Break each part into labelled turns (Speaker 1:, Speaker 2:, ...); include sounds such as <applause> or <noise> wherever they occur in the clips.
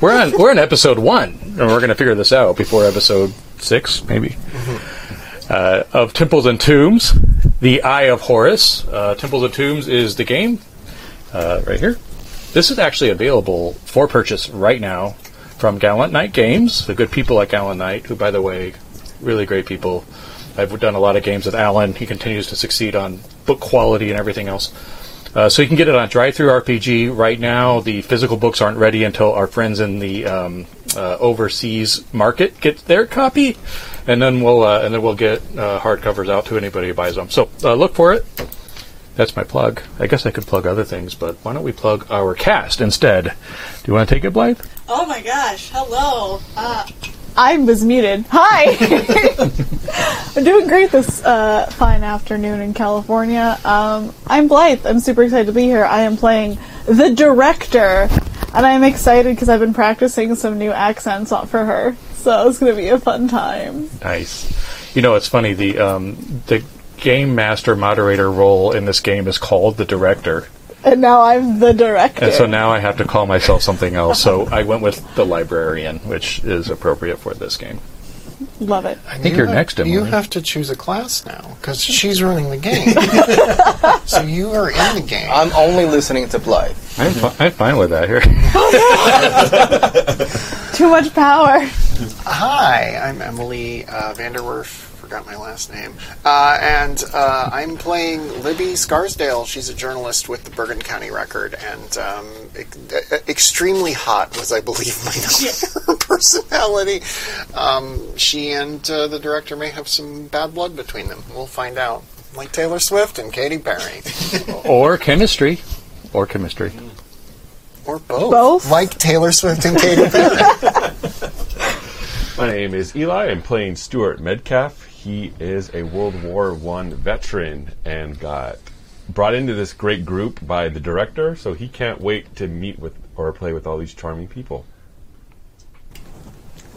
Speaker 1: We're on we're on episode one, and we're going to figure this out before episode six, maybe. Uh, of Temples and Tombs, the Eye of Horus. Uh, Temples and Tombs is the game uh, right here. This is actually available for purchase right now from Gallant Knight Games, the good people at Gallant Knight, who, by the way, really great people. I've done a lot of games with Alan. He continues to succeed on book quality and everything else. Uh, so you can get it on Drive Through RPG right now. The physical books aren't ready until our friends in the um, uh, overseas market get their copy, and then we'll uh, and then we'll get uh, hardcovers out to anybody who buys them. So uh, look for it. That's my plug. I guess I could plug other things, but why don't we plug our cast instead? Do you want to take it, Blythe?
Speaker 2: Oh my gosh! Hello. Uh,
Speaker 3: I was muted.
Speaker 2: <laughs>
Speaker 3: Hi. <laughs> I'm doing great this uh, fine afternoon in California. Um, I'm Blythe. I'm super excited to be here. I am playing the director, and I'm excited because I've been practicing some new accents on- for her. So it's going to be a fun time.
Speaker 1: Nice. You know, it's funny. The um, the game master moderator role in this game is called the director,
Speaker 3: And now I'm the director.
Speaker 1: and so now I have to call myself something else. So I went with the librarian, which is appropriate for this game.
Speaker 3: Love it.
Speaker 1: I think you're next, Emily.
Speaker 4: You have to choose a class now because she's running
Speaker 1: <laughs>
Speaker 4: the game. so you are in the game.
Speaker 5: I'm only listening to Blythe.
Speaker 1: I'm, fi- I'm fine with that here.
Speaker 3: Too much power.
Speaker 4: Hi, I'm Emily uh, Vanderwerf. Forgot my last name. Uh, and uh, I'm playing Libby Scarsdale. She's a journalist with the Bergen County Record and um, ex- e- extremely hot, was I believe my her <laughs> personality. Um, she and uh, the director may have some bad blood between them. We'll find out. Like Taylor Swift and Katy Perry.
Speaker 1: <laughs> or chemistry, or chemistry.
Speaker 4: or both.
Speaker 1: Oh.
Speaker 3: Both?
Speaker 4: Like Taylor Swift and Katy Perry.
Speaker 6: My name is Eli. I'm playing Stuart Medcalf. He is a World War One veteran and got brought into this great group by the director, so he can't wait to meet with or play with all these charming people.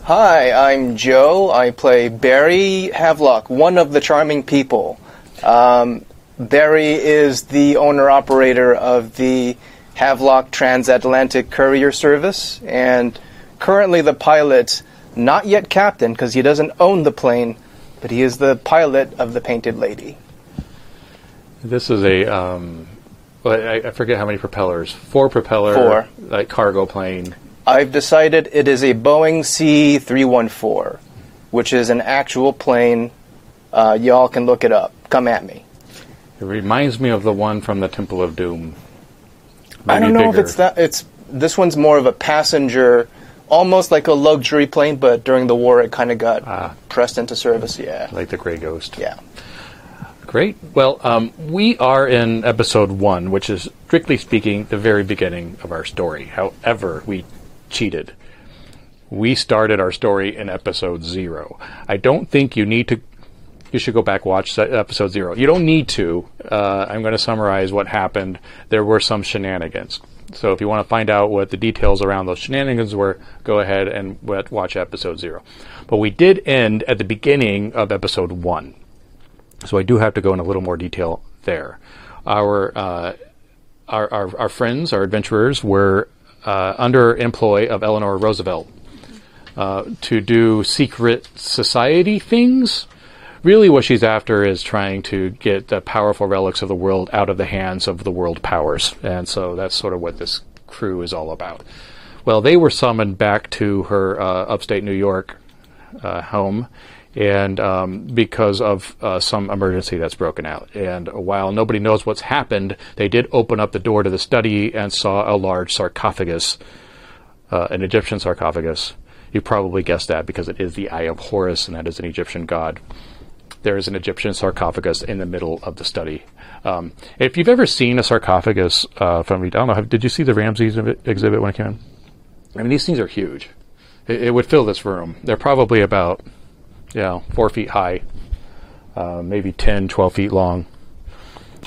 Speaker 5: Hi, I'm Joe. I play Barry Havelock, one of the charming people. Um, Barry is the owner operator of the Havelock Transatlantic Courier Service and currently the pilot, not yet captain because he doesn't own the plane, but he is the pilot of the Painted Lady.
Speaker 1: This is a um, well, I, I forget how many propellers. Four propeller,
Speaker 5: Four.
Speaker 1: like cargo plane.
Speaker 5: I've decided it is a Boeing C three one four, which is an actual plane. Uh, y'all can look it up. Come at me.
Speaker 1: It reminds me of the one from the Temple of Doom.
Speaker 5: I don't
Speaker 1: Maybe
Speaker 5: know if
Speaker 1: bigger.
Speaker 5: it's that. It's this one's more of a passenger, almost like a luxury plane, but during the war it kind of got pressed into service. Yeah,
Speaker 1: like the Grey Ghost.
Speaker 5: yeah.
Speaker 1: Great. Well, um, we are in episode one, which is strictly speaking the very beginning of our story. However, we cheated. We started our story in episode zero. I don't think you need to. You should go back watch se- episode zero. You don't need to. Uh, I'm going to summarize what happened. There were some shenanigans. So if you want to find out what the details around those shenanigans were, go ahead and wa- watch episode zero. But we did end at the beginning of episode one. So I do have to go in a little more detail there. Our uh, our, our our friends, our adventurers, were uh, under employ of Eleanor Roosevelt uh, to do secret society things. Really, what she's after is trying to get the powerful relics of the world out of the hands of the world powers, and so that's sort of what this crew is all about. Well, they were summoned back to her uh, upstate New York uh, home, and um, because of uh, some emergency that's broken out. And while nobody knows what's happened, they did open up the door to the study and saw a large sarcophagus, uh, an Egyptian sarcophagus. You probably guessed that because it is the Eye of Horus, and that is an Egyptian god. There is an Egyptian sarcophagus in the middle of the study. Um, if you've ever seen a sarcophagus uh, from, I don't know, have, did you see the Ramses exhibit when it came in? I mean, these things are huge. It, it would fill this room. They're probably about, you know, four feet high, uh, maybe 10, 12 feet long.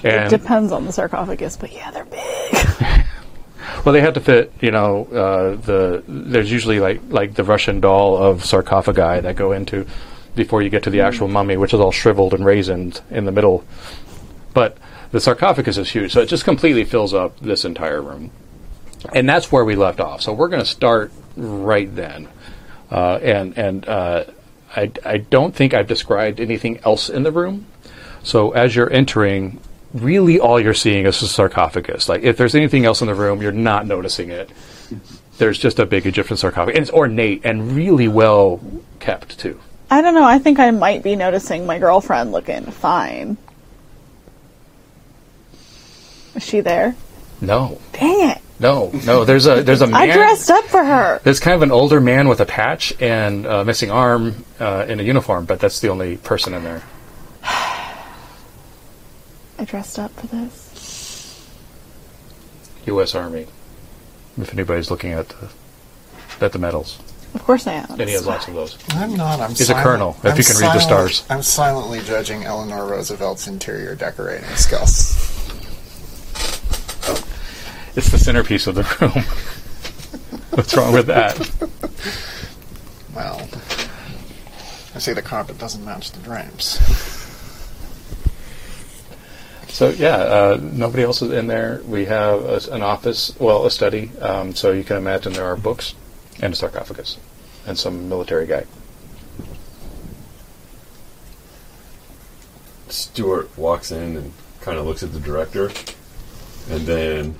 Speaker 1: And,
Speaker 3: Depends on the sarcophagus, but yeah, they're big.
Speaker 1: well, they had to fit, you know, uh, the there's usually like like the Russian doll of sarcophagi that go into before you get to the actual mummy, which is all shriveled and raisined in the middle. But the sarcophagus is huge, so it just completely fills up this entire room, and that's where we left off. So we're going to start right then. Uh, and and uh, I, I don't think I've described anything else in the room. So as you're entering, really all you're seeing is a sarcophagus. Like if there's anything else in the room, you're not noticing it. There's just a big Egyptian sarcophagus. And it's ornate and really well kept too.
Speaker 3: I don't know. I think I might be noticing my girlfriend looking fine. Is she there?
Speaker 1: No,
Speaker 3: Dang it!
Speaker 1: no, no. There's a there's a man.
Speaker 3: I dressed up for her.
Speaker 1: There's kind of an older man with a patch and a missing arm uh, in a uniform, but that's the only person in there.
Speaker 3: I dressed up for this.
Speaker 1: U.S. Army. If anybody's looking at the at the medals,
Speaker 3: Of course I am.
Speaker 1: and he has lots of those.
Speaker 4: I'm not. I'm.
Speaker 1: He's a colonel, if you can read the stars.
Speaker 4: I'm silently judging Eleanor Roosevelt's interior decorating skills.
Speaker 1: It's the centerpiece of the room. <laughs> What's wrong with that?
Speaker 4: Well, I see the carpet doesn't match the drapes.
Speaker 1: So yeah, uh, nobody else is in there. We have a s an office, well, a study. Um, so you can imagine there are books and a sarcophagus and some military guy.
Speaker 6: Stuart walks in and kind of looks at the director, and then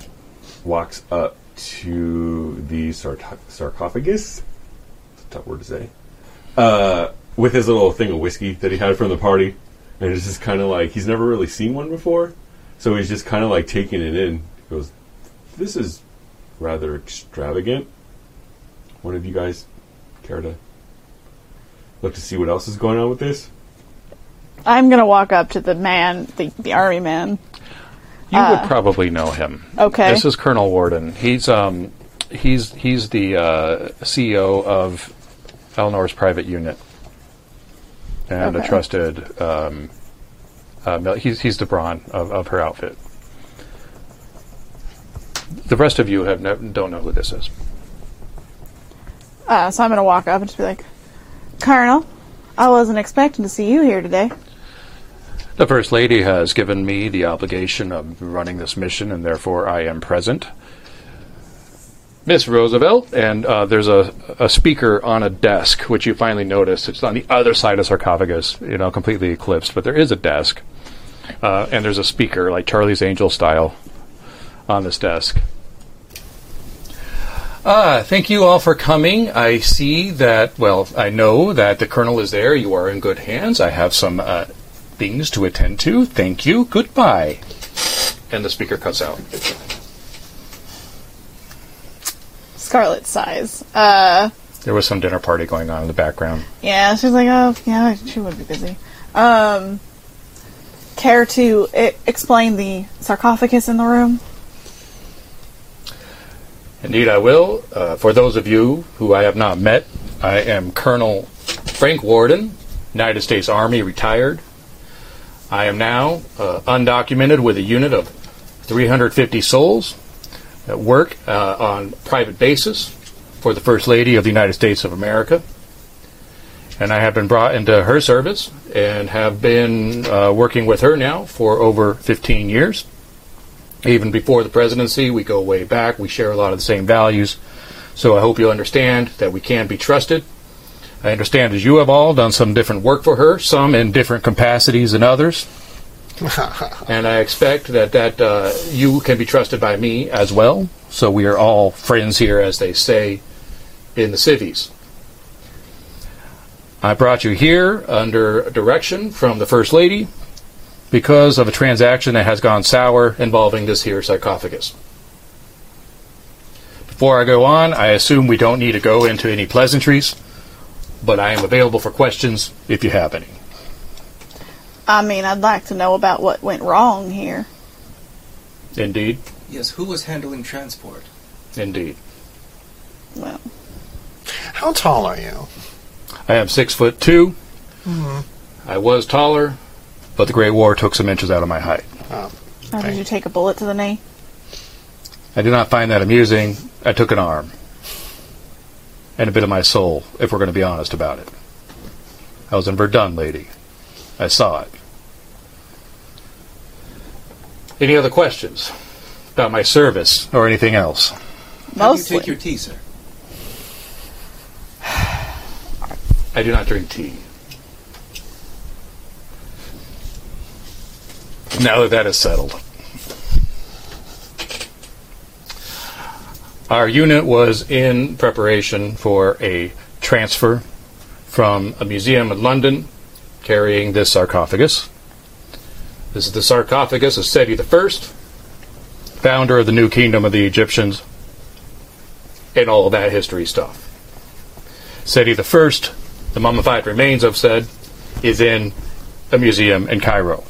Speaker 6: walks up to the sarto- sarcophagus. It's a tough word to say. Uh, with his little thing of whiskey that he had from the party, and it's just kind of like he's never really seen one before, so he's just kind of like taking it in. He goes, "This is rather extravagant." One of you guys care to look to see what else is going on with this?
Speaker 3: I'm gonna walk up to the man, the, the army man.
Speaker 1: You would probably know him.
Speaker 3: Uh, Okay.
Speaker 1: This is Colonel Warden. He's um, he's he's the uh, CEO of Eleanor's private unit, and a
Speaker 3: Okay.
Speaker 1: trusted. Um, uh, mil- he's he's the brawn of, of her outfit. The rest of you have ne- don't know who this is.
Speaker 3: Uh, so I'm gonna walk up and just be like, "Colonel, I wasn't expecting to see you here today."
Speaker 1: The First Lady has given me the obligation of running this mission, and therefore I am present. Miss Roosevelt, and uh, there's a, a speaker on a desk, which you finally notice. It's on the other side of sarcophagus, you know, completely eclipsed, but there is a desk. Uh, and there's a speaker, like Charlie's Angel style, on this desk. Uh, thank you all for coming. I see that, well, I know that the Colonel is there. You are in good hands. I have some uh, things to attend to. Thank you. Goodbye. And the speaker cuts out.
Speaker 3: Scarlet sighs. Uh,
Speaker 1: There was some dinner party going on in the background.
Speaker 3: yeah, she's like, "Oh, yeah, she would be busy." Um, care to I- explain the sarcophagus in the room?
Speaker 1: Indeed, I will. Uh, for those of you who I have not met, I am Colonel Frank Warden, United States Army, retired. I am now uh, undocumented with a unit of 350 souls that work uh, on private basis for the First Lady of the United States of America. And I have been brought into her service and have been uh, working with her now for over 15 years even before the presidency. We go way back. We share a lot of the same values. So I hope you understand that we can be trusted. I understand as you have all done some different work for her, some in different capacities than others. and I expect that that uh, you can be trusted by me as well. So we are all friends here, as they say in the civies. I brought you here under direction from the First Lady, because of a transaction that has gone sour involving this here sarcophagus. Before I go on, I assume we don't need to go into any pleasantries, but I am available for questions if you have any.
Speaker 3: I mean, I'd like to know about what went wrong here.
Speaker 1: Indeed,
Speaker 7: Yes, who was handling transport?
Speaker 1: indeed.
Speaker 3: Well,
Speaker 4: How tall are you?
Speaker 1: I am six foot 2 I was taller, but the Great War took some inches out of my height.
Speaker 3: how did you take a bullet to the knee?
Speaker 1: I do not find that amusing. I took an arm and a bit of my soul, if we're going to be honest about it. I was in Verdun, lady. I saw it. Any other questions about my service or anything else?
Speaker 7: How do you
Speaker 3: Mostly.
Speaker 7: take your tea, sir?
Speaker 1: I do not drink tea. Now that that is settled. Our unit was in preparation for a transfer from a museum in London carrying this sarcophagus. This is the sarcophagus of Seti I, founder of the new kingdom of the Egyptians, and all of that history stuff. Seti I, the mummified remains of said, is in a museum in Cairo.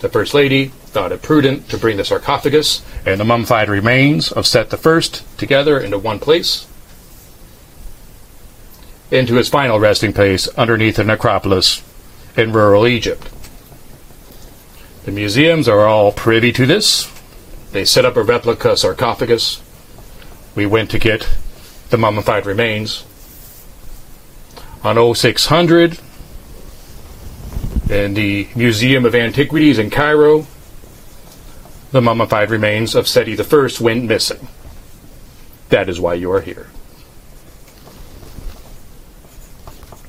Speaker 1: The First Lady thought it prudent to bring the sarcophagus and the mummified remains of Set I together into one place, into his final resting place underneath the necropolis in rural Egypt. The museums are all privy to this. They set up a replica sarcophagus. We went to get the mummified remains. On 0600, in the Museum of Antiquities in Cairo, the mummified remains of Seti I went missing. That is why you are here.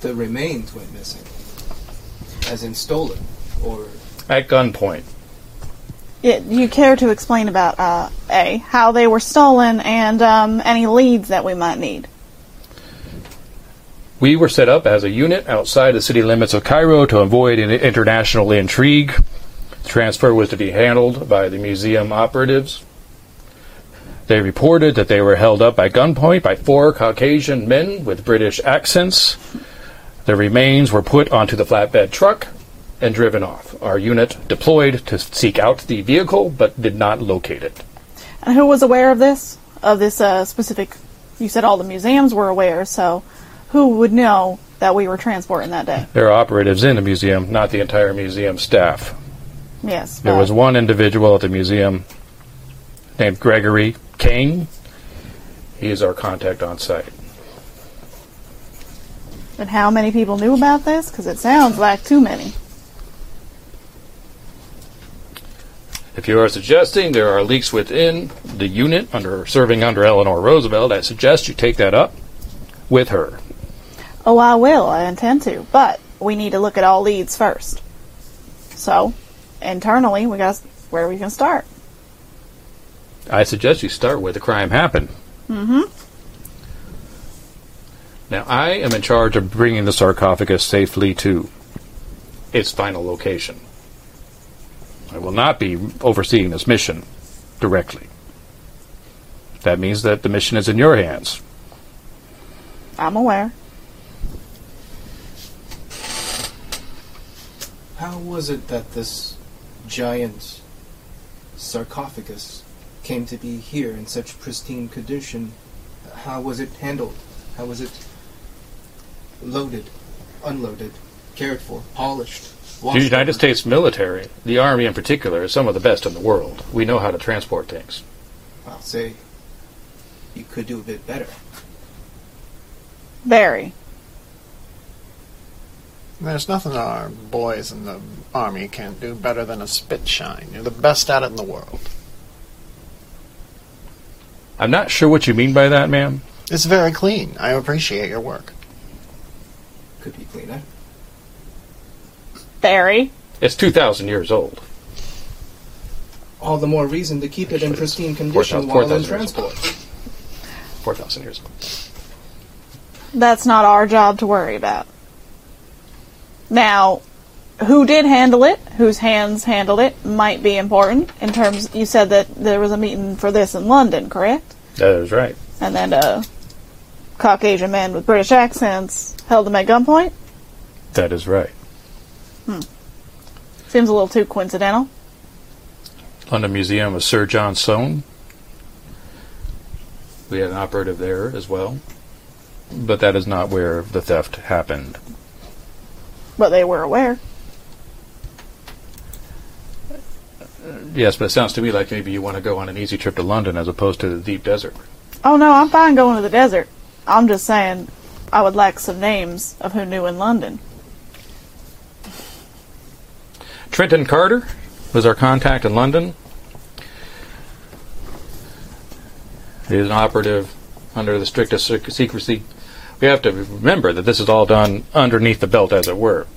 Speaker 7: The remains went missing, as in stolen, or
Speaker 1: At gunpoint.
Speaker 3: Yeah, you care to explain about uh, a how they were stolen and um, any leads that we might need?
Speaker 1: We were set up as a unit outside the city limits of Cairo to avoid any international intrigue. The transfer was to be handled by the museum operatives. They reported that they were held up by gunpoint by four Caucasian men with British accents. Their remains were put onto the flatbed truck and driven off. Our unit deployed to seek out the vehicle but did not locate it.
Speaker 3: And who was aware of this? Of this uh, specific? You said all the museums were aware, so who would know that we were transporting that day?
Speaker 1: There are operatives in the museum, not the entire museum staff.
Speaker 3: Yes.
Speaker 1: There
Speaker 3: but-
Speaker 1: was one individual at the museum named Gregory Kane. He is our contact on site.
Speaker 3: And how many people knew about this? Because it sounds like too many.
Speaker 1: If you are suggesting there are leaks within the unit under serving under Eleanor Roosevelt, I suggest you take that up with her.
Speaker 3: Oh, I will. I intend to. But we need to look at all leads first. So, internally, we got where we can start.
Speaker 1: I suggest you start where the crime happened. Mm-hmm. Now, I am in charge of bringing the sarcophagus safely to its final location. I will not be overseeing this mission directly. That means that the mission is in your hands.
Speaker 3: I'm aware.
Speaker 7: how was it that this giant sarcophagus came to be here in such pristine condition? How was it handled? How was it loaded, unloaded, cared for, polished? washed
Speaker 1: The United
Speaker 7: over?
Speaker 1: States military, the Army in particular, is some of the best in the world. We know how to transport things.
Speaker 7: I'll say you could do a bit better.
Speaker 3: Very.
Speaker 4: There's nothing our boys in the army can't do better than a spit shine. You're the best at it in the world.
Speaker 1: I'm not sure what you mean by that, ma'am.
Speaker 4: It's very clean. I appreciate your work.
Speaker 7: Could be cleaner.
Speaker 3: Very.
Speaker 1: It's 2,000 years old.
Speaker 7: All the more reason to keep it in pristine
Speaker 1: 4,000
Speaker 7: condition while
Speaker 1: 4,000
Speaker 7: in
Speaker 1: years old.
Speaker 7: transport.
Speaker 1: 4,000 years old.
Speaker 3: That's not our job to worry about. Now, who did handle it, whose hands handled it, might be important in terms. You said that there was a meeting for this in London, correct?
Speaker 1: That is right.
Speaker 3: And then a Caucasian man with British accents held him at gunpoint?
Speaker 1: That is right.
Speaker 3: Seems a little too coincidental.
Speaker 1: London Museum of Sir John Soane. We had an operative there as well. But that is not where the theft happened.
Speaker 3: But they were aware.
Speaker 1: Yes, but it sounds to me like maybe you want to go on an easy trip to London as opposed to the deep desert.
Speaker 3: Oh no, I'm fine going to the desert. I'm just saying, I would like some names of who knew in London.
Speaker 1: Trenton Carter was our contact in London. He is an operative under the strictest sec- secrecy. We have to remember that this is all done underneath the belt, as it were.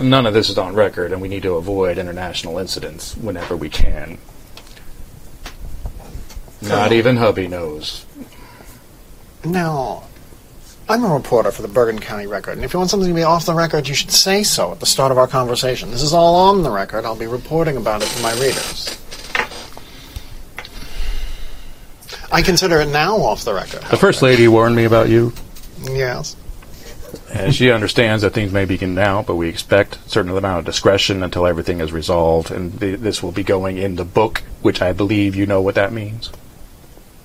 Speaker 1: None of this is on record, and we need to avoid international incidents whenever we can. Not even hubby knows.
Speaker 4: Now, I'm a reporter for the Bergen County Record, and if you want something to be off the record, you should say so at the start of our conversation. This is all on the record. I'll be reporting about it to my readers. I consider it now off the record.
Speaker 1: The first lady warned me about you,
Speaker 4: Yes.
Speaker 1: and she understands that things may begin now, but we expect a certain amount of discretion until everything is resolved, and th- this will be going in the book, which I believe you know what that means.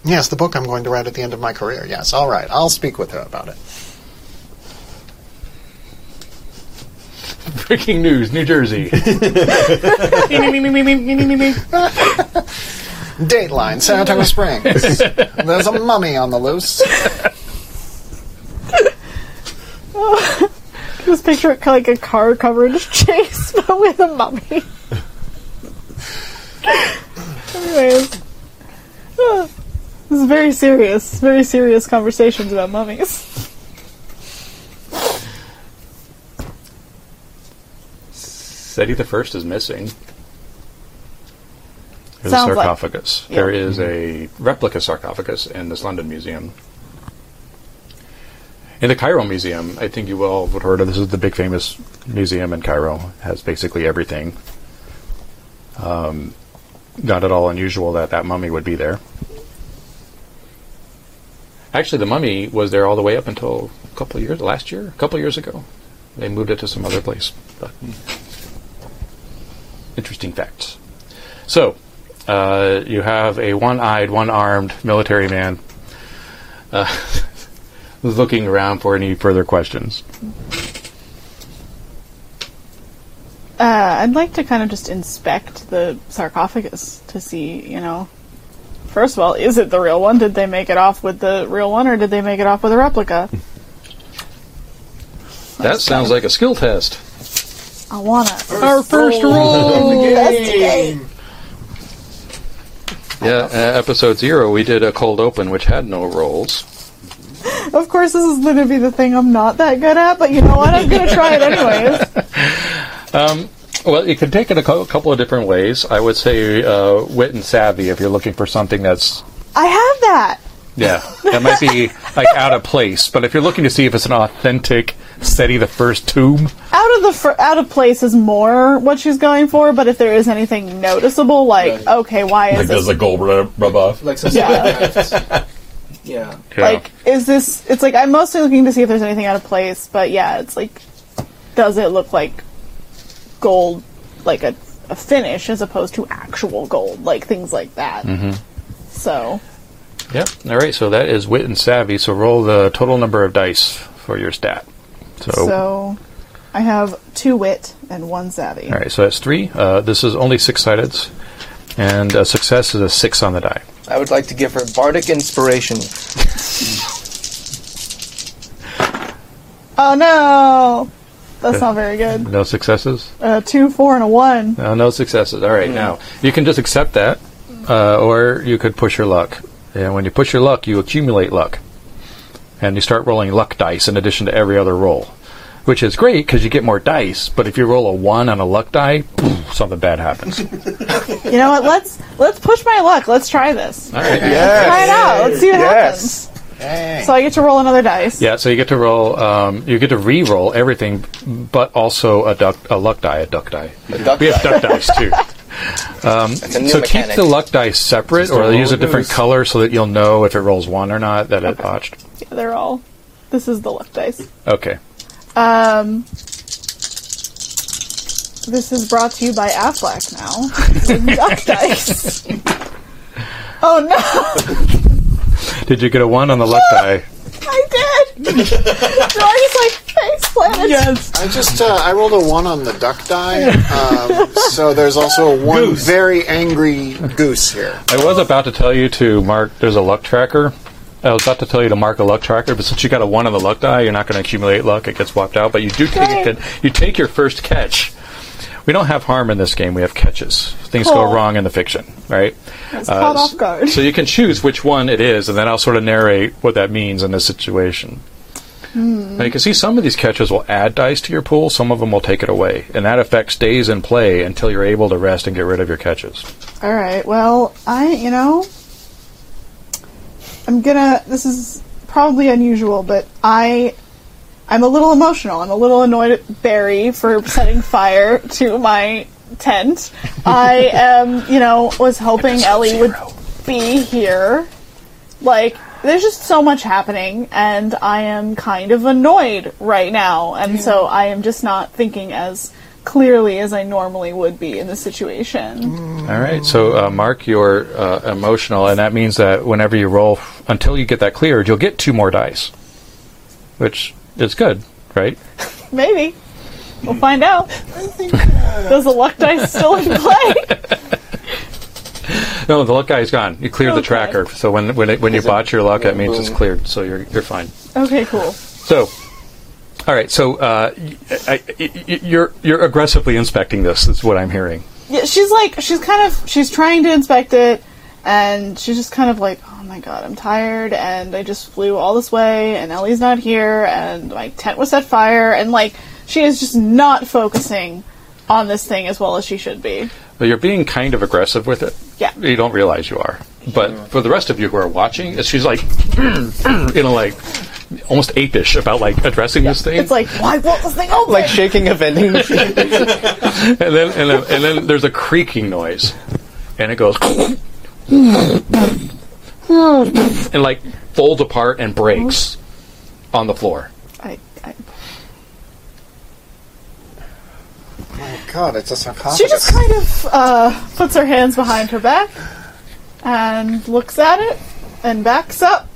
Speaker 4: Yes, the book I'm going to write at the end of my career. Yes, all right. I'll speak with her about it.
Speaker 1: Breaking news, New Jersey.
Speaker 4: Dateline, Saratoga Springs. There's a mummy on the loose.
Speaker 3: Just picture it like a car coverage <laughs> chase, but with a mummy. Anyways, Ah, this is very serious. Very serious conversations about mummies.
Speaker 1: Seti the First is missing. There's
Speaker 3: Sounds
Speaker 1: a
Speaker 3: like-
Speaker 1: sarcophagus.
Speaker 3: yeah.
Speaker 1: There is a replica sarcophagus in this London museum. In the Cairo Museum, I think you all would heard of this is the big famous museum in Cairo. has basically everything. Um, not at all unusual that that mummy would be there. Actually, the mummy was there all the way up until a couple of years last year, a couple of years ago. They moved it to some other place. But interesting facts. So, uh, you have a one eyed, one armed military man uh, <laughs> looking around for any further questions.
Speaker 3: Uh, I'd like to kind of just inspect the sarcophagus to see, you know. First of all, is it the real one? Did they make it off with the real one, or did they make it off with a replica?
Speaker 1: That sounds like a skill test.
Speaker 3: I wanna.
Speaker 1: Our first roll!
Speaker 3: Investigate!
Speaker 1: yeah, uh, episode zero, we did a cold open, which had no rolls.
Speaker 3: Of course, this is going to be the thing I'm not that good at, but you know what? I'm going to try it anyways.
Speaker 1: Well, you could take it a cou- couple of different ways. I would say uh, wit and savvy if you're looking for something that's
Speaker 3: I have that.
Speaker 1: Yeah, that might be like out of place. But if you're looking to see if it's an authentic SETI the first tomb,
Speaker 3: Out of the fr- out of place is more what she's going for, but if there is anything noticeable, like okay, why
Speaker 6: Like,
Speaker 3: is
Speaker 6: does
Speaker 3: this?
Speaker 6: the gold rub, rub off?
Speaker 7: Like some
Speaker 3: Yeah.
Speaker 5: <laughs>
Speaker 7: yeah.
Speaker 3: Like is this? It's like I'm mostly looking to see if there's anything out of place, but yeah, it's like does it look like gold, like a, a finish as opposed to actual gold, like things like that. So
Speaker 1: Yep. All right. So that is wit and savvy. So roll the total number of dice for your stat. So,
Speaker 3: so I have two wit and one savvy.
Speaker 1: all right. So that's three. Uh, this is only six sided, and a success is a six on the die.
Speaker 5: I would like to give her bardic inspiration.
Speaker 3: Oh no, that's not very good.
Speaker 1: No successes.
Speaker 3: Uh, two, four, and a one.
Speaker 1: No, no successes. All right. Now you can just accept that, uh, or you could push your luck. And when you push your luck, you accumulate luck, and you start rolling luck dice in addition to every other roll, which is great because you get more dice. But if you roll a one on a luck die, something bad happens.
Speaker 3: You know
Speaker 1: <laughs>
Speaker 3: what? Let's let's push my luck. Let's try this.
Speaker 1: All right.
Speaker 3: Try it
Speaker 5: Yes.
Speaker 3: out. Let's see what
Speaker 5: Yes.
Speaker 3: happens.
Speaker 4: Hey.
Speaker 3: So I get to roll another dice.
Speaker 1: Yeah, so you get to roll. Um, you get to re-roll everything, but also a duck, a luck die, a duck die.
Speaker 5: A duck
Speaker 1: we have
Speaker 5: die.
Speaker 1: duck dice too.
Speaker 5: It's a new
Speaker 1: so
Speaker 5: mechanic.
Speaker 1: keep the luck dice separate,
Speaker 6: Just a
Speaker 1: or use
Speaker 6: roll
Speaker 1: a
Speaker 6: of
Speaker 1: different
Speaker 6: dice.
Speaker 1: color so that you'll know if it rolls one or not that it botched.
Speaker 3: They're all. This is the luck dice.
Speaker 1: Okay.
Speaker 3: Um. This is brought to you by Aflac
Speaker 1: <laughs>
Speaker 3: now. With duck dice. Oh no! <laughs>
Speaker 1: Did you get a one on the luck die?
Speaker 3: I
Speaker 1: <laughs>
Speaker 3: did. Do I just like face planet? Yes.
Speaker 4: I just uh, I rolled a one on the duck die, um, so there's also a one very angry goose here.
Speaker 1: I was about to tell you to mark. There's a luck tracker. I was about to tell you to mark a luck tracker, but since you got a one on the luck die, you're not going to accumulate luck. It gets wiped out. But you do take
Speaker 3: Great.
Speaker 1: it. You take your first catch, we don't have harm in this game. We have catches. Things go
Speaker 3: Cool.
Speaker 1: wrong in the fiction, right? Uh,
Speaker 3: It's caught
Speaker 1: s-
Speaker 3: off guard.
Speaker 1: So you can choose which one it is, and then I'll sort of narrate what that means in this situation.
Speaker 3: Hmm.
Speaker 1: Now you can see some of these catches will add dice to your pool, some of them will take it away, and that effect stays in play until you're able to rest and get rid of your catches.
Speaker 3: All right. Well, I, you know, I'm gonna. This is probably unusual, but I, I'm a little emotional. I'm a little annoyed at Barry for <laughs> setting fire to my tent. I am, you know, was hoping Ellie would be here. Like, there's just so much happening, and I am kind of annoyed right now, and so I am just not thinking as clearly as I normally would be in this situation.
Speaker 1: All right, so uh, mark your uh, emotional, and that means that whenever you roll, until you get that cleared, you'll get two more dice, which is good, right?
Speaker 3: Maybe. We'll find out. Does the luck dice still in play?
Speaker 1: No, the luck guy is gone. You cleared the
Speaker 3: Okay.
Speaker 1: tracker, so when when, it, when you
Speaker 5: Is it-
Speaker 1: botch your luck, that means it's
Speaker 5: boom.
Speaker 1: cleared, so you're you're fine.
Speaker 3: <laughs> okay, cool.
Speaker 1: So, all right. So, uh, I, I, I- you're you're aggressively inspecting this. Is what I'm hearing.
Speaker 3: Yeah, she's like she's kind of she's trying to inspect it and she's just kind of like, "Oh my god, I'm tired and I just flew all this way and Ellie's not here and my tent was set fire and like she is just not focusing on this thing as well as she should be."
Speaker 1: But you're being kind of aggressive with it.
Speaker 3: Yeah.
Speaker 1: You don't realize you are. But for the rest of you who are watching, she's like, <clears throat> you know, like almost apish about like addressing this thing.
Speaker 3: It's like, "Why won't this thing open?"
Speaker 5: Like shaking a vending machine.
Speaker 1: and then and then, and then there's a creaking noise, and it goes, and like folds apart and breaks on the floor.
Speaker 3: I, I,
Speaker 4: Oh God, it's a sarcophagus.
Speaker 3: She just kind of uh, puts her hands behind her back and looks at it and backs up.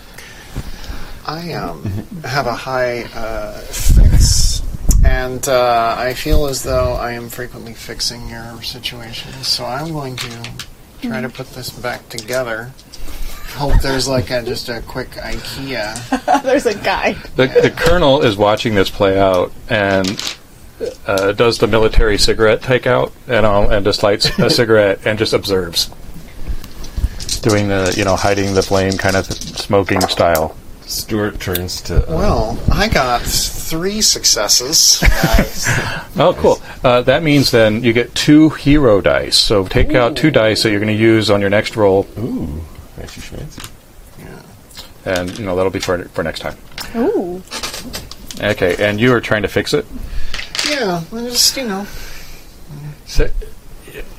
Speaker 3: <laughs>
Speaker 4: I um, have a high uh, fix, and uh, I feel as though I am frequently fixing your situations. So I'm going to try to
Speaker 3: Mm-hmm.
Speaker 4: put this back together. Hope there's like a just a quick IKEA.
Speaker 3: There's a guy.
Speaker 1: The, the colonel is watching this play out and uh, does the military cigarette takeout and um, and just lights a cigarette and just observes, doing the you know hiding the flame kind of smoking style.
Speaker 6: Stuart turns to. uh,
Speaker 4: Well, I got three successes.
Speaker 1: Oh, cool. Uh, that means then you get two hero dice. So take out two dice that you're going to use on your next roll,
Speaker 6: Ooh, fancy schmancy.
Speaker 1: and you know that'll be for for next time.
Speaker 3: Ooh.
Speaker 1: Okay, and you are trying to fix it.
Speaker 4: yeah, I just you know.
Speaker 1: So,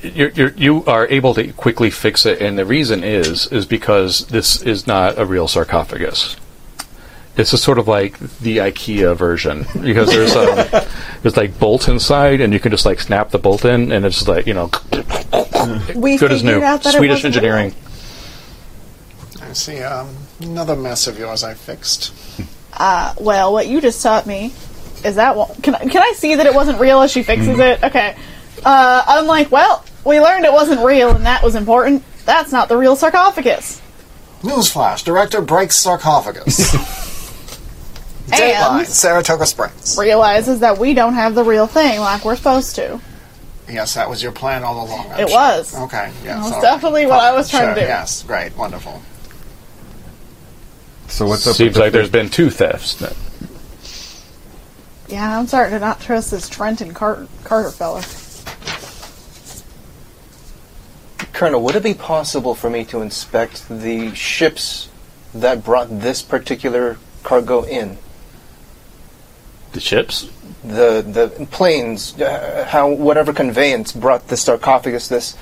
Speaker 1: you're, you're, you are able to quickly fix it, and the reason is is because this is not a real sarcophagus. This is sort of like the IKEA version because there's
Speaker 3: <laughs>
Speaker 1: um, there's like bolts inside, and you can just like snap the bolt in, and it's just like you know,
Speaker 3: We
Speaker 1: good as
Speaker 3: figured
Speaker 1: new.
Speaker 3: out that it
Speaker 1: Swedish
Speaker 3: wasn't
Speaker 1: engineering.
Speaker 4: I see um, another mess of yours I fixed.
Speaker 3: real. Well, what you just taught me is that one. Can I, can I see that it wasn't real as she fixes
Speaker 1: Mm-hmm.
Speaker 3: it? Okay. Uh, I'm like, well, we learned it wasn't real, and that was important. That's not the real sarcophagus.
Speaker 4: Newsflash: Director
Speaker 3: <laughs>
Speaker 4: breaks sarcophagus. Dateline:
Speaker 3: And
Speaker 4: Saratoga Springs.
Speaker 3: realizes that we don't have the real thing like we're supposed to.
Speaker 4: Yes, that was your plan all along. I'm
Speaker 3: It
Speaker 4: sure.
Speaker 3: was.
Speaker 4: Okay. Yes.
Speaker 3: was
Speaker 4: all
Speaker 3: definitely what I was trying
Speaker 4: Sure,
Speaker 3: to do.
Speaker 4: Yes. Great. Wonderful.
Speaker 6: So what's up?
Speaker 1: Seems
Speaker 6: with
Speaker 1: like
Speaker 6: the
Speaker 1: there's been two thefts. then.
Speaker 3: Yeah, I'm starting to not trust this Trenton Carter, Carter fella.
Speaker 5: <laughs> Colonel, would it be possible for me to inspect the ships that brought this particular cargo in?
Speaker 1: The ships.
Speaker 5: The the planes, uh, how whatever conveyance brought the sarcophagus, this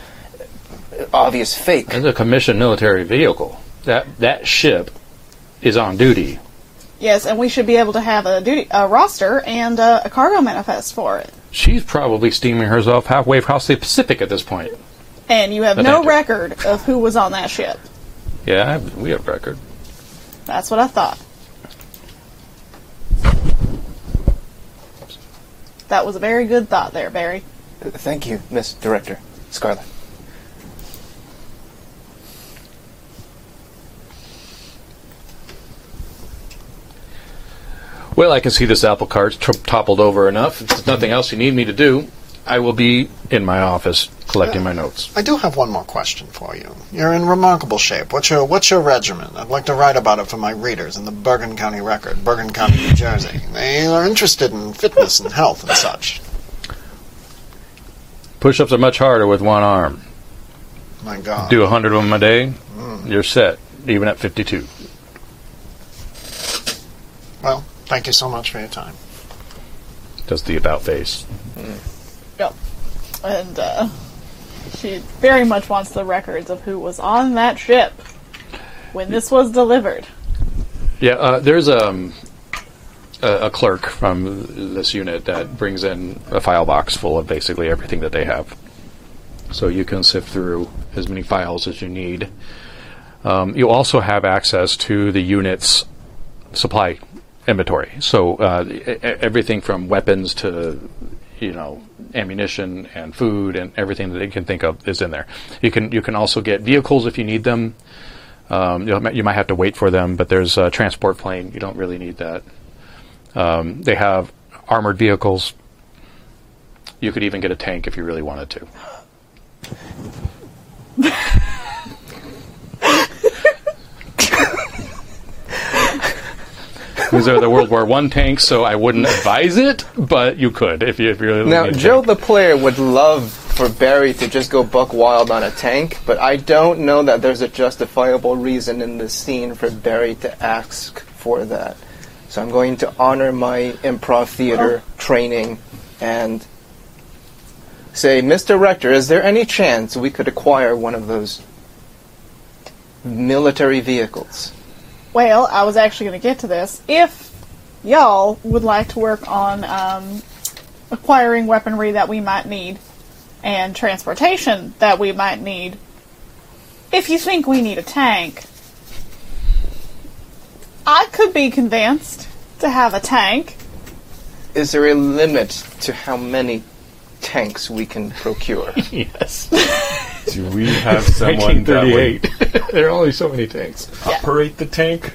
Speaker 5: uh, obvious fake.
Speaker 1: That's a commissioned military vehicle. That that ship is on duty.
Speaker 3: Yes, and we should be able to have a duty a roster and uh, a, a cargo manifest for it.
Speaker 1: She's probably steaming herself halfway across the Pacific at this point.
Speaker 3: And you have
Speaker 1: But
Speaker 3: no
Speaker 1: that-
Speaker 3: record of who was on that ship.
Speaker 1: Yeah, I have, we have record.
Speaker 3: That's what I thought. That was a very good thought there, Barry.
Speaker 5: Thank you, Miss Director Scarlet.
Speaker 1: Well, I can see this apple cart t- toppled over enough. If there's nothing else you need me to do, I will be in my office collecting my notes.
Speaker 4: I do have one more question for you. You're in remarkable shape. What's your What's your regimen? I'd like to write about it for my readers in the Bergen County Record, Bergen County, New Jersey. They are interested in fitness and health and such.
Speaker 1: Push ups are much harder with one arm.
Speaker 4: My God.
Speaker 1: Do 100 of them a day, you're set, even at 52.
Speaker 4: Well, thank you so much for your time.
Speaker 1: Does the about face.
Speaker 3: Yep. And uh, she very much wants the records of who was on that ship when this was delivered.
Speaker 1: Yeah, uh, there's um, a, a clerk from this unit that brings in a file box full of basically everything that they have. So you can sift through as many files as you need. Um, you also have access to the unit's supply inventory. So uh, e- e- everything from weapons to you know ammunition and food and everything that they can think of is in there. You can you can also get vehicles if you need them. Um, you, know, you might have to wait for them, but there's a transport plane. You don't really need that. Um, they have armored vehicles. You could even get a tank if you really wanted to. These are the World War One tanks, so I wouldn't advise it, but you could if you if you really
Speaker 5: Now,
Speaker 1: need a
Speaker 5: Joe
Speaker 1: tank.
Speaker 5: the player would love for Barry to just go buck wild on a tank, but I don't know that there's a justifiable reason in this scene for Barry to ask for that. So I'm going to honor my improv theater training and say, Mr. Rector, is there any chance we could acquire one of those military vehicles?
Speaker 3: Well, I was actually going to get to this. If y'all would like to work on um, acquiring weaponry that we might need and transportation that we might need, if you think we need a tank, I could be convinced to have a tank.
Speaker 5: Is there a limit to how many tanks we can procure?
Speaker 6: Do we have someone that would
Speaker 1: 1938. there are only so many tanks.
Speaker 6: operate the tank?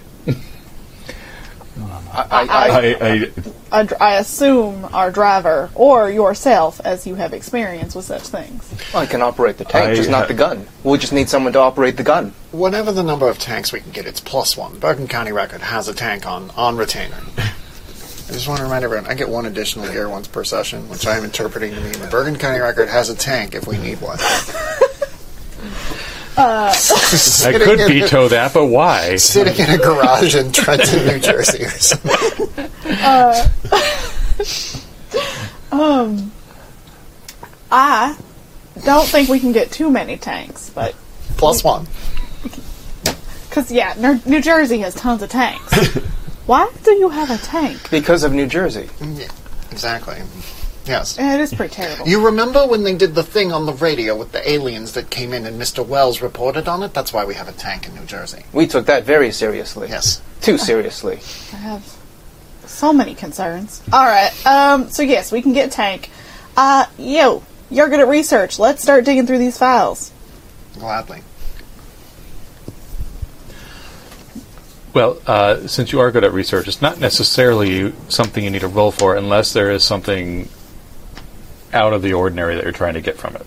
Speaker 5: I, I,
Speaker 6: I, I,
Speaker 3: I dr- I assume our driver or yourself, as you have experience with such things.
Speaker 5: I can operate the tank,
Speaker 6: I-
Speaker 5: just not the gun. We'll just need someone to operate the gun.
Speaker 4: Whatever the number of tanks we can get, it's plus one. Bergen County Record has a tank on,
Speaker 1: <laughs>
Speaker 4: on retainer. I just want to remind everyone, I get one additional gear once per session, which I am interpreting to mean the Bergen County Record has a tank if we need one. <laughs>
Speaker 1: I
Speaker 4: sitting
Speaker 1: could
Speaker 4: in a-
Speaker 1: veto that, but <laughs> why?
Speaker 4: Sitting in a garage in Trenton, New Jersey <laughs> or something.
Speaker 3: I don't think we can get too many tanks, but
Speaker 4: Plus one.
Speaker 3: Because, yeah, New-, New Jersey has tons of tanks. Why do you have a tank?
Speaker 5: Because of New Jersey.
Speaker 4: Yeah, exactly. Yes.
Speaker 3: Eh, It is pretty terrible.
Speaker 4: You remember when they did the thing on the radio with the aliens that came in and Mr. Wells reported on it? That's why we have a tank in New Jersey.
Speaker 5: We took that very seriously.
Speaker 4: Yes.
Speaker 5: Too seriously.
Speaker 3: I have so many concerns. All right, um, so yes, we can get a tank. Uh, yo, you're good at research. Let's start digging through these files.
Speaker 4: Gladly.
Speaker 1: Well, uh, since you are good at research, it's not necessarily something you need to roll for unless there is something out of the ordinary that you're trying to get from it.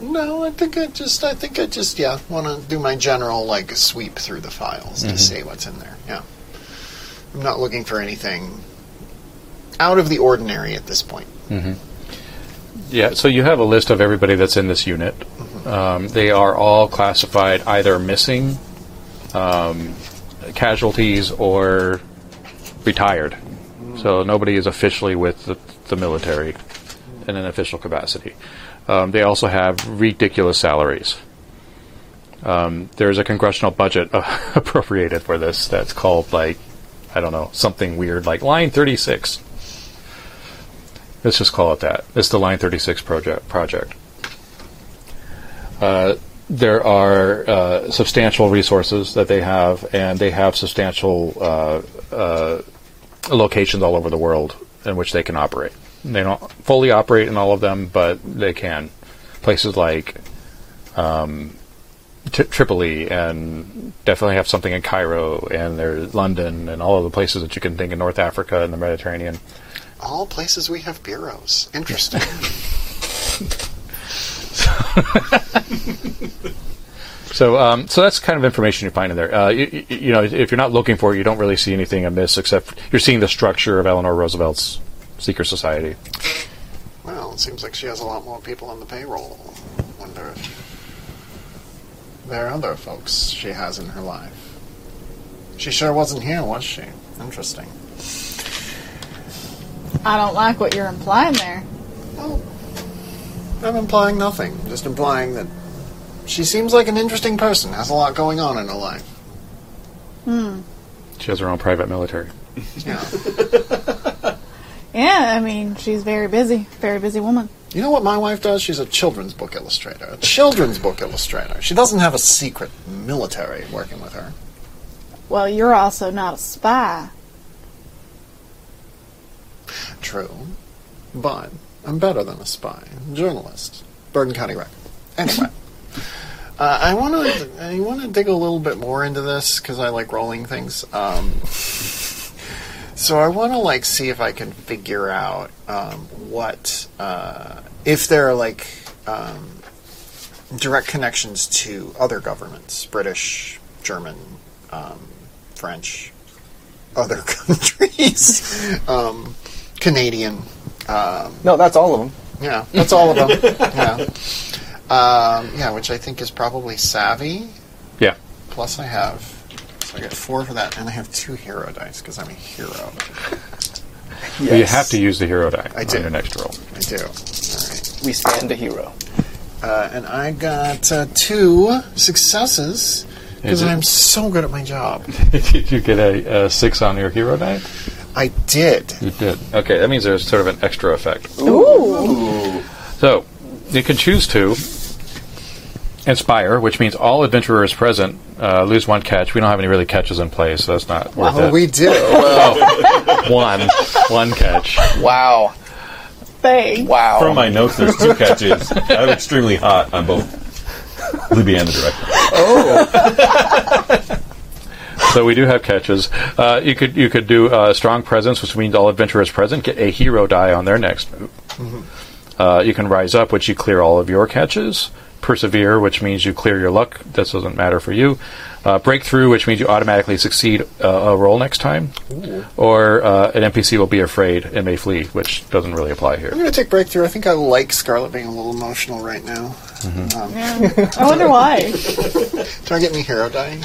Speaker 4: No, I think I just, I think I just, yeah, want to do my general, like, sweep through the files to see what's in there. Yeah. I'm not looking for anything out of the ordinary at this point.
Speaker 1: Yeah, so you have a list of everybody that's in this unit. Um, they are all classified either missing, um, casualties, or retired. So nobody is officially with the, the military in an official capacity. Um, they also have ridiculous salaries. Um, there's a congressional budget <laughs> appropriated for this that's called, like, I don't know, something weird, like Line 36. Let's just call it that. It's the Line 36 project. Project. Uh, there are uh, substantial resources that they have, and they have substantial uh, uh, locations all over the world in which they can operate. They don't fully operate in all of them, but they can. Places like um, T- Tripoli and definitely have something in Cairo and there's London and all of the places that you can think in North Africa and the Mediterranean.
Speaker 4: All places we have bureaus. Interesting.
Speaker 1: So, um, so that's kind of information you find in there. Uh, you, you- you know, if you're not looking for it, you don't really see anything amiss, except you're seeing the structure of Eleanor Roosevelt's secret society.
Speaker 4: well, it seems like she has a lot more people on the payroll. Wonder if there are other folks she has in her life. She sure wasn't here, was she? Interesting.
Speaker 3: I don't like what you're implying there.
Speaker 4: Well, I'm implying nothing. Just implying that she seems like an interesting person, has a lot going on in her life.
Speaker 1: She has her own private military.
Speaker 4: Yeah.
Speaker 3: Yeah, I mean, she's very busy, very busy woman.
Speaker 4: You know what my wife does? She's a children's book illustrator. A children's book illustrator. She doesn't have a secret military working with her.
Speaker 3: Well, you're also not a spy.
Speaker 4: True. But I'm better than a spy. I'm a journalist. Burden County Record. Anyway. Uh, I want to I want to dig a little bit more into this because I like rolling things. Um, so I want to like see if I can figure out um, what uh, if there are like um, direct connections to other governments, British, German, um, French, other <laughs> countries, um, Canadian. Um,
Speaker 5: No, that's all of them.
Speaker 4: yeah, that's all of them. yeah. Um, yeah, which I think is probably savvy.
Speaker 1: Yeah.
Speaker 4: Plus, I have so I get four for that, and I have two hero dice because I'm a hero.
Speaker 1: You have to use the hero die
Speaker 4: I
Speaker 1: on
Speaker 4: do.
Speaker 1: your next roll.
Speaker 4: I do. All right,
Speaker 5: We stand a hero.
Speaker 4: uh, and I got uh, two successes
Speaker 1: Is
Speaker 4: because
Speaker 1: it-
Speaker 4: I'm so good at my job.
Speaker 1: <laughs> did you get a, a six on your hero die?
Speaker 4: I did.
Speaker 1: You did. Okay, that means there's sort of an extra effect.
Speaker 3: Ooh.
Speaker 1: So, you can choose to inspire, which means all adventurers present uh, lose one catch. We don't have any really catches in play, so that's not worth
Speaker 4: Oh,
Speaker 1: it.
Speaker 4: we do.
Speaker 1: one, one catch.
Speaker 5: Wow.
Speaker 3: Thanks.
Speaker 5: Wow.
Speaker 6: From my notes, there's two catches. I'm extremely hot on both Libby and the director.
Speaker 1: So we do have catches. Uh, you could you could do uh, strong presence, which means all adventurers present get a hero die on their next move.
Speaker 4: Mm-hmm.
Speaker 1: Uh, you can rise up, which you clear all of your catches. Persevere, which means you clear your luck. This doesn't matter for you. Uh, breakthrough, which means you automatically succeed uh, a roll next time. Or uh, an NPC will be afraid and may flee, which doesn't really apply
Speaker 4: I'm
Speaker 1: here.
Speaker 4: going to take breakthrough. I think I like Scarlet being a little emotional right now. Um,
Speaker 3: I wonder why.
Speaker 4: Do I get any hero die?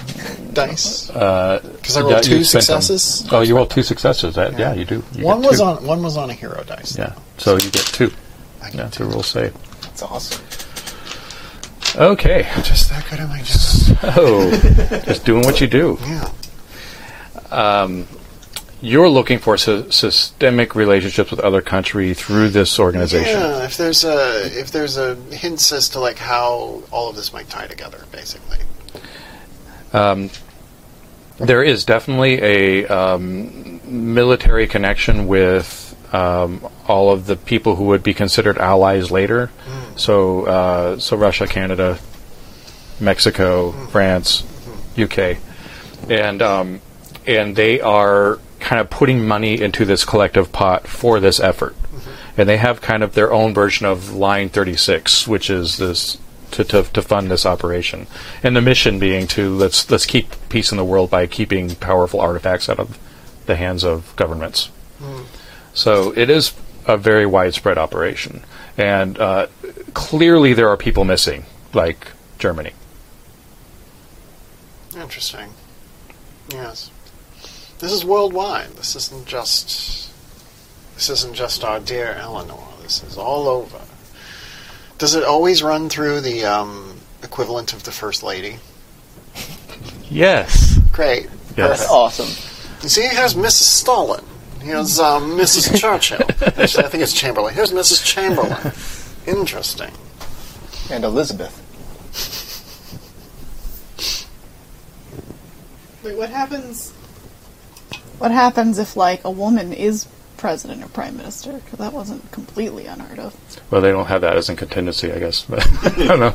Speaker 4: dice? Because
Speaker 1: Uh, Yeah,
Speaker 4: I rolled
Speaker 1: you
Speaker 4: two
Speaker 1: spent them.
Speaker 4: successes.
Speaker 1: Oh, you rolled two successes. That, yeah. you do. You
Speaker 4: One
Speaker 1: get
Speaker 4: was
Speaker 1: two.
Speaker 4: on one was on a hero dice.
Speaker 1: Yeah, so you get two.
Speaker 4: I get
Speaker 1: Yeah, it's
Speaker 4: two.
Speaker 1: a rule save.
Speaker 5: That's awesome.
Speaker 1: Okay.
Speaker 4: Just that good at my job.
Speaker 1: Oh, just doing what you do.
Speaker 4: Yeah.
Speaker 1: You're looking for sy- systemic relationships with other country through this organization.
Speaker 4: Yeah. If there's a if there's a hints as to like how all of this might tie together, basically.
Speaker 1: Um, There is definitely a um, military connection with um, all of the people who would be considered allies later. So, uh, so Russia, Canada, Mexico, France, UK, and um, and they are kind of putting money into this collective pot for this effort, and they have kind of their own version of Line 36, which is this to, to, to fund this operation, and the mission being to let's let's keep peace in the world by keeping powerful artifacts out of the hands of governments. So it is a very widespread operation, and uh, clearly there are people missing, like Germany.
Speaker 4: Interesting. Yes. This is worldwide. This isn't just this isn't just our dear Eleanor. This is all over. Does it always run through the um, equivalent of the first lady?
Speaker 1: Yes.
Speaker 4: Great.
Speaker 5: That's awesome.
Speaker 4: You see, here's Mrs. Stalin. Here's um, Mrs. Churchill. Actually, I think it's Chamberlain. Here's Mrs. Chamberlain. Interesting.
Speaker 5: And Elizabeth.
Speaker 2: Wait, what happens?
Speaker 3: What happens if, like, a woman is president or prime minister, 'cause that wasn't completely unheard of.
Speaker 1: Well, they don't have that as a contingency, I guess. But <laughs> I don't know.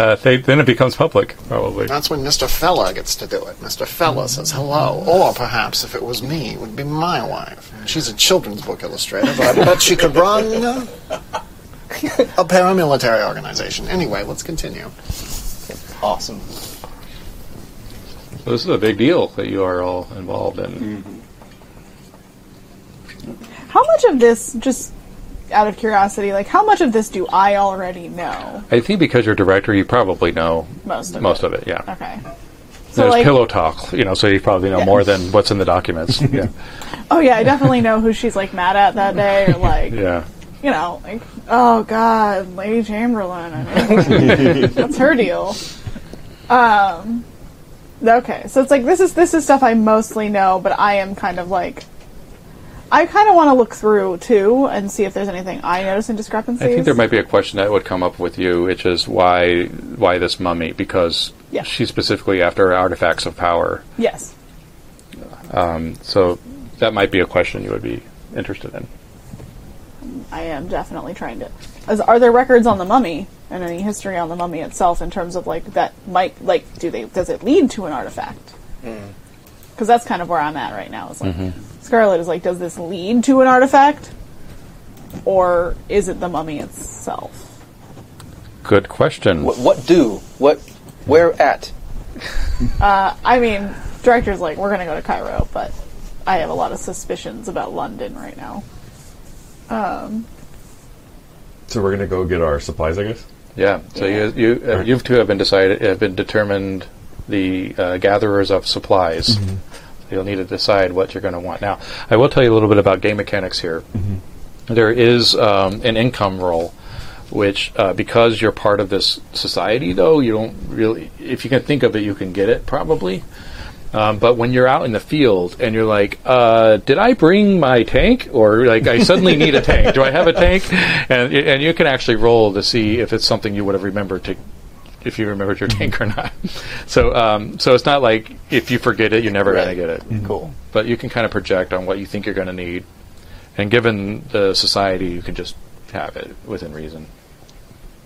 Speaker 1: Uh, they, then it becomes public, probably.
Speaker 4: That's when Mr. Fella gets to do it. Mr. Fella says hello. Or perhaps if it was me, it would be my wife. She's a children's book illustrator, but I bet she could run uh, a paramilitary organization. Anyway, let's continue.
Speaker 5: Awesome.
Speaker 1: This is a big deal that you are all involved in.
Speaker 3: How much of this, just out of curiosity, like how much of this do I already know?
Speaker 1: I think because you're director, you probably know
Speaker 3: Most of
Speaker 1: most
Speaker 3: it.
Speaker 1: of it. Yeah.
Speaker 3: Okay. So
Speaker 1: There's
Speaker 3: like,
Speaker 1: pillow talk, you know, so you probably know
Speaker 3: Yeah.
Speaker 1: more than what's in the
Speaker 3: <laughs>
Speaker 1: documents. yeah.
Speaker 3: oh yeah, I definitely know who she's like mad at that day, or like
Speaker 1: Yeah.
Speaker 3: you know, like oh god, Lady Chamberlain. I mean, that's her deal. Um, okay, so it's like this is this is stuff I mostly know, but I am kind of like. I kind of want to look through too and see if there's anything I notice in discrepancies.
Speaker 1: I think there might be a question that would come up with you, which is why why this mummy? Because
Speaker 3: Yeah.
Speaker 1: she's specifically after artifacts of power.
Speaker 3: Yes.
Speaker 1: So that might be a question you would be interested in.
Speaker 3: I am definitely trying to. As, are there records on the mummy and any history on the mummy itself in terms of like that might like do they does it lead to an artifact? Because that's kind of where I'm at right now. Is like Scarlet is like, does this lead to an artifact, or is it the mummy itself?
Speaker 1: Good question.
Speaker 5: What, what do? What? Where at?
Speaker 3: I mean, director's like, we're gonna go to Cairo, but I have a lot of suspicions about London right now.
Speaker 6: So we're gonna go get our supplies, I guess.
Speaker 1: Yeah. So you you uh, you two have been decided have been determined the uh, gatherers of supplies. You'll need to decide what you're going to want. Now, I will tell you a little bit about game mechanics here. There is um, an income roll, which uh, because you're part of this society, though you don't really. If you can think of it, you can get it probably. Um, but when you're out in the field and you're like, uh, did I bring my tank? Or like, I suddenly need a tank. Do I have a tank? And y- and you can actually roll to see if it's something you would have remembered to, if you remembered your tank or not. <laughs> So um, so it's not like if you forget it, you're never going to
Speaker 5: Right.
Speaker 1: get it.
Speaker 5: Cool.
Speaker 1: But you can kind of project on what you think you're going to need, and given the society, you can just have it within reason.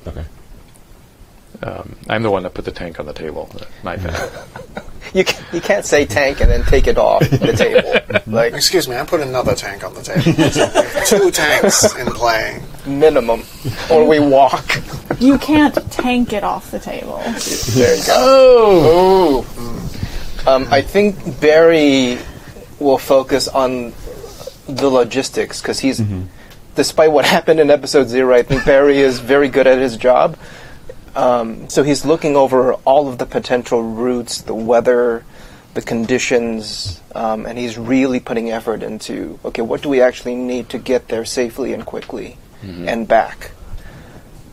Speaker 6: Okay.
Speaker 1: I'm the one that put the tank on the table. My bad.
Speaker 5: You ca you can't say tank and then take it off the table. Like
Speaker 4: Excuse me, I put another tank on the table. Two tanks in play.
Speaker 5: minimum, or we walk.
Speaker 3: You can't tank it off the table.
Speaker 5: There you go. Oh. Um, I think Barry will focus on the logistics because he's, despite what <laughs> happened in episode zero, I think Barry is very good at his job. Um, so he's looking over all of the potential routes, the weather, the conditions, um, and he's really putting effort into okay, what do we actually need to get there safely and quickly and back?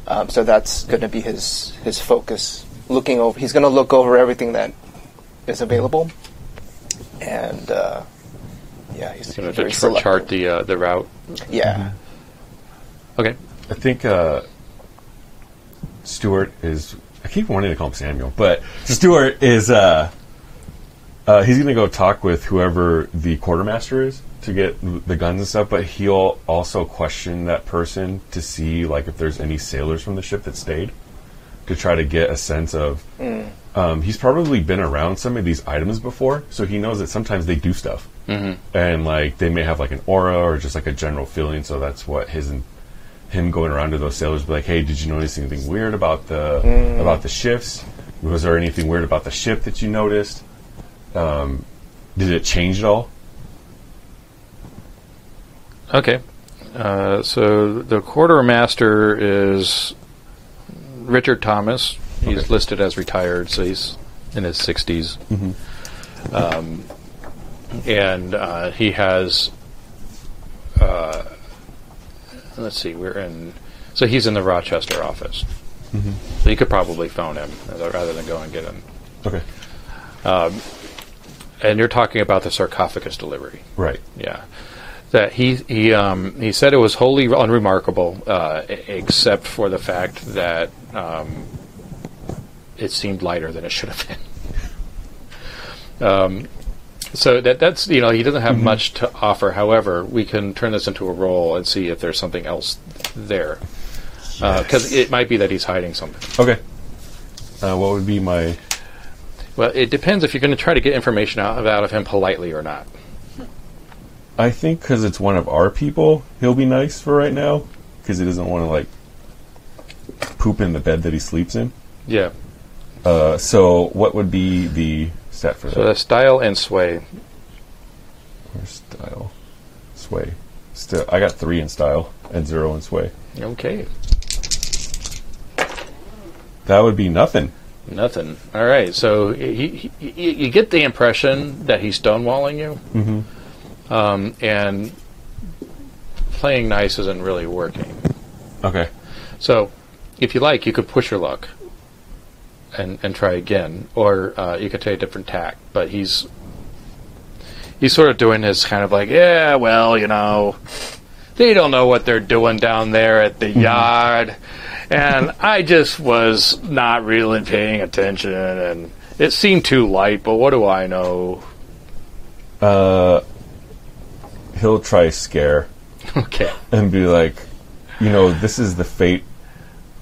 Speaker 5: Um, so that's going to be his his focus. Looking over, he's going to look over everything that is available, and uh, yeah, he's
Speaker 1: You know,
Speaker 5: going
Speaker 1: to tra- chart the uh, the route.
Speaker 5: Yeah,
Speaker 1: Okay.
Speaker 6: I think uh, Stuart is. I keep wanting to call him Samuel, but Stuart is. Uh, uh, he's going to go talk with whoever the quartermaster is to get l- the guns and stuff, but he'll also question that person to see like if there's any sailors from the ship that stayed to try to get a sense of. Um, he's probably been around some of these items before, so he knows that sometimes they do stuff, and like they may have like an aura or just like a general feeling. So that's what his in- him going around to those sailors, be like, "Hey, did you notice anything weird about the about the shifts? Was there anything weird about the ship that you noticed? Um, did it change at all?"
Speaker 1: Okay. Uh, so the quartermaster is Richard Thomas. He's
Speaker 6: Okay.
Speaker 1: listed as retired, so he's in his 60s. Um, and uh, he has, uh, let's see, we're in, so he's in the Rochester office. So you could probably phone him uh, rather than go and get him.
Speaker 6: Okay,
Speaker 1: And you're talking about the sarcophagus delivery.
Speaker 6: right.
Speaker 1: yeah. That he he um, he said it was wholly unremarkable, uh, e- except for the fact that um, it seemed lighter than it should have been. <laughs> Um, So that that's you know he doesn't have much to offer. However, we can turn this into a role and see if there's something else there, because it might be that he's hiding something.
Speaker 6: Okay. Uh, what would be my?
Speaker 1: Well, it depends if you're going to try to get information out, out of him politely or not.
Speaker 6: I think because it's one of our people, he'll be nice for right now because he doesn't want to like poop in the bed that he sleeps in.
Speaker 1: Yeah.
Speaker 6: Uh, so what would be the stat for
Speaker 1: So
Speaker 6: that?
Speaker 1: that's style and sway.
Speaker 6: Or style, sway. Sti- I got three in style and zero in sway.
Speaker 1: Okay.
Speaker 6: That would be nothing.
Speaker 1: Nothing. All right. So he, he, he, you get the impression that he's stonewalling you, um, and playing nice isn't really working.
Speaker 6: Okay.
Speaker 1: So, if you like, you could push your luck and and try again, or uh, you could take a different tack. But he's he's sort of doing his kind of like, yeah, well, you know, they don't know what they're doing down there at the yard, and I just was not really paying attention, and it seemed too light. But what do I know?
Speaker 6: He'll try scare.
Speaker 1: Okay.
Speaker 6: and be like, you know, this is the fate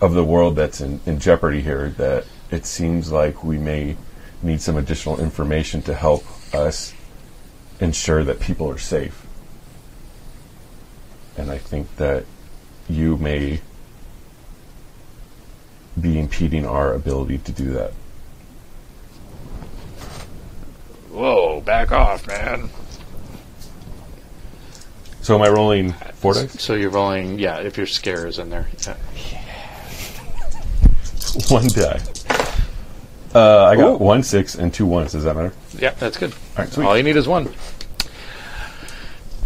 Speaker 6: of the world that's in, in jeopardy here. That it seems like we may need some additional information to help us ensure that people are safe. And I think that you may be impeding our ability to do that.
Speaker 1: Whoa, back off, man.
Speaker 6: So am I rolling four
Speaker 1: <laughs>
Speaker 6: dice?
Speaker 1: So you're rolling, yeah. If your scare is in there, yeah.
Speaker 6: One die. Uh, I got one six and two ones. Does that matter?
Speaker 1: Yeah, that's good.
Speaker 6: All right, sweet.
Speaker 1: All you need is one.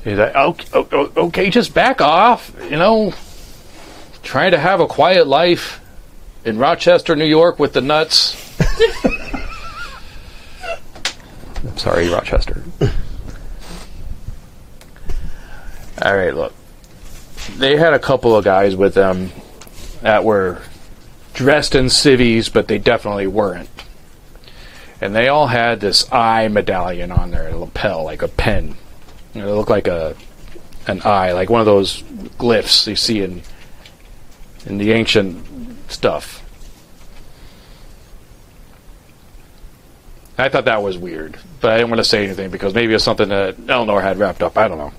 Speaker 1: He's like, okay, o- o- oh, okay, just back off. You know, trying to have a quiet life in Rochester, New York, with the <laughs> nuts. I'm sorry, Rochester. All right, look. They had a couple of guys with them that were dressed in civvies, but they definitely weren't and they all had this eye medallion on their lapel, like a pen. You know, it looked like a an eye, like one of those glyphs you see in in the ancient stuff. I thought that was weird, but I didn't want to say anything because maybe it's something that Eleanor had wrapped up. I don't know.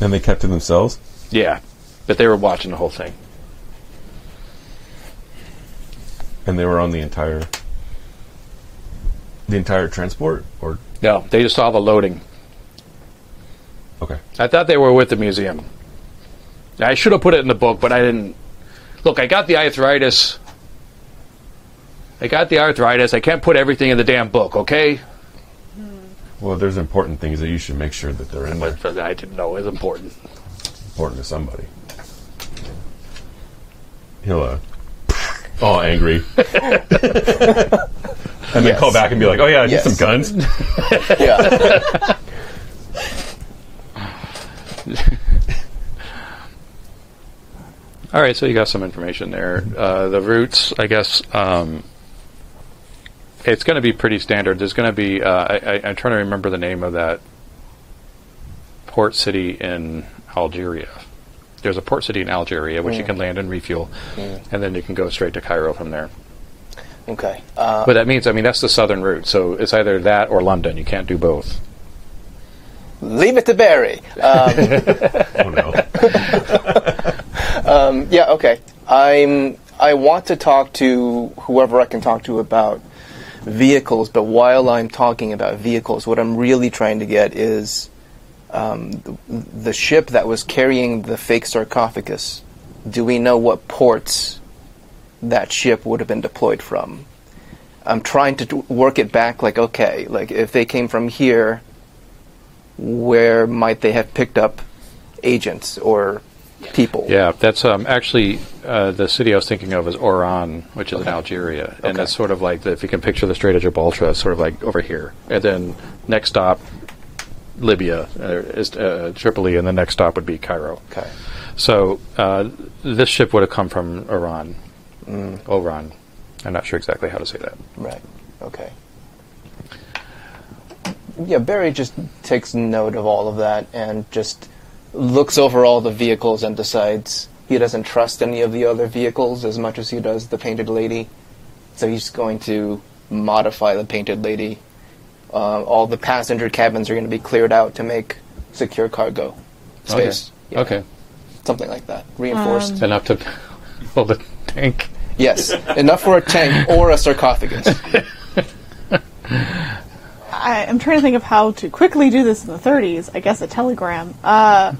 Speaker 6: And they kept to themselves.
Speaker 1: Yeah, but they were watching the whole thing.
Speaker 6: and they were on the entire the entire transport or
Speaker 1: No, they just saw the loading.
Speaker 6: okay
Speaker 1: I thought they were with the museum. I should have put it in the book, but I didn't. Look, I got the arthritis. I got the arthritis. I can't put everything in the damn book, okay?
Speaker 6: well there's important things that you should make sure that they're in there
Speaker 1: But but I didn't know it was important.
Speaker 6: important to somebody he'll uh <laughs> all angry <laughs> and then call back and be like oh yeah I need
Speaker 5: Yes.
Speaker 6: some guns
Speaker 5: Yeah.
Speaker 1: All right, so you got some information there. Uh, the routes, I guess, um, it's going to be pretty standard. There's going to be. Uh, I, I, I'm trying to remember the name of that port city in Algeria. There's a port city in Algeria which you can land and refuel, and then you can go straight to Cairo from there.
Speaker 5: okay. Uh,
Speaker 1: But that means, I mean, that's the southern route. So it's either that or London. You can't do both.
Speaker 5: leave it to Barry.
Speaker 6: oh no
Speaker 5: Um, Yeah, okay. I'm I want to talk to whoever I can talk to about vehicles, but while I'm talking about vehicles, what I'm really trying to get is um, the, the ship that was carrying the fake sarcophagus. Do we know what ports that ship would have been deployed from? I'm trying to d- work it back like okay, like if they came from here, where might they have picked up agents or people?
Speaker 1: Yeah, that's um, actually uh, the city I was thinking of is Oran, which is in Algeria, and
Speaker 5: Okay.
Speaker 1: that's sort of like the, if you can picture the Strait of Gibraltar, it's sort of like over here, and then next stop Libya uh, is uh, Tripoli, and the next stop would be Cairo.
Speaker 5: Okay.
Speaker 1: So uh, this ship would have come from Iran,
Speaker 5: Mm.
Speaker 1: Oran. I'm not sure exactly how to say that.
Speaker 5: Right. Okay. yeah, Barry just takes note of all of that and just looks over all the vehicles and decides he doesn't trust any of the other vehicles as much as he does the Painted Lady. So he's going to modify the Painted Lady. Uh, all the passenger cabins are going to be cleared out to make secure cargo space. Yeah,
Speaker 1: Okay.
Speaker 5: Something like that. Reinforced.
Speaker 3: Um,
Speaker 1: Enough to <laughs> hold a tank.
Speaker 5: Yes, enough for a tank or
Speaker 1: <laughs>
Speaker 5: a sarcophagus.
Speaker 3: I, I'm trying to think of how to quickly do this in the 30s. I guess a telegram. Uh,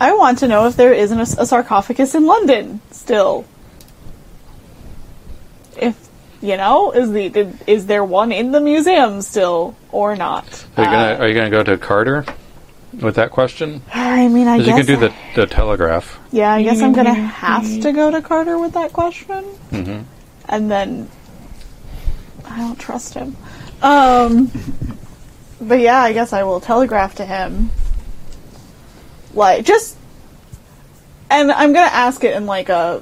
Speaker 3: I want to know if there isn't a, a sarcophagus in London still. If you know, is the did, is there one in the museum still or not?
Speaker 1: Are you gonna Are you gonna go to Carter with that question?
Speaker 3: Uh, I mean, I
Speaker 1: 'Cause
Speaker 3: guess
Speaker 1: you can do the the telegraph.
Speaker 3: Yeah, I guess I'm gonna have to go to Carter with that question, and then I don't trust him. Um, but yeah, I guess I will telegraph to him, like just, and I'm gonna ask it in like a.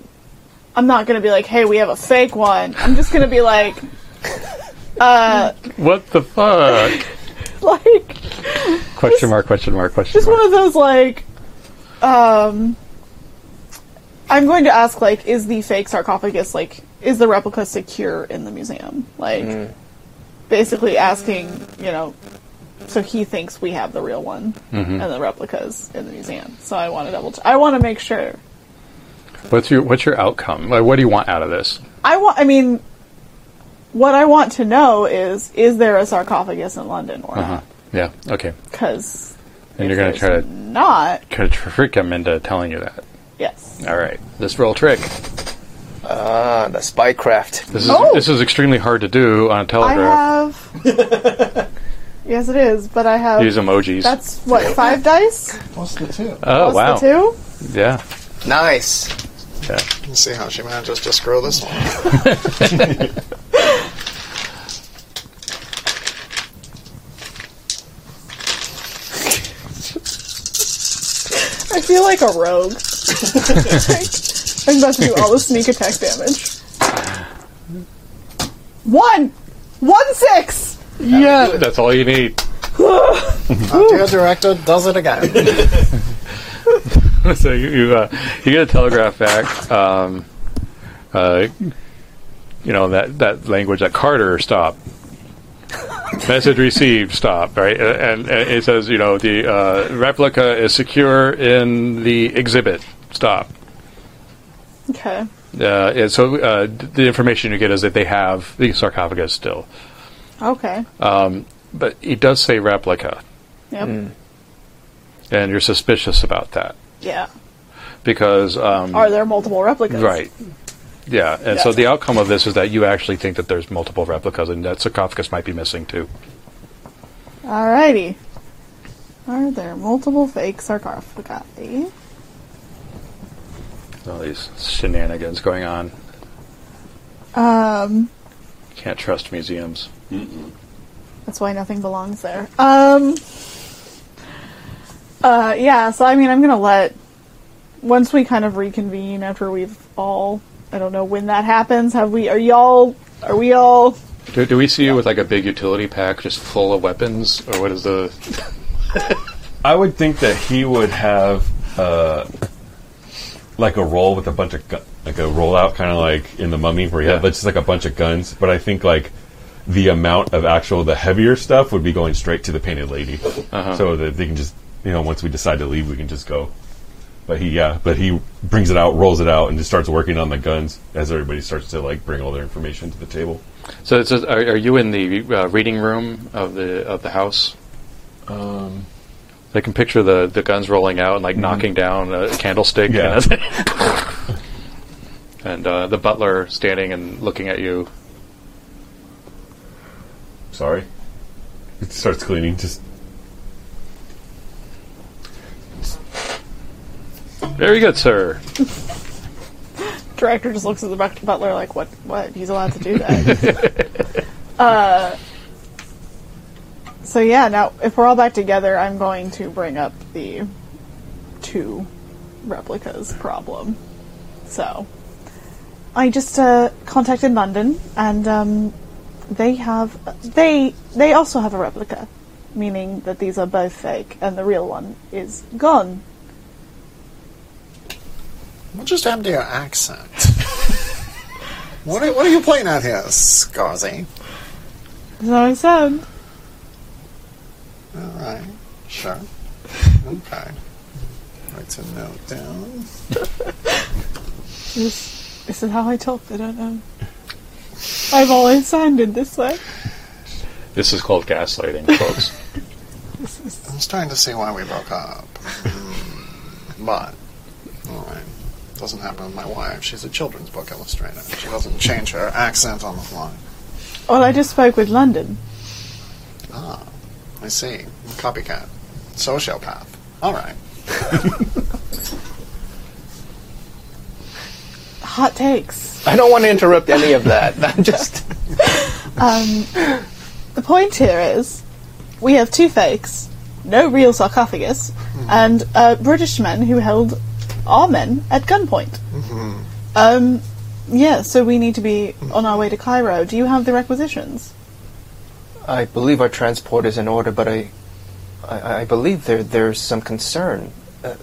Speaker 3: I'm not gonna be like, "Hey, we have a fake one." I'm just gonna be like, <laughs>
Speaker 1: What the fuck?
Speaker 3: like
Speaker 1: question mark? Question mark? Question
Speaker 3: just
Speaker 1: mark?
Speaker 3: one of those like um i'm going to ask like is the fake sarcophagus like is the replica secure in the museum like basically asking you know so he thinks we have the real one and the replicas in the museum so i want to double check i want to make sure
Speaker 1: What's your What's your outcome? Like, what do you want out of this?
Speaker 3: i want i mean what i want to know is is there a sarcophagus in london or not?
Speaker 1: Yeah. Okay.
Speaker 3: 'Cause
Speaker 1: And
Speaker 3: if
Speaker 1: you're gonna
Speaker 3: there's
Speaker 1: try to
Speaker 3: not
Speaker 1: try to trick him into telling you that.
Speaker 3: yes
Speaker 1: All right. This roll trick.
Speaker 5: Ah, the spycraft.
Speaker 1: This is
Speaker 3: Oh!
Speaker 1: this is extremely hard to do on a
Speaker 3: I
Speaker 1: telegraph.
Speaker 3: have.
Speaker 1: <laughs>
Speaker 3: yes, it is. But I have.
Speaker 1: Use emojis.
Speaker 3: That's what five dice
Speaker 8: Plus the two.
Speaker 1: oh
Speaker 3: plus
Speaker 1: wow.
Speaker 3: the two.
Speaker 1: Yeah.
Speaker 5: Nice.
Speaker 1: Yeah.
Speaker 4: Let's see how she manages to screw this one.
Speaker 3: I feel like a
Speaker 1: <laughs>
Speaker 3: rogue. I'm about to do all the sneak attack damage. One, one six.
Speaker 1: Yeah. That's all you need.
Speaker 8: Dear director does it again.
Speaker 1: <laughs> so you you, uh, you get a telegraph back. Um, uh, you know that that language that Carter stop. Message received. Stop. Right, Uh, and, and it says you know the uh, replica is secure in the exhibit. Stop.
Speaker 3: Okay.
Speaker 1: Uh, and so uh, d- the information you get is that they have the sarcophagus still,
Speaker 3: Okay.
Speaker 1: but it does say replica,
Speaker 3: Yep.
Speaker 1: Hmm. and you're suspicious about that
Speaker 3: Yeah.
Speaker 1: because um,
Speaker 3: Are there multiple replicas?
Speaker 1: Right. Yeah, and so
Speaker 3: Yeah.
Speaker 1: the outcome of this is that you actually think that there's multiple replicas, and that sarcophagus might be missing too.
Speaker 3: Alrighty. Are there multiple fake sarcophagi?
Speaker 1: All these shenanigans going on.
Speaker 3: Um.
Speaker 1: Can't trust museums.
Speaker 3: That's why nothing belongs there. Um. Uh, yeah, so I mean, I'm gonna let. Once we kind of reconvene after we've all. I don't know when that happens. Have we. Are y'all. Are we all.
Speaker 1: Do, do we see you with like a big utility pack just full of weapons, or what is the?
Speaker 6: I would think that he would have uh, like a roll with a bunch of gu- like a rollout, kind of like in the Mummy, where he
Speaker 1: Yeah.
Speaker 6: had but just like a bunch of guns. But I think like the amount of actual the heavier stuff would be going straight to the Painted Lady, so that they can just you know once we decide to leave, we can just go. But he yeah, but he brings it out, rolls it out, and just starts working on the guns as everybody starts to like bring all their information to the table.
Speaker 1: So it says, are, are you in the uh, reading room of the of the house?
Speaker 6: Um,
Speaker 1: I can picture the, the guns rolling out and like knocking down a candlestick.
Speaker 6: Yeah.
Speaker 1: And, <laughs> and uh, the butler standing and looking at you.
Speaker 6: Sorry. It starts cleaning. Just
Speaker 1: Very good, sir.
Speaker 3: Director just looks at the but- butler like, what? What? He's allowed to do that. uh. So yeah, now if we're all back together, I'm going to bring up the two replicas problem. So I just uh, contacted London, and um, they have they they also have a replica. meaning that these are both fake and the real one is gone.
Speaker 4: What just happened to your accent? <laughs> what, are, what are you playing at here, Scarzy?
Speaker 3: Is that how I sound?
Speaker 4: All right, sure. Okay. Write a note down.
Speaker 3: This, this is how I talk, I don't know. I've always sounded this way.
Speaker 1: This is called gaslighting, <laughs> folks.
Speaker 3: This is
Speaker 4: I was trying to see why we broke up. Hmm, but, all right. Doesn't happen with my wife. She's a children's book illustrator. She doesn't change her accent on the fly.
Speaker 3: Well, I just spoke with London.
Speaker 4: Ah, I see. Copycat. Sociopath. All right.
Speaker 3: Hot takes.
Speaker 5: I don't want to interrupt any of <laughs> that. I'm just.
Speaker 3: Um, the point here is we have two fakes, no real sarcophagus, and a British man who held our men at gunpoint. Um, yeah, so we need to be on our way to Cairo. Do you have the requisitions?
Speaker 5: I believe our transport is in order, but I, I, I believe there there's some concern. Uh,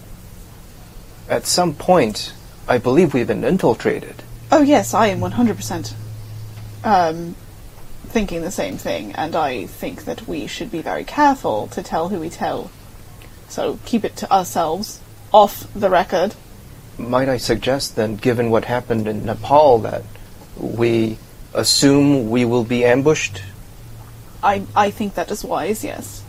Speaker 5: at some point, I believe we've been infiltrated.
Speaker 3: Oh, yes, I am 100% um, thinking the same thing, and I think that we should be very careful to tell who we tell. So keep it to ourselves, off the record.
Speaker 5: Might I suggest then, given what happened in Nepal, that we assume we will be ambushed?
Speaker 3: I, I think that is wise, yes.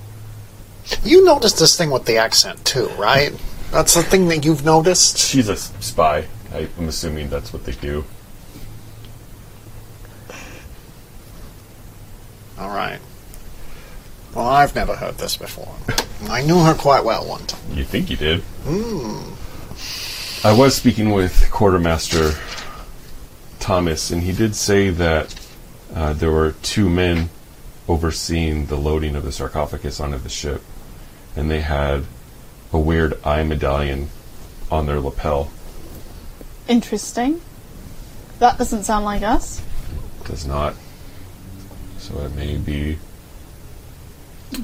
Speaker 4: You noticed this thing with the accent, too, right? That's the thing that you've noticed?
Speaker 6: She's a s- spy. I, I'm assuming that's what they do.
Speaker 4: All right. Well, I've never heard this before. I knew her quite well one time.
Speaker 6: You think you did? I was speaking with Quartermaster Thomas, and he did say that uh, there were two men overseeing the loading of the sarcophagus onto the ship, and they had a weird eye medallion on their lapel.
Speaker 3: Interesting. That doesn't sound like us.
Speaker 6: Does not. So it may be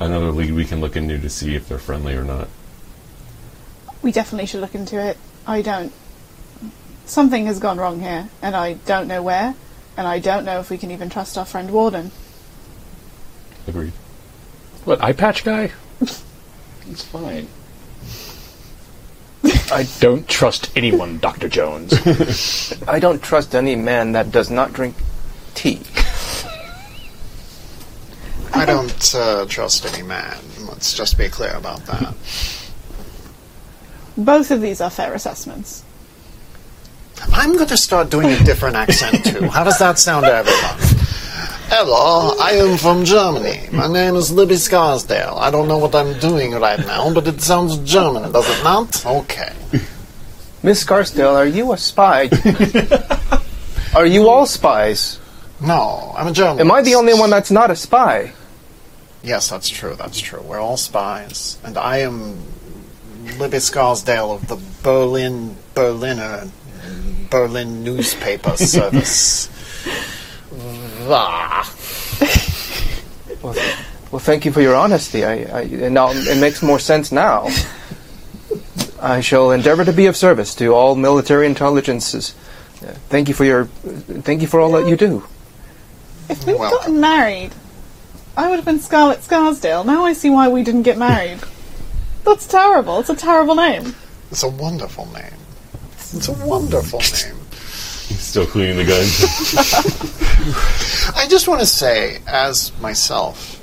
Speaker 6: another league we can look into to see if they're friendly or not.
Speaker 3: We definitely should look into it. I don't. Something has gone wrong here, and I don't know where, and I don't know if we can even trust our friend Warden.
Speaker 6: Agreed.
Speaker 1: what, eye patch guy? It's fine. I don't trust anyone, Dr. Jones.
Speaker 5: I don't trust any man that does not drink tea.
Speaker 4: I don't uh, trust any man. Let's just be clear about that.
Speaker 3: Both of these are fair assessments.
Speaker 4: I'm going to start doing a different accent too. How does that sound to everyone? Hello, I am from Germany. My name is Libby Scarsdale. I don't know what I'm doing right now, but it sounds German, does it not? Okay.
Speaker 5: Miss Scarsdale, are you a spy? <laughs> are you all spies?
Speaker 4: No, I'm a German.
Speaker 5: Am I the only one that's not a spy?
Speaker 4: Yes, that's true. That's true. We're all spies, and I am Libby Scarsdale of the Berlin Berliner
Speaker 3: <laughs>
Speaker 4: Berlin newspaper service. Vah.
Speaker 5: Well, thank you for your honesty. I, I and now it makes more sense <laughs> now. I shall endeavor to be of service to all military intelligences. Uh, Thank you for your, thank you for all that you do.
Speaker 3: If we'd
Speaker 4: Well-
Speaker 3: gotten married, I would have been Scarlet Scarsdale. Now I see why we didn't get married. That's terrible. It's a terrible name.
Speaker 4: It's a wonderful name. It's a wonderful name.
Speaker 6: He's still cleaning the guns.
Speaker 4: I just want to say, as myself,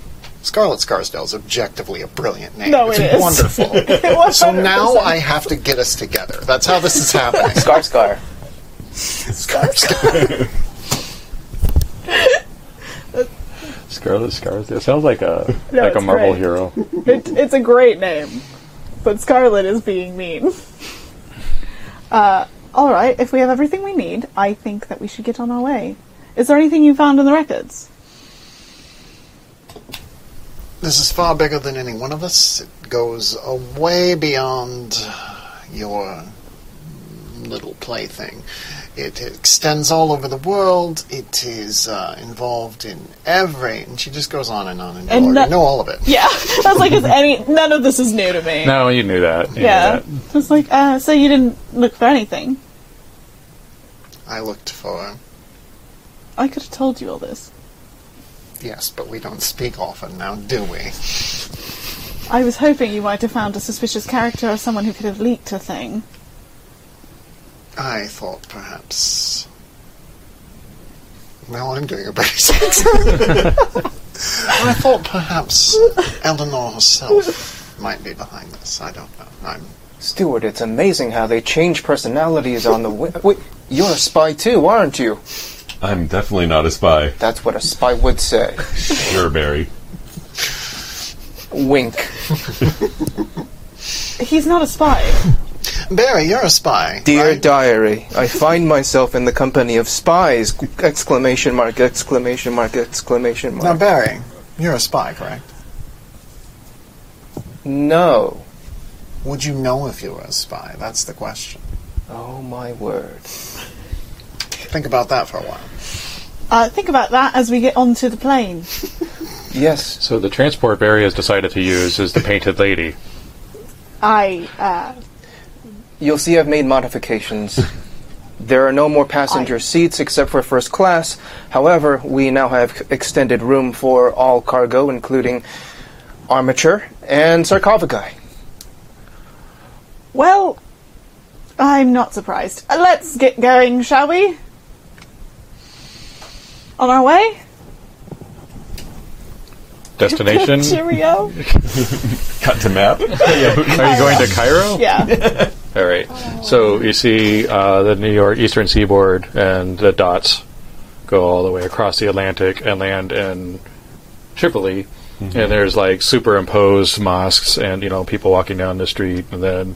Speaker 4: Scarlet Scarsdale is objectively a brilliant name.
Speaker 3: No,
Speaker 4: it's
Speaker 3: it is. <laughs>
Speaker 4: wonderful.
Speaker 3: It was
Speaker 4: so now I have to get us together. That's how this is
Speaker 3: <laughs>
Speaker 4: happening.
Speaker 5: Scar, scar.
Speaker 4: Scarsdale.
Speaker 1: Scarlet Scars. It sounds like a
Speaker 3: No,
Speaker 1: like a
Speaker 3: it's
Speaker 1: Marvel
Speaker 3: great.
Speaker 1: hero.
Speaker 3: It, it's a great name, but Scarlet is being mean. <laughs> Uh, all right, if we have everything we need, I think that we should get on our way. Is there anything you found in the records?
Speaker 4: This is far bigger than any one of us. It goes uh, way beyond your little plaything. It extends all over the world. It is uh, involved in every, and she just goes on and on and,
Speaker 3: And
Speaker 4: on.
Speaker 3: not-
Speaker 4: you know all of it.
Speaker 3: Yeah, <laughs> that's like it's any. None of this is new to me.
Speaker 1: No, you knew that. You
Speaker 3: yeah,
Speaker 1: Knew that.
Speaker 3: it's like uh, so you didn't look for anything.
Speaker 4: I looked for
Speaker 3: I could have told you all this.
Speaker 4: yes, but we don't speak often now, do we?
Speaker 3: I was hoping you might have found a suspicious character or someone who could have leaked a thing.
Speaker 4: I thought perhaps. Now I'm doing a British accent. <laughs> I thought perhaps Eleanor herself might be behind this. I don't know. I'm
Speaker 5: Stuart, it's amazing how they change personalities on the wi- Wait, you're a spy too, aren't you?
Speaker 6: I'm definitely not a spy.
Speaker 5: That's what a spy would say.
Speaker 6: Sure, Barry.
Speaker 5: Wink.
Speaker 3: He's not a spy.
Speaker 4: Barry. You're a spy.
Speaker 5: Dear
Speaker 4: right?
Speaker 5: diary, I find myself in the company of spies! Exclamation mark! Exclamation mark! Exclamation
Speaker 4: now,
Speaker 5: mark!
Speaker 4: Barry, you're a spy, correct?
Speaker 5: No.
Speaker 4: Would you know if you were a spy? That's the question.
Speaker 5: Oh my word!
Speaker 4: Think about that for a while.
Speaker 3: Uh, think about that as we get onto the plane.
Speaker 5: Yes.
Speaker 1: So the transport Barry has decided to use is the painted lady.
Speaker 3: I uh,
Speaker 5: You'll see I've made modifications. there are no more passenger seats except for first class. However, we now have extended room for all cargo, including armature and sarcophagi.
Speaker 3: well, I'm not surprised. Uh, let's get going, shall we? On our way. <laughs>
Speaker 1: Destination? <laughs>
Speaker 3: Cheerio.
Speaker 6: Cut to map.
Speaker 1: Are you going to Cairo?
Speaker 3: Yeah.
Speaker 1: All right. So you see uh, the New York Eastern Seaboard and the dots go all the way across the Atlantic and land in Tripoli. And there's like superimposed mosques and you know people walking down the street. And then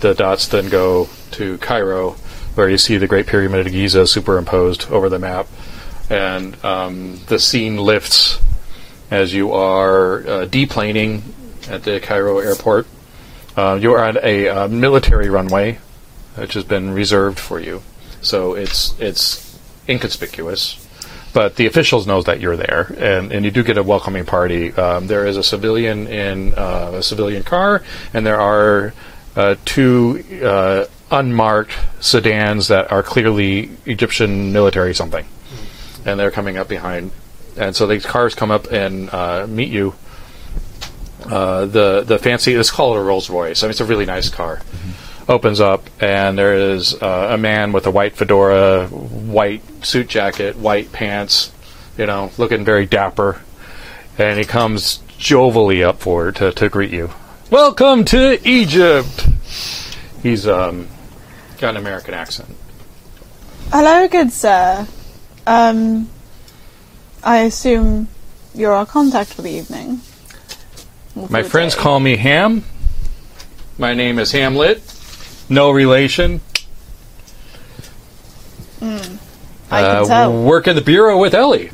Speaker 1: the dots then go to Cairo, where you see the Great Pyramid of Giza superimposed over the map. And um, the scene lifts as you are uh, deplaning at the Cairo airport. Uh, you are on a uh, military runway, which has been reserved for you, so it's it's inconspicuous. But the officials knows that you're there, and, and you do get a welcoming party. Um, there is a civilian in uh, a civilian car, and there are uh, two uh, unmarked sedans that are clearly Egyptian military something, and they're coming up behind. And so these cars come up and uh, meet you, uh, the the fancy. Let's call it a Rolls Royce. I mean, it's a really nice car. Opens up, and there is uh, a man with a white fedora, white suit jacket, white pants. You know, looking very dapper, and he comes jovially up forward to, to greet you. Welcome to Egypt. He's um, got an American accent.
Speaker 3: Hello, good sir. Um, I assume you're our contact for the evening. Or for
Speaker 1: My
Speaker 3: the
Speaker 1: friends
Speaker 3: day.
Speaker 1: call me Ham. My name is Hamlet. No relation.
Speaker 3: I
Speaker 1: uh,
Speaker 3: can tell.
Speaker 1: Work in the bureau with Ellie.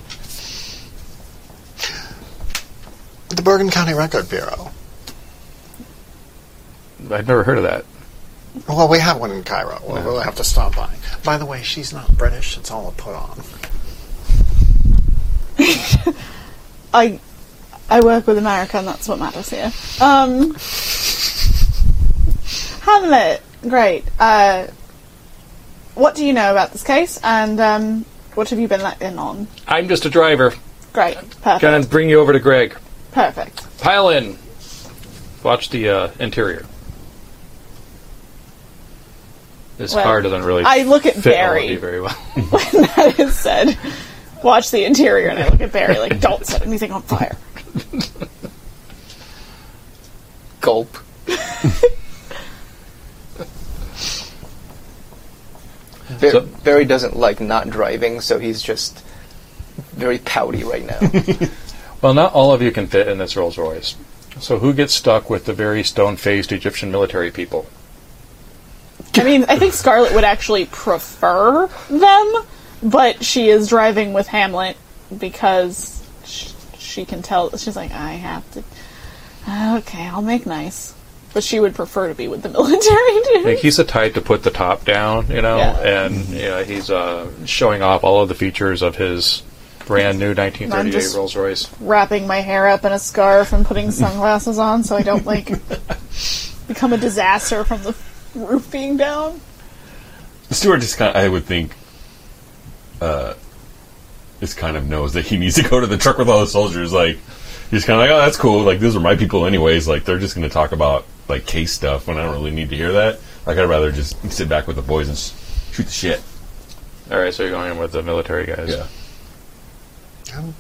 Speaker 4: The Bergen County Record Bureau.
Speaker 1: I've never heard of that.
Speaker 4: Well, we have one in Cairo. We'll, we'll have to stop by. By the way, she's not British. It's all a put on.
Speaker 3: I I work with America, and that's what matters here. Um, Hamlet, great. Uh, what do you know about this case, and um, what have you been let in on?
Speaker 1: I'm just a driver.
Speaker 3: Great, perfect,
Speaker 1: Gonna bring you over to Greg.
Speaker 3: perfect.
Speaker 1: Pile in. Watch the uh, interior. This
Speaker 3: Well,
Speaker 1: car doesn't really
Speaker 3: I look at
Speaker 1: fit all of you very
Speaker 3: Barry
Speaker 1: well.
Speaker 3: <laughs> when that is said. Watch the interior, and I look at Barry like, "Don't set anything on fire."
Speaker 5: Gulp. Bar-
Speaker 1: So-
Speaker 5: Barry doesn't like not driving, so he's just very pouty right now.
Speaker 1: Well, not all of you can fit in this Rolls Royce. So who gets stuck with the very stone-faced Egyptian military people?
Speaker 3: I mean, I think Scarlet would actually prefer them, but she is driving with Hamlet because she, she can tell. She's like, I have to. Okay, I'll make nice. but she would prefer to be with the <laughs> military dude.
Speaker 1: Like he's the type to put the top down, you know,
Speaker 3: Hmm. Yeah.
Speaker 1: and you know, he's uh, showing off all of the features of his brand new 1938
Speaker 3: just-
Speaker 1: Rolls Royce.
Speaker 3: Wrapping my hair up in a scarf and putting sunglasses on so I don't like <laughs> become a disaster from the roof being down.
Speaker 6: Stewart just kind of, I would think, uh, just kind of knows that he needs to go to the truck with all the soldiers. Like, he's kind of like, oh, that's cool. Like, those are my people, anyways. Like, they're just going to talk about, like, case stuff when I don't really need to hear that. Like, I'd rather just sit back with the boys and sh- shoot the shit.
Speaker 1: All right, so you're going in with the military guys.
Speaker 6: Yeah.
Speaker 4: I'm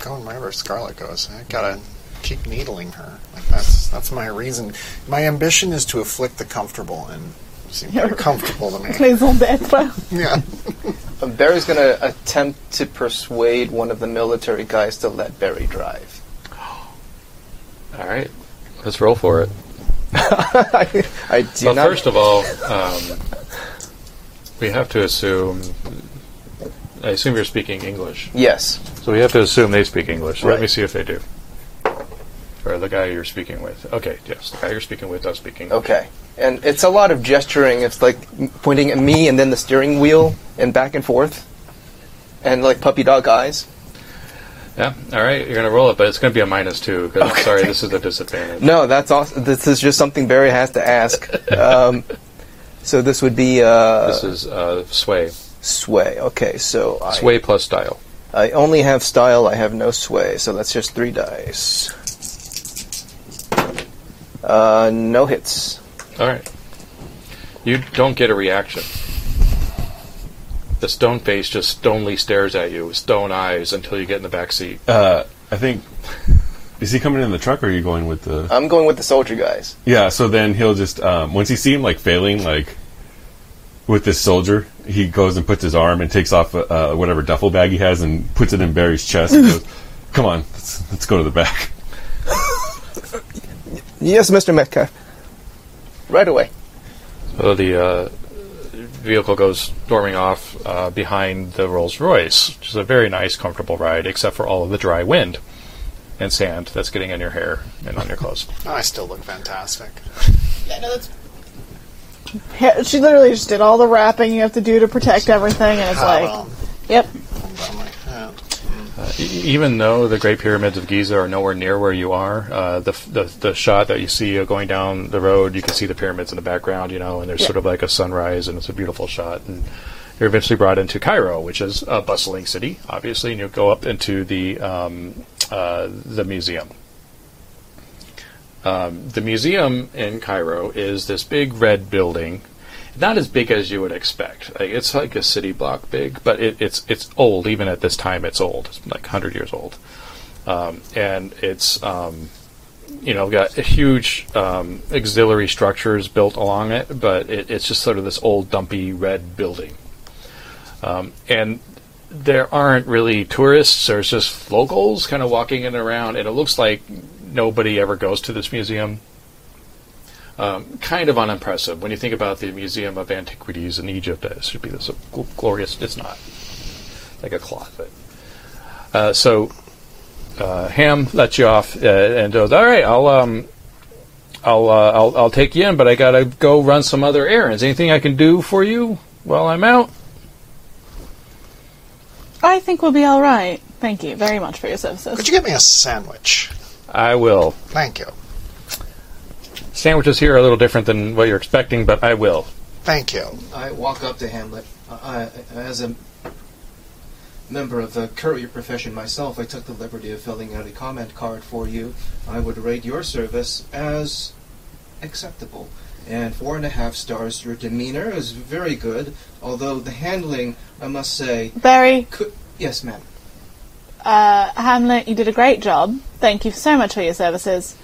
Speaker 4: going wherever Scarlet goes. I gotta keep needling her. Like that's that's my reason. My ambition is to afflict the comfortable, and
Speaker 3: <laughs>
Speaker 4: you seem very comfortable to me.
Speaker 3: Raison d'être.
Speaker 4: Yeah.
Speaker 5: Uh, Barry's going to attempt to persuade one of the military guys to let Barry drive. <laughs>
Speaker 1: All right, let's roll for it.
Speaker 5: I, I do
Speaker 1: well,
Speaker 5: not.
Speaker 1: first of all, um, we have to assume. I assume you're speaking English,
Speaker 5: yes.
Speaker 1: so we have to assume they speak English. Let me
Speaker 5: Right.
Speaker 1: see if they do. Or the guy you're speaking with. Okay, yes, the guy you're speaking with does speak English.
Speaker 5: Okay. And it's a lot of gesturing. It's like m- pointing at me and then the steering wheel and back and forth. And like puppy dog eyes.
Speaker 1: Yeah. All right. You're gonna roll it, but it's gonna be a minus two. 'cause I'm sorry, this is a <laughs> disadvantage.
Speaker 5: No, that's awesome. This is just something Barry has
Speaker 1: <laughs>
Speaker 5: to ask. Um, so this would be uh,
Speaker 1: This is uh, sway.
Speaker 5: sway. Okay, so I,
Speaker 1: Sway plus style.
Speaker 5: I only have style. I have no sway. So that's just three dice. Uh, no hits.
Speaker 1: All right. You don't get a reaction. The stone face just stonely stares at you with stone eyes until you get in the back seat.
Speaker 6: Uh, I think. Is he coming in the truck or are you going with the.
Speaker 5: I'm going with the soldier guys.
Speaker 6: Yeah, so then he'll just um, once he sees him like failing, like with this soldier, he goes and puts his arm and takes off uh, whatever duffel bag he has and puts it in Barry's chest. and goes, <laughs> Come on, let's, let's go to the back.
Speaker 5: Yes, Mr. Metcalf. Right away.
Speaker 1: So the uh, vehicle goes storming off uh, behind the Rolls Royce, which is a very nice, comfortable ride, except for all of the dry wind and sand that's getting in your hair and on your clothes.
Speaker 4: I still look fantastic.
Speaker 2: Yeah, no, that's
Speaker 3: Hair- She literally just did all the wrapping you have to do to protect everything, and it's
Speaker 4: Ah,
Speaker 3: like,
Speaker 4: well,
Speaker 3: yep,
Speaker 4: I'm like, yeah.
Speaker 1: E- Even though the Great Pyramids of Giza are nowhere near where you are, uh, the, f- the the shot that you see uh, going down the road, you can see the pyramids in the background, you know, and there's
Speaker 3: Yeah.
Speaker 1: sort of like a sunrise, and it's a beautiful shot. And you're eventually brought into Cairo, which is a bustling city, obviously, and you go up into the um, uh, the museum. Um, the museum in Cairo is this big red building not as big as you would expect. Like, it's like a city block big, but it, it's it's old. Even at this time, it's old. It's like hundred years old, um, and it's um, you know got huge um, auxiliary structures built along it, but it, it's just sort of this old dumpy red building. Um, and there aren't really tourists. There's just locals kind of walking in and around, and it looks like nobody ever goes to this museum um, kind of unimpressive when you think about the Museum of Antiquities in Egypt. It should be this gl- glorious. It's not like a closet. Uh, so uh, Ham lets you off uh, and goes, "All right, I'll um, I'll, uh, I'll I'll take you in, but I gotta go run some other errands. Anything I can do for you while I'm out?"
Speaker 3: I think we'll be all right. Thank you very much for your services.
Speaker 4: Could you get me a sandwich?
Speaker 1: I will.
Speaker 4: Thank you.
Speaker 1: Sandwiches here are a little different than what you're expecting, but I will.
Speaker 4: Thank you.
Speaker 7: I walk up to Hamlet. I, I, as a member of the courier profession myself, I took the liberty of filling out a comment card for you. I would rate your service as acceptable. And four and a half stars. Your demeanor is very good, although the handling, I must say,
Speaker 3: Barry,
Speaker 7: could. Yes, ma'am.
Speaker 3: uh, Hamlet, you did a great job. Thank you so much for your services.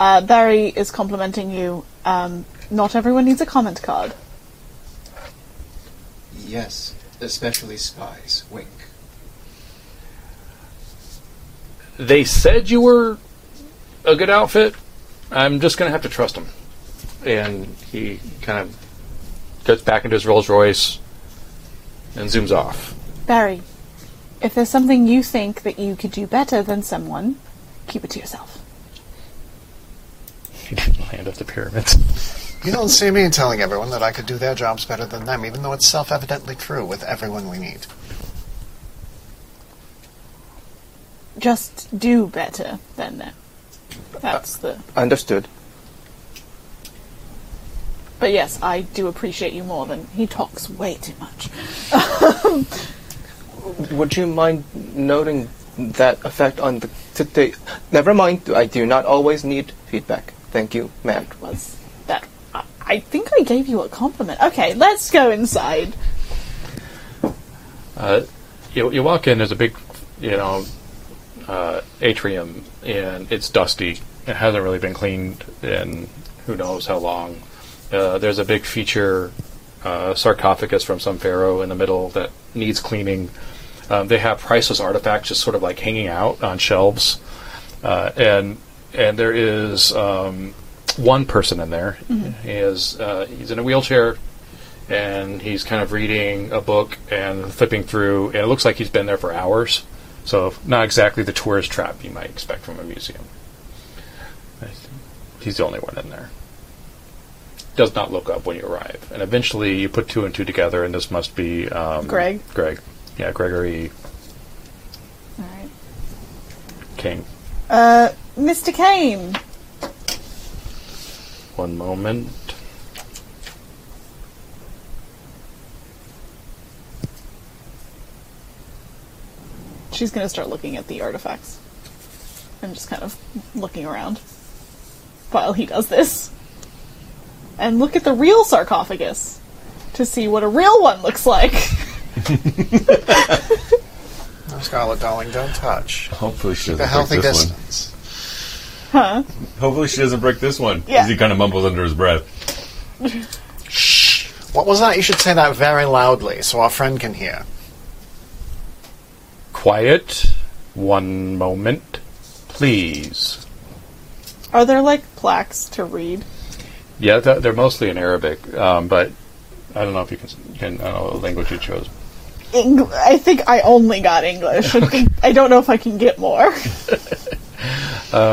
Speaker 3: Uh, Barry is complimenting you. Um, not everyone needs a comment card.
Speaker 7: Yes, especially spies. Wink.
Speaker 1: They said you were a good outfit. I'm just going to have to trust him. And he kind of gets back into his Rolls Royce and zooms off.
Speaker 3: Barry, if there's something you think that you could do better than someone, keep it to yourself.
Speaker 1: He didn't land at the pyramids.
Speaker 4: You don't see me telling everyone that I could do their jobs better than them, even though it's self evidently true with everyone we meet.
Speaker 3: Just do better than them. That's the.
Speaker 5: Understood.
Speaker 3: But yes, I do appreciate you more than he talks way too much.
Speaker 5: Would you mind noting that effect on the today? Never mind. I do not always need feedback. Thank you, ma'am.
Speaker 3: Was that? I, I think I gave you a compliment. Okay, let's go inside.
Speaker 1: Uh, you, you walk in, there's a big, you know, uh, atrium, and it's dusty. It hasn't really been cleaned in who knows how long. Uh, there's a big feature uh, sarcophagus from some pharaoh in the middle that needs cleaning. Um, they have priceless artifacts just sort of like hanging out on shelves, uh, and and there is um, one person in there. He is uh, he's in a wheelchair, and he's kind of reading a book and flipping through, and it looks like he's been there for hours. So not exactly the tourist trap you might expect from a museum. I see. He's the only one in there. Does not look up when you arrive, and eventually you put two and two together, and this must be um,
Speaker 3: Greg?
Speaker 1: Greg, yeah, Gregory
Speaker 3: All right,
Speaker 1: King.
Speaker 3: uh, Mr. Kane.
Speaker 1: One moment.
Speaker 3: She's going to start looking at the artifacts. I'm just kind of looking around while he does this. And look at the real sarcophagus to see what a real one looks like. <laughs>
Speaker 4: Scarlet Darling, don't touch.
Speaker 6: <laughs> Hopefully she
Speaker 4: The
Speaker 6: doesn't
Speaker 4: healthy
Speaker 6: break this
Speaker 4: distance.
Speaker 6: one. Hopefully she doesn't break this one.
Speaker 3: Yeah.
Speaker 6: As he kind of mumbles under his breath.
Speaker 4: What was that? You should say that very loudly so our friend can hear.
Speaker 1: Quiet. One moment, please.
Speaker 3: Are there like plaques to read?
Speaker 1: Yeah, th- they're mostly in Arabic, um, but I don't know if you can, can. I don't know the language you chose.
Speaker 3: Eng- I think I only got English. I think- I don't know if I can get more.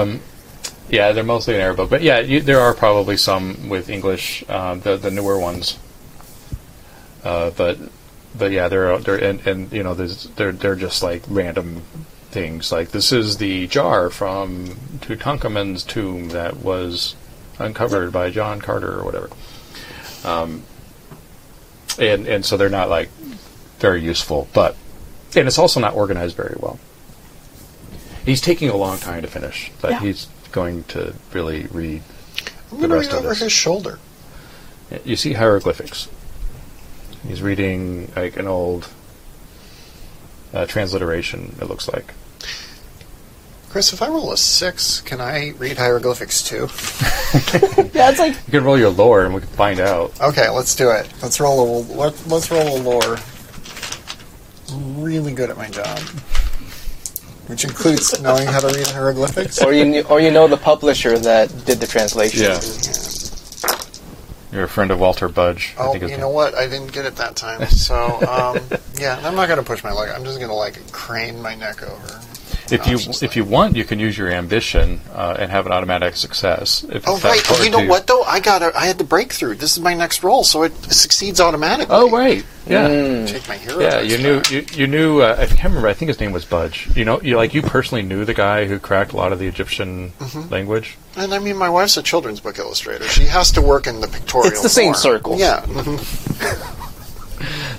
Speaker 3: <laughs>
Speaker 1: Yeah, they're mostly in Arabic, but yeah, you, there are probably some with English, um, the the newer ones. Uh, but but yeah, they're they're and, and you know there's, they're they're just like random things. Like this is the jar from Tutankhamun's tomb that was uncovered by John Carter or whatever. Um, and and so they're not like very useful, but and it's also not organized very well. He's taking a long time to finish, but
Speaker 3: Yeah.
Speaker 1: he's going to really read.
Speaker 4: I'm
Speaker 1: The
Speaker 4: going to
Speaker 1: rest
Speaker 4: read
Speaker 1: of
Speaker 4: over
Speaker 1: this.
Speaker 4: his shoulder.
Speaker 1: You see hieroglyphics. He's reading like an old uh, transliteration. It looks like.
Speaker 4: Chris, if I roll a six, can I read hieroglyphics too?
Speaker 3: yeah, it's like
Speaker 1: You can roll your lore, and we can find out.
Speaker 4: Okay, let's do it. Let's roll a let, let's roll a lore. I'm really good at my job, which includes knowing how to read
Speaker 1: <laughs>
Speaker 4: hieroglyphics.
Speaker 5: or you, kn- or you know the publisher that did the translation.
Speaker 1: You're a friend of Walter Budge.
Speaker 4: Oh, you know what? I didn't get it that
Speaker 1: <laughs>
Speaker 4: time. So, um, yeah, and I'm not gonna push my leg. I'm just gonna like crane my neck over.
Speaker 1: If you
Speaker 4: Nonsense.
Speaker 1: if you want, you can use your ambition uh, and have an automatic success. If
Speaker 4: Oh
Speaker 1: it's that
Speaker 4: right.
Speaker 1: hard
Speaker 4: You know
Speaker 1: to-
Speaker 4: what though? I got a, I had the breakthrough. This is my next roll, so it succeeds automatically.
Speaker 1: Oh right, yeah,
Speaker 4: Take my hero.
Speaker 1: yeah.
Speaker 4: dice
Speaker 1: You knew
Speaker 4: back.
Speaker 1: you, you knew. Uh, I can't remember. I think his name was Budge. You know, you like you personally knew the guy who cracked a lot of the Egyptian
Speaker 4: Mm-hmm.
Speaker 1: language.
Speaker 4: And I mean, my wife's a children's book illustrator. She has to work in the pictorial.
Speaker 5: It's the same
Speaker 4: form.
Speaker 5: circles.
Speaker 4: Yeah. Mm-hmm.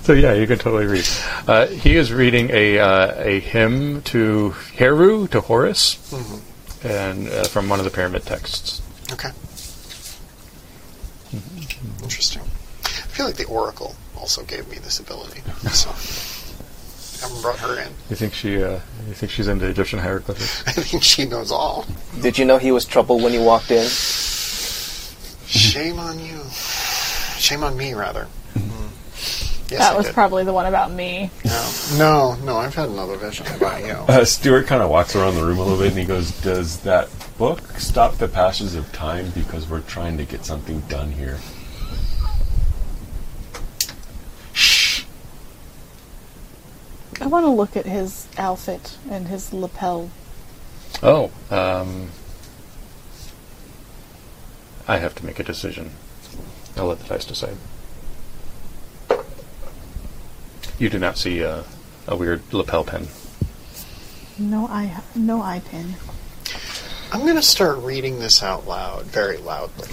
Speaker 1: So yeah, you can totally read. Uh, he is reading a uh, a hymn to Heru to Horus, and uh, from one of the pyramid texts.
Speaker 4: Okay. Interesting. I feel like the Oracle also gave me this ability. So I brought her in. <laughs>
Speaker 1: You think she? Uh, you think she's into Egyptian hieroglyphics?
Speaker 4: I think she knows all.
Speaker 5: Did you know he was trouble when he walked in?
Speaker 4: Shame on you. Shame on me, rather. Yes,
Speaker 3: Mm-hmm. that
Speaker 4: I
Speaker 3: was
Speaker 4: did.
Speaker 3: probably the one about me.
Speaker 4: no, no, no. I've had another vision about you.
Speaker 6: Uh, Stuart kind of walks around the room a little bit and he goes, Does that book stop the passage of time? Because we're trying to get something done here.
Speaker 3: I want to look at his outfit and his lapel.
Speaker 1: Oh, um, I have to make a decision. I'll let the dice decide. You do not see a, a weird lapel pin.
Speaker 3: No eye, no eye pin.
Speaker 4: I'm going to start reading this out loud, very loudly.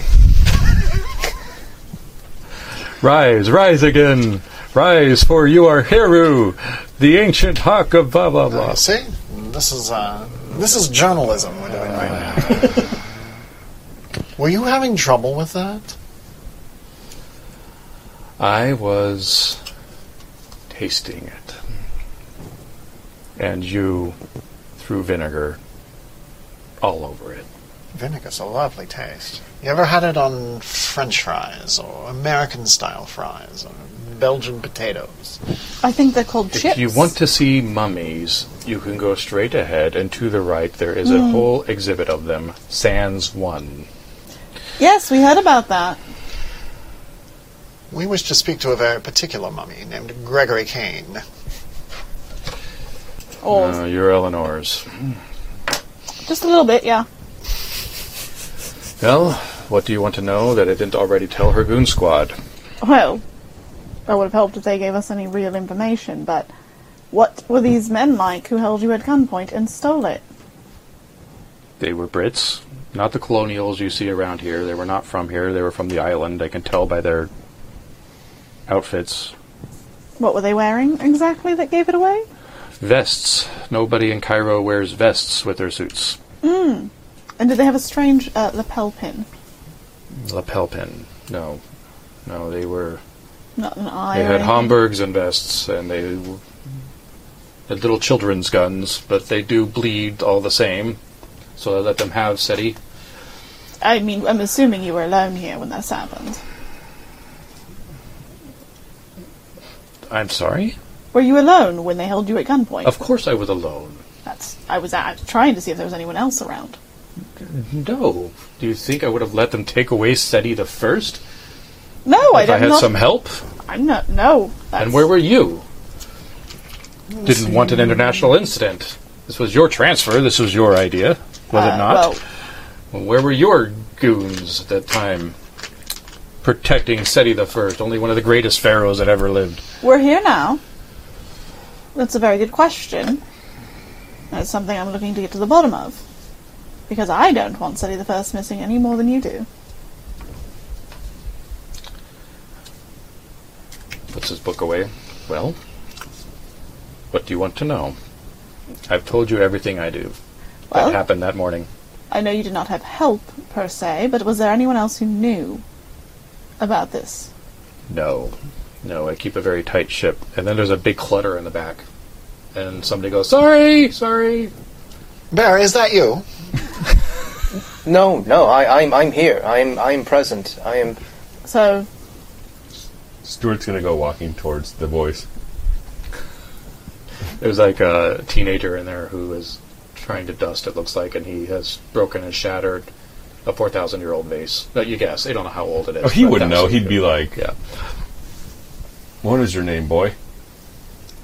Speaker 1: Rise, rise again! Rise, for you are Heru, the ancient hawk of blah blah blah.
Speaker 4: Uh, see, this is uh, this is journalism we're doing right now. Were you having trouble with that?
Speaker 1: I was tasting it. And you threw vinegar all over it.
Speaker 4: Vinegar's a lovely taste. You ever had it on French fries or American style fries or Belgian potatoes?
Speaker 3: I think they're called chips.
Speaker 1: If you want to see mummies, you can go straight ahead, and to the right there is a whole exhibit of them, Sans One.
Speaker 3: Yes, we heard about that.
Speaker 4: We wish to speak to a very particular mummy named Gregory Kane.
Speaker 3: Or
Speaker 1: Uh, you're Eleanor's.
Speaker 3: just a little bit, yeah.
Speaker 1: Well, what do you want to know that I didn't already tell her goon squad?
Speaker 3: Well, that would have helped if they gave us any real information, but what were these men like who held you at gunpoint and stole it?
Speaker 1: They were Brits, not the colonials you see around here. They were not from here. They were from the island. I can tell by their outfits.
Speaker 3: What were they wearing exactly that gave it away?
Speaker 1: Vests. Nobody in Cairo wears vests with their suits.
Speaker 3: And did they have a strange uh, lapel pin?
Speaker 1: Lapel pin. No. No, they were.
Speaker 3: Not an eye.
Speaker 1: They
Speaker 3: or
Speaker 1: had
Speaker 3: anything.
Speaker 1: Homburgs and vests, and they w- had little children's guns, but they do bleed all the same. So I let them have SETI.
Speaker 3: I mean, I'm assuming you were alone here when this happened.
Speaker 1: I'm sorry?
Speaker 3: Were you alone when they held you at gunpoint?
Speaker 1: Of course I was alone.
Speaker 3: That's. I was out trying to see if there was anyone else around.
Speaker 1: No. Do you think I would have let them take away SETI the first?
Speaker 3: No, I
Speaker 1: if I
Speaker 3: don't.
Speaker 1: had
Speaker 3: not,
Speaker 1: some help?
Speaker 3: I'm not. No. That's,
Speaker 1: And where were you? Didn't want an international incident. This was your transfer. This was your idea, was
Speaker 3: uh,
Speaker 1: it not?
Speaker 3: Well,
Speaker 1: Well, where were your goons at that time? Protecting Seti the First, only one of the greatest pharaohs that ever lived.
Speaker 3: We're here now. That's a very good question. That's something I'm looking to get to the bottom of. Because I don't want Seti the First missing any more than you do.
Speaker 1: Puts his book away. Well, what do you want to know? I've told you everything I do.
Speaker 3: Well,
Speaker 1: that happened that morning.
Speaker 3: I know you did not have help, per se, but was there anyone else who knew about this?
Speaker 1: No, no, I keep a very tight ship. And then there's a big clutter in the back. And somebody goes, sorry, sorry.
Speaker 4: Barry, is that you?
Speaker 5: No, no, I, I'm, I'm here. I'm, I'm present. I am.
Speaker 3: So,
Speaker 6: Stuart's gonna go walking towards the voice.
Speaker 1: There's like a teenager in there who is trying to dust, it looks like, and he has broken and shattered a 4,000 year old vase. No, you guess. They don't know how old it is.
Speaker 6: Oh, he
Speaker 1: but
Speaker 6: wouldn't
Speaker 1: that's-
Speaker 6: know. He'd be like,
Speaker 1: Yeah.
Speaker 6: "What is your name, boy?"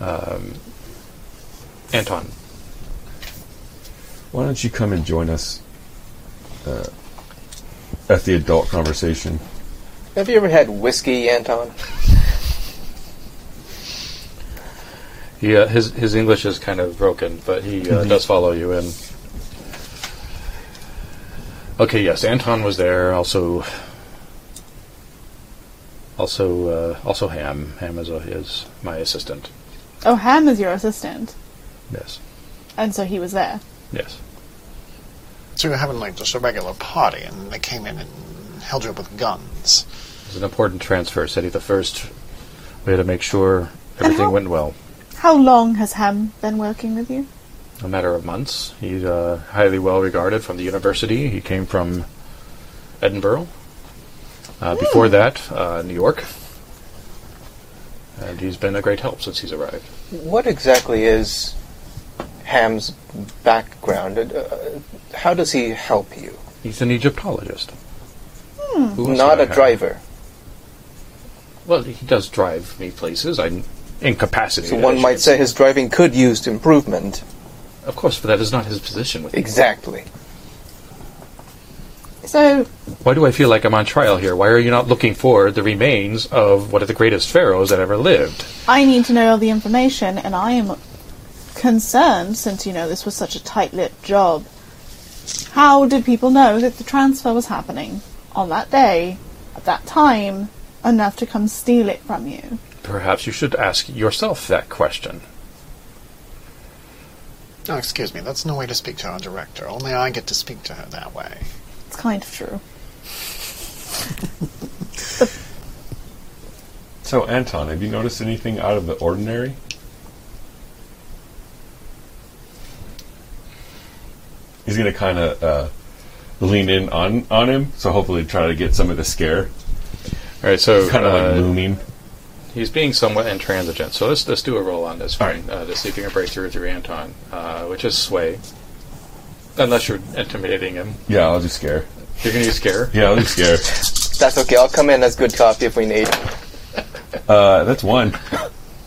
Speaker 1: Anton.
Speaker 6: Why don't you come and join us uh, at the adult conversation?
Speaker 5: Have you ever had whiskey, Anton?
Speaker 1: He, uh, his, his English is kind of broken, but he
Speaker 6: Mm-hmm.
Speaker 1: uh, does follow you in. Okay, yes, Anton was there. Also, also, uh, also Ham. Ham is, uh, is my assistant.
Speaker 3: oh, Ham is your assistant,
Speaker 1: Yes,
Speaker 3: and so he was there.
Speaker 1: yes.
Speaker 4: So you're having like just a regular party, and they came in and held you up with guns.
Speaker 1: It's an important transfer. Seti the first. We had to make sure everything
Speaker 3: how-
Speaker 1: went well.
Speaker 3: How long has Ham been working with you?
Speaker 1: A matter of months. He's uh, highly well regarded from the university. He came from Edinburgh. Uh, Before that, uh, New York. And he's been a great help since he's arrived.
Speaker 5: What exactly is Ham's background? Uh, Uh, how does he help you?
Speaker 1: He's an Egyptologist. Who else
Speaker 5: Not
Speaker 1: do I
Speaker 5: a
Speaker 1: have?
Speaker 5: driver.
Speaker 1: Well, he does drive me places. I'm incapacitated.
Speaker 5: So
Speaker 1: I
Speaker 5: one
Speaker 1: should
Speaker 5: might say his driving could use improvement.
Speaker 1: Of course, but that is not his position with
Speaker 5: Exactly.
Speaker 3: So,
Speaker 1: Why do I feel like I'm on trial here? Why are you not looking for the remains of one of the greatest pharaohs that ever lived?
Speaker 3: I need to know the information, and I am concerned since you know this was such a tight lipped job. How did people know that the transfer was happening on that day, at that time, enough to come steal it from you?
Speaker 1: Perhaps you should ask yourself that question.
Speaker 4: No, Oh, excuse me. That's no way to speak to our director. Only I get to speak to her that way.
Speaker 3: It's kind of true.
Speaker 6: So, Anton, have you noticed anything out of the ordinary? He's going to kind of uh, lean in on, on him, so hopefully try to get some of the scare.
Speaker 1: All right, so
Speaker 6: Kind of
Speaker 1: uh,
Speaker 6: like looming.
Speaker 1: he's being somewhat intransigent. So let's let's do a roll on this
Speaker 6: All
Speaker 1: one uh, to see if you can break through through Anton, uh, which is sway. Unless you're intimidating him,
Speaker 6: Yeah, I'll do scare.
Speaker 1: you're going to use scare.
Speaker 6: Yeah, I'll do scare. <laughs>
Speaker 5: That's okay. I'll come in as good copy if we need.
Speaker 6: Uh, that's one.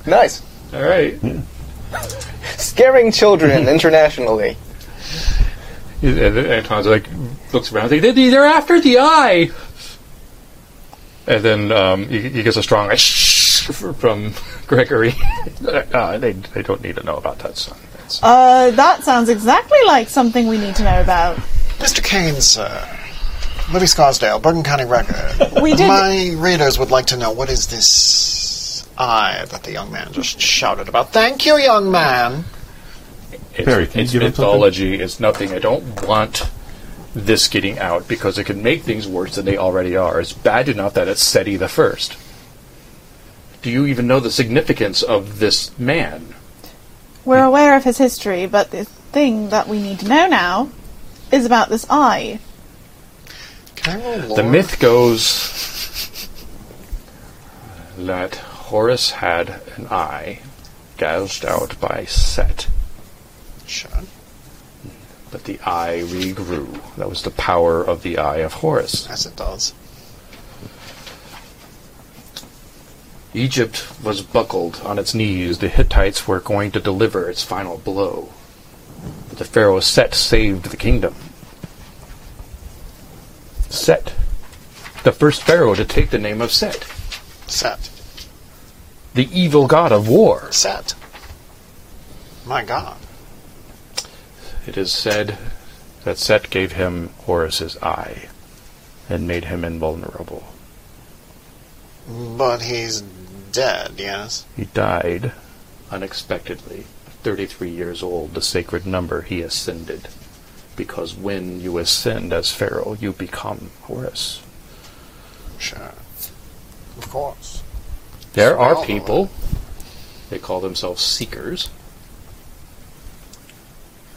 Speaker 5: Nice.
Speaker 1: All right, <laughs>
Speaker 5: Scaring children internationally.
Speaker 1: And Anton's like looks around, like "They- they're after the eye. And then um, he, he gets a strong "Shh" from <laughs> Gregory. uh, they they don't need to know about that son. That's-
Speaker 3: Uh, that sounds exactly like something we need to know about.
Speaker 4: Mr. Kane, sir. Libby Scarsdale, Bergen County
Speaker 1: <laughs>
Speaker 4: Record.
Speaker 3: We did-
Speaker 4: My readers would like to know what is this eye that the young man just shouted about. Thank you, young man.
Speaker 1: It's,
Speaker 6: Barry, can you
Speaker 1: it's
Speaker 6: give him something?
Speaker 1: mythology. It's nothing. I don't want this getting out because it can make things worse than they already are. It's bad enough that it's Seti the First. Do you even know the significance of this man?
Speaker 3: We're aware of his history, but the thing that we need to know now is about this eye.
Speaker 4: Can I roll
Speaker 1: The
Speaker 4: lore?
Speaker 1: myth goes that Horus had an eye gouged out by Set,
Speaker 4: Sure.
Speaker 1: but the eye regrew. That was the power of the eye of Horus.
Speaker 4: Yes, it does.
Speaker 1: Egypt was buckled on its knees. The Hittites were going to deliver its final blow. But the pharaoh Set saved the kingdom. Set, the first pharaoh to take the name of Set,
Speaker 4: Set.
Speaker 1: the evil god of war.
Speaker 4: Set. My God.
Speaker 1: It is said that Set gave him Horus's eye and made him invulnerable.
Speaker 4: But he's dead, yes?
Speaker 1: He died unexpectedly, 33 years old, the sacred number he ascended. Because when you ascend as Pharaoh, you become Horus.
Speaker 4: Sure. Of course.
Speaker 1: There are
Speaker 4: Well,
Speaker 1: people, they call themselves seekers,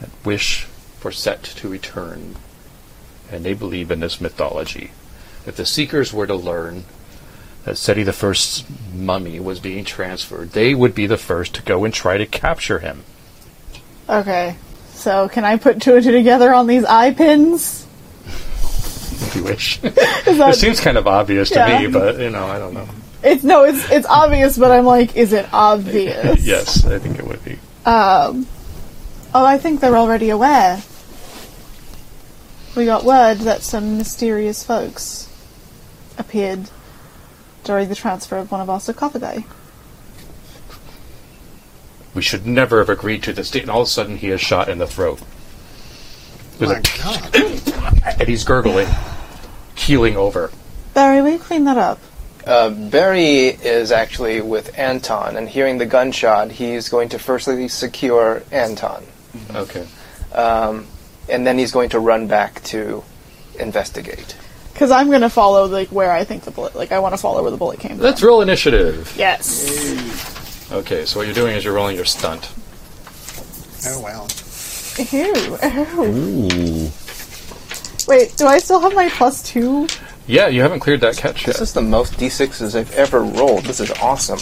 Speaker 1: that wish for Set to return. And they believe in this mythology. If the seekers were to learn that Seti the First's mummy was being transferred, they would be the first to go and try to capture him.
Speaker 3: Okay, so can I put two and two together on these eye pins?
Speaker 1: if you
Speaker 3: <laughs>
Speaker 1: wish.
Speaker 3: Is
Speaker 1: it
Speaker 3: that
Speaker 1: seems kind of obvious to
Speaker 3: Yeah.
Speaker 1: me, but you know, I don't know.
Speaker 3: It's no, it's it's obvious, but I'm like, is it
Speaker 1: <laughs>
Speaker 3: obvious? Um,
Speaker 1: Yes, I think it would be.
Speaker 3: Oh, I think they're already aware. We got word that some mysterious folks appeared during the transfer of one of our sarcophagi.
Speaker 1: We should never have agreed to this. And all of a sudden, he is shot in the throat, With
Speaker 4: My
Speaker 1: a-
Speaker 4: God.
Speaker 1: and he's gurgling, keeling over.
Speaker 3: Barry, will you clean that up?
Speaker 5: Uh, Barry is actually with Anton, and hearing the gunshot, he's going to firstly secure Anton, um,
Speaker 1: Okay.
Speaker 5: and then he's going to run back to investigate.
Speaker 3: Because I'm gonna follow like where I think the bullet, like I want to follow where the bullet came from.
Speaker 1: Let's roll initiative.
Speaker 3: Yes.
Speaker 1: Okay, so what you're doing is you're rolling your stunt.
Speaker 4: Oh, well.
Speaker 3: Ew, ew.
Speaker 6: Ooh.
Speaker 3: Wait, do I still have my plus two?
Speaker 1: Yeah, you haven't cleared that catch
Speaker 5: This
Speaker 1: yet.
Speaker 5: is the most d6s I've ever rolled. This is awesome.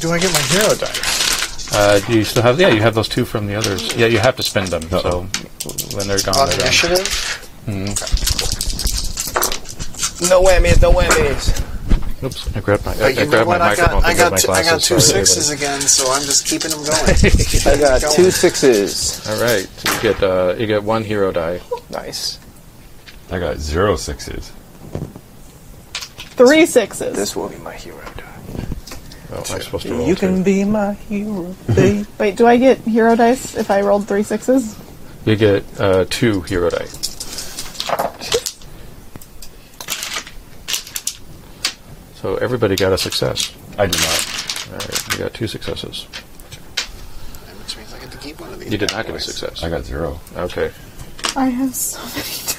Speaker 4: Do I get my hero dice?
Speaker 1: Uh, do you still have? Yeah, you have those two from the others. Yeah, you have to spend them. So when they're gone,
Speaker 4: On
Speaker 1: they're gone.
Speaker 4: initiative?
Speaker 5: No whammies, no whammies.
Speaker 1: Oops, I grabbed my. I,
Speaker 4: But
Speaker 1: I
Speaker 4: you know
Speaker 1: grabbed my
Speaker 4: what? I
Speaker 1: microphone.
Speaker 4: got, I
Speaker 1: to grab
Speaker 4: got,
Speaker 1: my
Speaker 4: two, I got
Speaker 1: glasses.
Speaker 4: two
Speaker 1: Sorry,
Speaker 4: sixes
Speaker 1: everybody.
Speaker 4: again, so I'm just keeping them going.
Speaker 5: I got
Speaker 4: Go
Speaker 5: two
Speaker 4: on.
Speaker 5: sixes.
Speaker 1: All right, so you get uh, you get one hero die.
Speaker 5: Nice.
Speaker 6: I got zero sixes.
Speaker 3: Three sixes.
Speaker 5: This will be my hero.
Speaker 1: Oh, I'm supposed to roll
Speaker 5: You can
Speaker 1: too.
Speaker 5: be my hero, babe.
Speaker 3: Wait, do I get hero dice if I rolled three sixes?
Speaker 1: You get uh, two hero dice. So everybody got a success.
Speaker 6: I did not.
Speaker 1: All right, you got two successes.
Speaker 4: Which means I get to keep one of these.
Speaker 1: You did
Speaker 4: bad
Speaker 1: not get a
Speaker 4: boys.
Speaker 1: success.
Speaker 6: I got zero.
Speaker 1: Okay.
Speaker 3: I have so <laughs> many dice.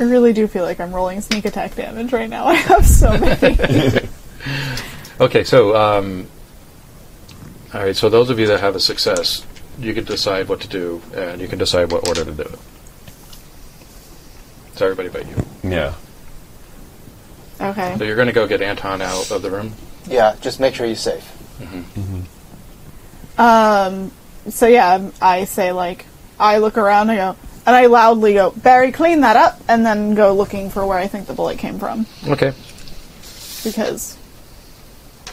Speaker 3: I really do feel like I'm rolling sneak attack damage right now. <laughs> I have so many.
Speaker 1: Okay, so um, all right, so those of you that have a success, you can decide what to do, and you can decide what order to do it. It's everybody but you.
Speaker 6: Yeah.
Speaker 3: okay.
Speaker 1: So you're going to go get Anton out of the room.
Speaker 5: Yeah, just make sure he's safe.
Speaker 3: So yeah, I say like I look around and go and I loudly go, Barry, clean that up and then go looking for where I think the bullet came from.
Speaker 1: Okay.
Speaker 3: Because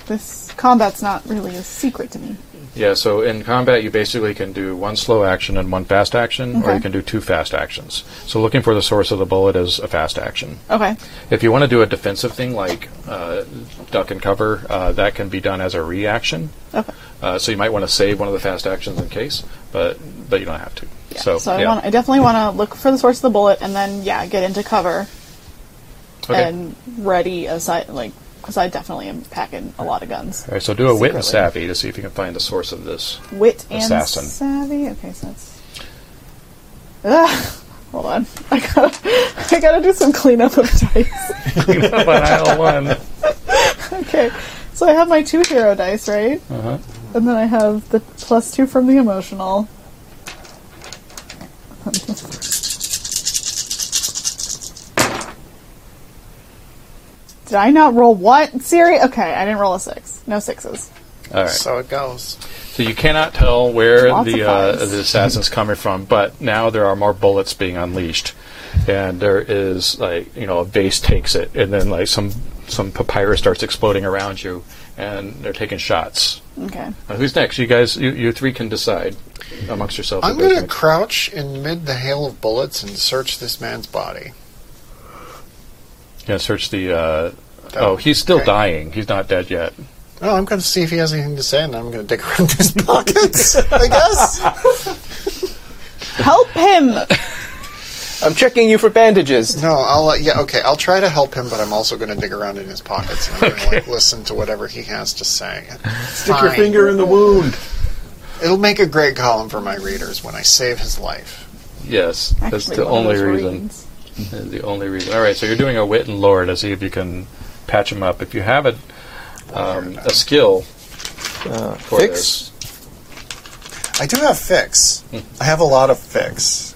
Speaker 3: this combat's not really a secret to me.
Speaker 1: Yeah. So in combat, you basically can do one slow action and one fast action, or
Speaker 3: Okay.
Speaker 1: you can do two fast actions. So looking for the source of the bullet is a fast action.
Speaker 3: Okay.
Speaker 1: If you want to do a defensive thing like uh, duck and cover, uh, that can be done as a reaction.
Speaker 3: Okay.
Speaker 1: Uh, so you might want to save one of the fast actions in case, but but you don't have to. so
Speaker 3: I,
Speaker 1: yeah.
Speaker 3: want, I definitely want to look for the source of the bullet and then, yeah, get into cover
Speaker 1: okay.
Speaker 3: and ready aside, like, because I definitely am packing a lot of guns.
Speaker 1: All right, so do a wit and
Speaker 3: Secretly.
Speaker 1: savvy to see if you can find the source of this.
Speaker 3: Wit and
Speaker 1: Assassin.
Speaker 3: savvy. Okay, so that's. Ugh. Hold on, <laughs> I gotta, I gotta do some cleanup of dice. <laughs> okay, so I have my two hero dice, right?
Speaker 1: Uh-huh.
Speaker 3: And then I have the plus two from the emotional. <laughs> Did I not roll what? Siri? Okay, I didn't roll a six. No sixes.
Speaker 1: All right.
Speaker 4: So it goes.
Speaker 1: So you cannot tell where
Speaker 3: Lots
Speaker 1: the
Speaker 3: of
Speaker 1: uh,
Speaker 3: eyes.
Speaker 1: the assassin's coming from, but now there are more bullets being unleashed, and there is like you know a vase takes it, and then like some some papyrus starts exploding around you, and they're taking shots.
Speaker 3: Okay.
Speaker 1: Uh, who's next? You guys, you, you three can decide amongst yourselves.
Speaker 4: I'm
Speaker 1: who goes
Speaker 4: going to
Speaker 1: next.
Speaker 4: crouch in mid the hail of bullets and search this man's body.
Speaker 1: Yeah, search the. Uh, oh, he's still
Speaker 4: okay.
Speaker 1: dying. He's not dead yet.
Speaker 4: No, Oh, I'm going to see if he has anything to say, and I'm going to <laughs> dig around his pockets. I guess.
Speaker 3: Help him!
Speaker 5: I'm checking you for bandages.
Speaker 4: No, I'll uh, yeah okay. I'll try to help him, but I'm also going to dig around in his pockets and I'm going to like listen to whatever he has to say. Stick
Speaker 6: Your finger in the wound.
Speaker 4: It'll make a great column for my readers when I save his life.
Speaker 1: Yes, that's
Speaker 3: Actually,
Speaker 1: the
Speaker 3: one of
Speaker 1: only
Speaker 3: those
Speaker 1: reason.
Speaker 3: reasons.
Speaker 1: That's The only reason. All right, so you're doing a wit and lore to see if you can patch him up. If you have a um, a skill for
Speaker 5: fix?
Speaker 4: I do have fix. I have a lot of fix.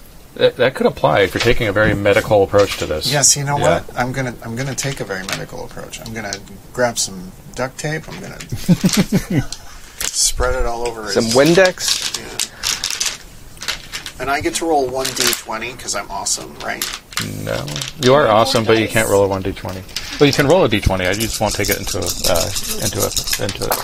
Speaker 1: this, that, that could apply if you're taking a very medical approach to this.
Speaker 4: Yes, you know
Speaker 1: Yeah.
Speaker 4: what? I'm gonna I'm gonna take a very medical approach. I'm gonna grab some duct tape. I'm gonna spread it all over.
Speaker 5: Some
Speaker 4: his,
Speaker 5: Windex.
Speaker 4: and I get to roll one d20 because I'm awesome, right?
Speaker 1: No, you are awesome, but you can't roll a one d20. Well, you can roll a d20. I just won't take it into a uh, into a <laughs> into. A,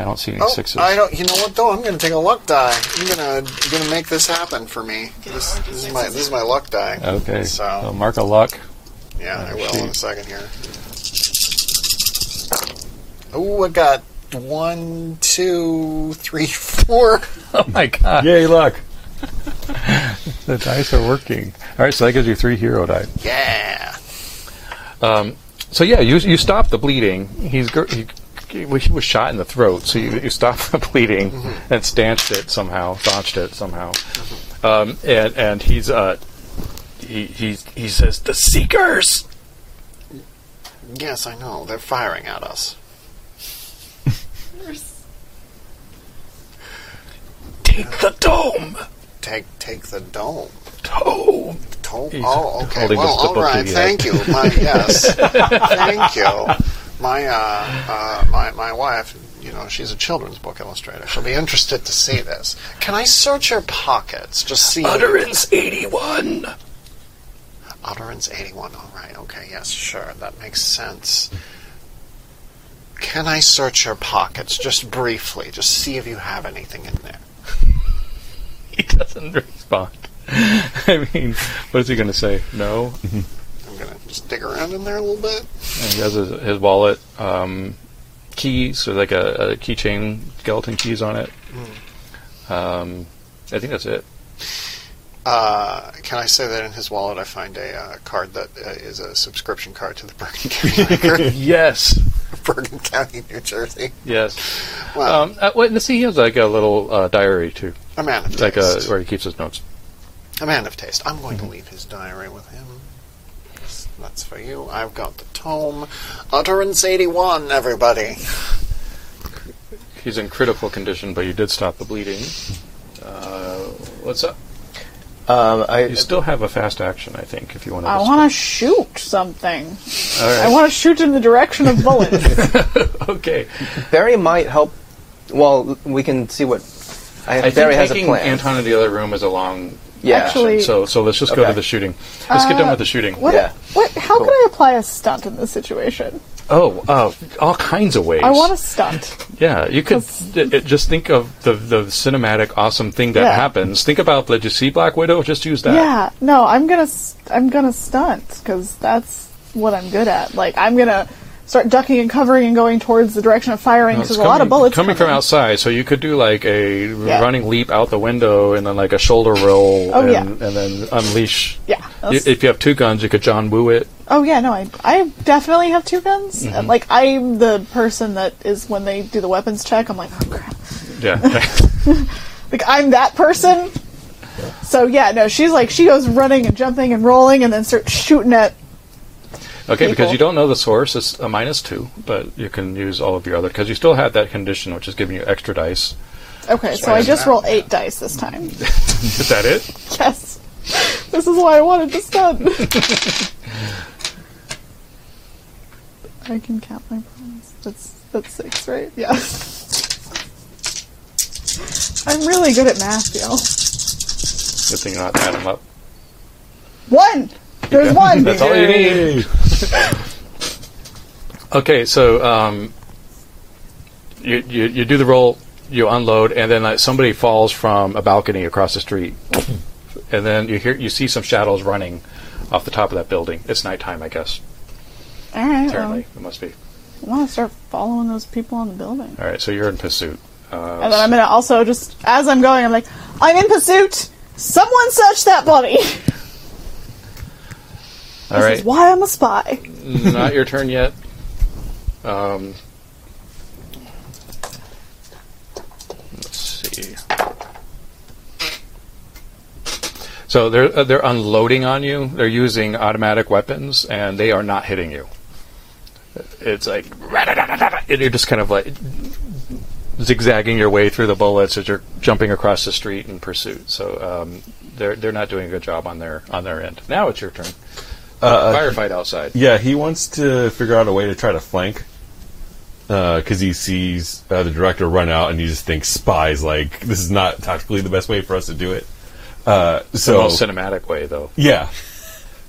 Speaker 1: I don't see any
Speaker 4: Oh,
Speaker 1: sixes.
Speaker 4: I don't. You know what though? I'm gonna take a luck die. I'm gonna gonna make this happen for me. This, this is my this is my luck die.
Speaker 1: Okay, so
Speaker 4: So
Speaker 1: mark a luck. <laughs>
Speaker 4: yeah, I
Speaker 1: oh,
Speaker 4: will in a
Speaker 1: shoot.
Speaker 4: second here. Oh, I got one, two, three, four.
Speaker 1: Oh my god.
Speaker 6: Yay, luck.
Speaker 1: The dice are working. All right, so that gives you three hero dice.
Speaker 4: Yeah.
Speaker 1: So yeah, you you stop the bleeding. He's gr- he, he was shot in the throat, so you, you stopped <laughs> the bleeding and stanched it somehow, staunched it somehow. Um, and and he's uh he he's, he says the seekers.
Speaker 4: Yes, I know. They're firing at us.
Speaker 1: Take the dome.
Speaker 4: Take take the dome.
Speaker 1: Dome. <laughs>
Speaker 4: Dome.
Speaker 1: He's
Speaker 4: Oh, okay.
Speaker 1: holding
Speaker 4: Well,
Speaker 1: up the
Speaker 4: all
Speaker 1: book
Speaker 4: right.
Speaker 1: he had.
Speaker 4: Thank you.
Speaker 1: <laughs>
Speaker 4: My yes. Thank you. My uh, uh, my my wife. You know, she's a children's book illustrator. She'll be interested to see this. Can I search her pockets? Just see
Speaker 1: Utterance eighty one.
Speaker 4: Utterance eighty-one. All right. Okay. Yes. Sure. That makes sense. Can I search your pockets just briefly? Just see if you have anything in there.
Speaker 1: doesn't respond. <laughs> I mean, what is he going to say? No.
Speaker 4: I'm gonna just dig around in there a little bit.
Speaker 1: And he has his, his wallet, um, keys, or like a, a keychain, skeleton keys on it. Um, I think that's it.
Speaker 4: Uh, can I say that in his wallet I find a uh, card that uh, is a subscription card to the Bergen <laughs> County Record,
Speaker 1: Yes.
Speaker 4: Bergen County, New Jersey.
Speaker 1: Yes.
Speaker 4: Wow,
Speaker 1: Um, uh, wait, let's see, he has like a little uh, diary too,
Speaker 4: a
Speaker 5: Ah,
Speaker 4: man of
Speaker 1: like Mm-hmm. uh
Speaker 4: taste.
Speaker 1: where he keeps his notes.
Speaker 4: a man of taste. I'm going to leave his diary with him. That's- That's for you. I've got the tome, Utterance 81. Everybody,
Speaker 1: He's in critical condition, but you did stop the bleeding. Uh, what's up?
Speaker 5: Um,
Speaker 1: You
Speaker 5: I,
Speaker 1: still have a fast action, I think, if you want to.
Speaker 3: I want to shoot something.
Speaker 1: All right.
Speaker 3: I want to shoot in the direction of
Speaker 1: <laughs>
Speaker 3: bullets.
Speaker 1: okay.
Speaker 5: Barry might help. Well, we can see what. I,
Speaker 1: I
Speaker 5: Barry
Speaker 1: think
Speaker 5: has a
Speaker 1: taking
Speaker 5: plan.
Speaker 1: Anton into the other room is a long.
Speaker 5: yeah.
Speaker 3: Actually-
Speaker 1: So so let's just go
Speaker 5: Okay.
Speaker 1: to the shooting. Let's get done with the shooting.
Speaker 3: What?
Speaker 5: Yeah.
Speaker 3: What? How
Speaker 5: Cool.
Speaker 3: can I apply a stunt in this situation?
Speaker 1: Oh, uh, all kinds of ways.
Speaker 3: I want a stunt.
Speaker 1: Yeah, you could it, it- just think of the the cinematic awesome thing that
Speaker 3: Yeah.
Speaker 1: happens. Think about did you see Black Widow? Just use <laughs> that.
Speaker 3: Yeah. No, I'm gonna s- I'm gonna stunt because that's what I'm good at. Like I'm gonna start ducking and covering and going towards the direction of firing
Speaker 1: No,
Speaker 3: because
Speaker 1: it's
Speaker 3: there's a lot of bullets
Speaker 1: coming from outside, so you could do like a running leap out the window and then like a shoulder roll
Speaker 3: Oh,
Speaker 1: and,
Speaker 3: yeah.
Speaker 1: and then unleash.
Speaker 3: Yeah,
Speaker 1: You,
Speaker 3: that's-
Speaker 1: if you have two guns, you could John Woo it.
Speaker 3: Oh yeah, no, I I definitely have two guns.
Speaker 1: Mm-hmm.
Speaker 3: And, Like I'm the person that is when they do the weapons check. I'm like, oh crap. <laughs>
Speaker 1: Yeah. <laughs>
Speaker 3: Like I'm that person. So yeah, no, she's like she goes running and jumping and rolling and then starts shooting at.
Speaker 1: Okay, because
Speaker 3: people.
Speaker 1: you don't know the source, it's a minus two, but you can use all of your other because you still have that condition, which is giving you extra
Speaker 3: <laughs>
Speaker 1: dice.
Speaker 3: Okay, so I just roll eight dice this time. <laughs>
Speaker 1: Is that it?
Speaker 3: Yes, this is why I wanted to stun. <laughs> I can count my points. That's that's six, right? Yeah. <laughs> I'm really good at math, y'all.
Speaker 1: Good thing you're not adding them up.
Speaker 3: One. There's one.
Speaker 1: <laughs> That's all you need. okay, so um, you, you you do the roll, you unload, and then like, somebody falls from a balcony across the
Speaker 3: <coughs>
Speaker 1: street, and then you hear you see some shadows running off the top of that building. It's nighttime, I guess.
Speaker 3: All right. Well,
Speaker 1: Apparently, it must be.
Speaker 3: I want to start following those people on the building,
Speaker 1: All right, so you're in pursuit. Uh,
Speaker 3: and then I'm gonna also just as I'm going, I'm like, I'm in pursuit. Someone search that body. <laughs>
Speaker 1: all
Speaker 3: This
Speaker 1: right.
Speaker 3: is why I'm a spy.
Speaker 1: not your turn yet. Um, let's see. So they're uh, they're unloading on you. They're using automatic weapons, and they are not hitting you. It's like and you're just kind of like zigzagging your way through the bullets as you're jumping across the street in pursuit. So um, they're they're not doing a good job on their on their end. Now it's your turn. Firefight outside.
Speaker 6: Yeah, he wants to figure out a way to try to flank. Because he sees uh, the director run out and he just thinks spies, like, this is not tactically the best way for us to do it. Uh,
Speaker 1: the
Speaker 6: so,
Speaker 1: most cinematic way, though.
Speaker 6: yeah.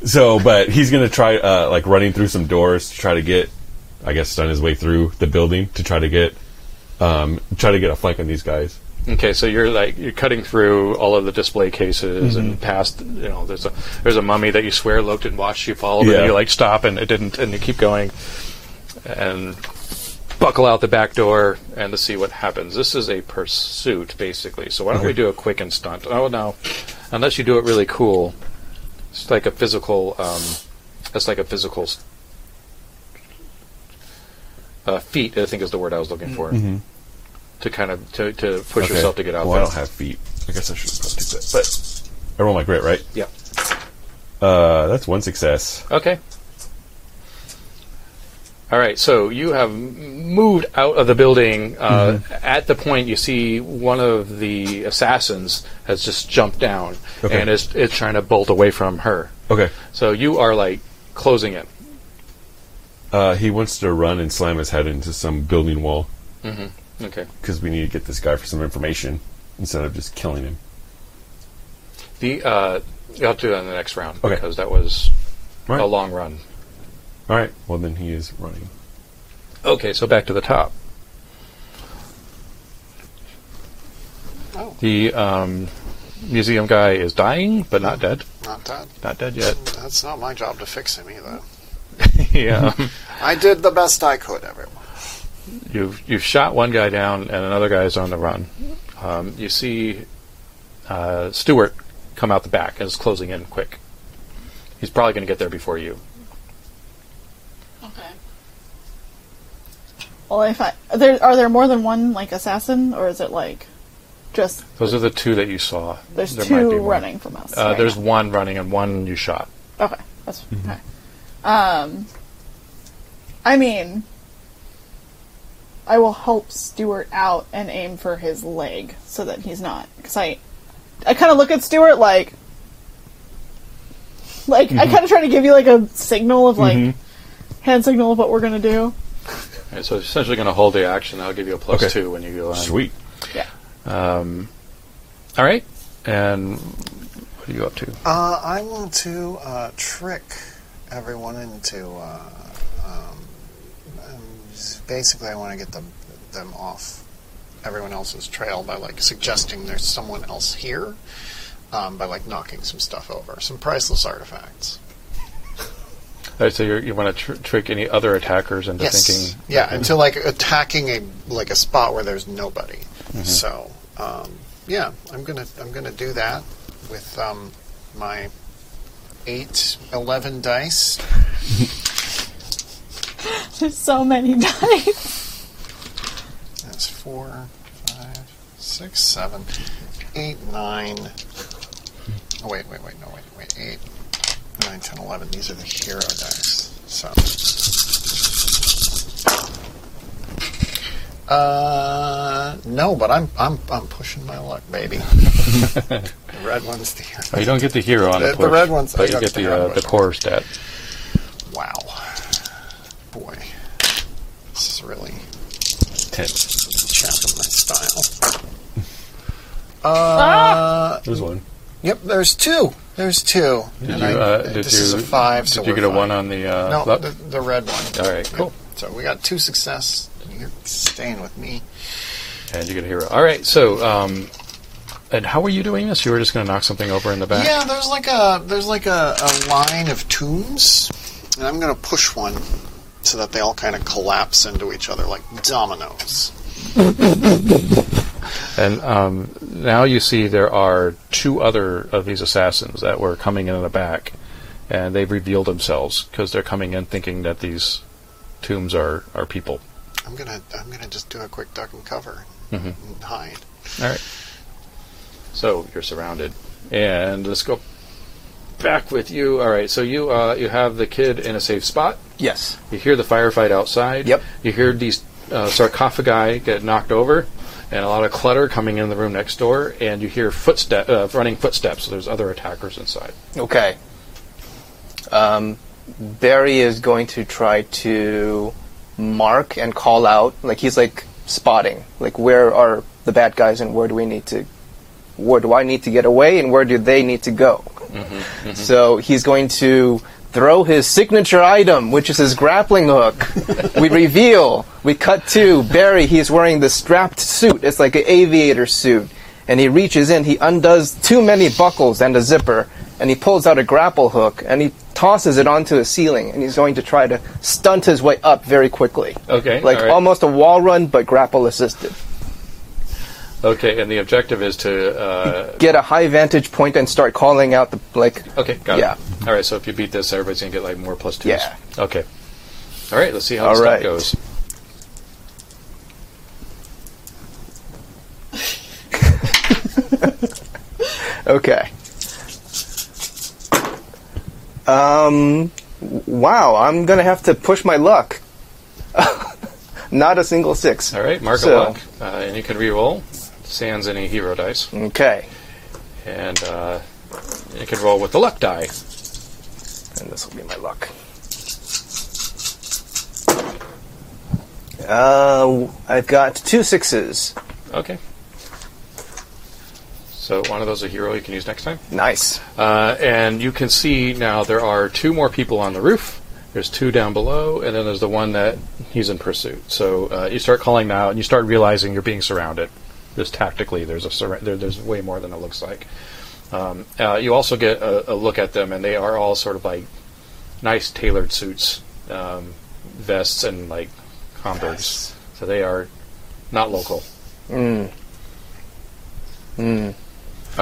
Speaker 6: So, but he's going to try, uh, like, running through some doors to try to get, I guess, stun his way through the building to try to get, um, try to get a flank on these guys.
Speaker 1: Okay, so you're like you're cutting through all of the display cases
Speaker 6: Mm-hmm.
Speaker 1: and past. You know, there's a there's a mummy that you swear looked and watched you fall,
Speaker 6: Yeah.
Speaker 1: and you like stop and it didn't, and you keep going, and buckle out the back door and to see what happens. This is a pursuit basically. So why don't we do a quick and stunt? Oh no, unless you do it really cool, it's like a physical. Um, that's like a physical. s- Uh, feat, I think, is the word I was looking for. To kind of to, to push yourself to get out.
Speaker 6: Mm-hmm. Well, I don't
Speaker 1: fast.
Speaker 6: have feet. I guess I should have probably picked that. But I roll my grit, right?
Speaker 1: Yep.
Speaker 6: Uh, that's one success.
Speaker 1: Okay. All right, so you have m- moved out of the building. Uh,
Speaker 6: Mm-hmm.
Speaker 1: At the point, you see one of the assassins has just jumped down
Speaker 6: Okay.
Speaker 1: and is, is trying to bolt away from her.
Speaker 6: Okay.
Speaker 1: So you are like closing it.
Speaker 6: Uh, he wants to run and slam his head into some building wall
Speaker 1: Okay.
Speaker 6: because we need to get this guy for some information instead of just killing him.
Speaker 1: The uh, you'll have to do that in the next round
Speaker 6: Okay.
Speaker 1: because that was
Speaker 6: Right.
Speaker 1: a long run.
Speaker 6: All right. Well, then he is running.
Speaker 1: Okay, so back to the top.
Speaker 4: Oh.
Speaker 1: The um, museum guy is dying, but not dead.
Speaker 4: Not dead.
Speaker 1: Not dead yet. <laughs>
Speaker 4: That's not my job to fix him either.
Speaker 1: yeah.
Speaker 6: <laughs>
Speaker 4: I did the best I could, everyone.
Speaker 1: you've you've shot one guy down and another guy is on the run. Um, you see uh, Stewart come out the back and is closing in quick. He's probably going to get there before you.
Speaker 2: Okay.
Speaker 3: Well, if I there are there more than one like assassin, or is it like just
Speaker 1: Those are the two that you saw.
Speaker 3: there's
Speaker 1: There might be
Speaker 3: two
Speaker 1: more.
Speaker 3: running from us?
Speaker 1: Uh,
Speaker 3: right
Speaker 1: there's
Speaker 3: now?
Speaker 1: one running and one you shot.
Speaker 3: Okay, that's okay. Um, I mean, I will help Stuart out and aim for his leg so that he's not. Because I, I kind of look at Stuart like, like I kind of try to give you like a signal of like hand signal of what we're gonna do. <laughs>
Speaker 1: All right, so it's essentially going to hold the action. I'll give you a plus
Speaker 6: Okay.
Speaker 1: two when you go on.
Speaker 6: Sweet.
Speaker 1: All right. And what are you up to?
Speaker 4: Uh, I want to uh, trick everyone into. Uh, um, um, s- basically, I want to get them them off everyone else's trail by like suggesting there's someone else here, um, by like knocking some stuff over, some priceless artifacts.
Speaker 1: All right, so you're, you want to tr- trick any other attackers into
Speaker 4: yes.
Speaker 1: thinking.
Speaker 4: yeah,
Speaker 1: <laughs>
Speaker 4: into like attacking a like a spot where there's nobody. So um, yeah, I'm gonna I'm gonna do that with um, my eight eleven dice.
Speaker 3: There's so many <laughs> dice.
Speaker 4: That's four, five, six, seven, eight, nine. Oh wait, wait, wait, no, wait, wait, eight, nine, ten, eleven. These are the hero dice. So. Uh no, but I'm I'm I'm pushing my luck, baby. the red one's the
Speaker 1: Oh, you don't get the hero on
Speaker 4: The-
Speaker 1: the,
Speaker 4: the
Speaker 1: push,
Speaker 4: red ones- I
Speaker 1: but you
Speaker 4: got
Speaker 1: get
Speaker 4: the
Speaker 1: the
Speaker 4: red
Speaker 1: uh, the
Speaker 4: ones.
Speaker 1: core stat.
Speaker 4: wow, boy, this is really chapping my style.
Speaker 6: There's one.
Speaker 4: Uh, Yep, there's two. There's two.
Speaker 1: Did
Speaker 4: And
Speaker 1: you,
Speaker 4: I-
Speaker 1: uh,
Speaker 4: uh,
Speaker 1: did
Speaker 4: this
Speaker 1: you,
Speaker 4: is a five.
Speaker 1: Did
Speaker 4: so
Speaker 1: you
Speaker 4: we're
Speaker 1: get a
Speaker 4: fine.
Speaker 1: one on the? Uh,
Speaker 4: no,
Speaker 1: left?
Speaker 4: the, the red one.
Speaker 1: All right, cool.
Speaker 4: So we got two success. You're staying with me.
Speaker 1: And you get a hero. All right. So, um, and how were you doing this? You were just going to knock something over in the back.
Speaker 4: Yeah, there's like a there's like a, a line of tombs, and I'm gonna push one so that they all kind of collapse into each other like dominoes.
Speaker 1: And um, now you see there are two other of these assassins that were coming in the back, and they've revealed themselves because they're coming in thinking that these tombs are are people.
Speaker 4: I'm gonna I'm gonna just do a quick duck and cover
Speaker 1: Mhm.
Speaker 4: and hide.
Speaker 1: All right. So you're surrounded, and let's go back with you. All right. So you uh, you have the kid in a safe spot.
Speaker 5: Yes.
Speaker 1: You hear the firefight outside.
Speaker 5: Yep.
Speaker 1: You hear these uh, sarcophagi get knocked over, and a lot of clutter coming in the room next door. And you hear footstep, uh, running footsteps. So there's other attackers inside.
Speaker 5: Okay. Um, Barry is going to try to mark and call out. Like he's like spotting. Like where are the bad guys and where do we need to? Where do I need to get away and where do they need to go? So he's going to throw his signature item, which is his grappling hook. we reveal. We cut to Barry. He's wearing the strapped suit. It's like an aviator suit. And he reaches in. He undoes too many buckles and a zipper. And he pulls out a grapple hook and he tosses it onto the ceiling. And he's going to try to stunt his way up very quickly.
Speaker 1: Okay,
Speaker 5: Like
Speaker 1: alright.
Speaker 5: almost a wall run, but grapple assisted.
Speaker 1: Okay. And the objective is to. Uh,
Speaker 5: Get a high vantage point and start calling out the like.
Speaker 1: okay. Got
Speaker 5: Yeah.
Speaker 1: it. All right. So if you beat this, everybody's gonna get like more plus twos.
Speaker 5: Yeah.
Speaker 1: Okay. All right. Let's see how
Speaker 5: All
Speaker 1: this
Speaker 5: right.
Speaker 1: stuff goes.
Speaker 5: Okay. Um. w- Wow, I'm gonna have to push my luck. <laughs> Not a single six.
Speaker 1: All right. Mark a
Speaker 5: So-
Speaker 1: luck, uh, and you can re-roll. Sans any hero dice,
Speaker 5: Okay.
Speaker 1: and uh, you can roll with the luck die.
Speaker 5: And this will be my luck. Uh, w- I've got two sixes.
Speaker 1: Okay. So one of those a hero you can use next time.
Speaker 5: Nice.
Speaker 1: Uh, and you can see now there are two more people on the roof. There's two down below, and then there's the one that he's in pursuit. So uh, you start calling now, and you start realizing you're being surrounded. There's tactically there's a surre- there, there's way more than it looks like. Um, uh, you also get a, a look at them, and they are all sort of like nice tailored suits, um, vests, and like Homburgs. So they are not local. All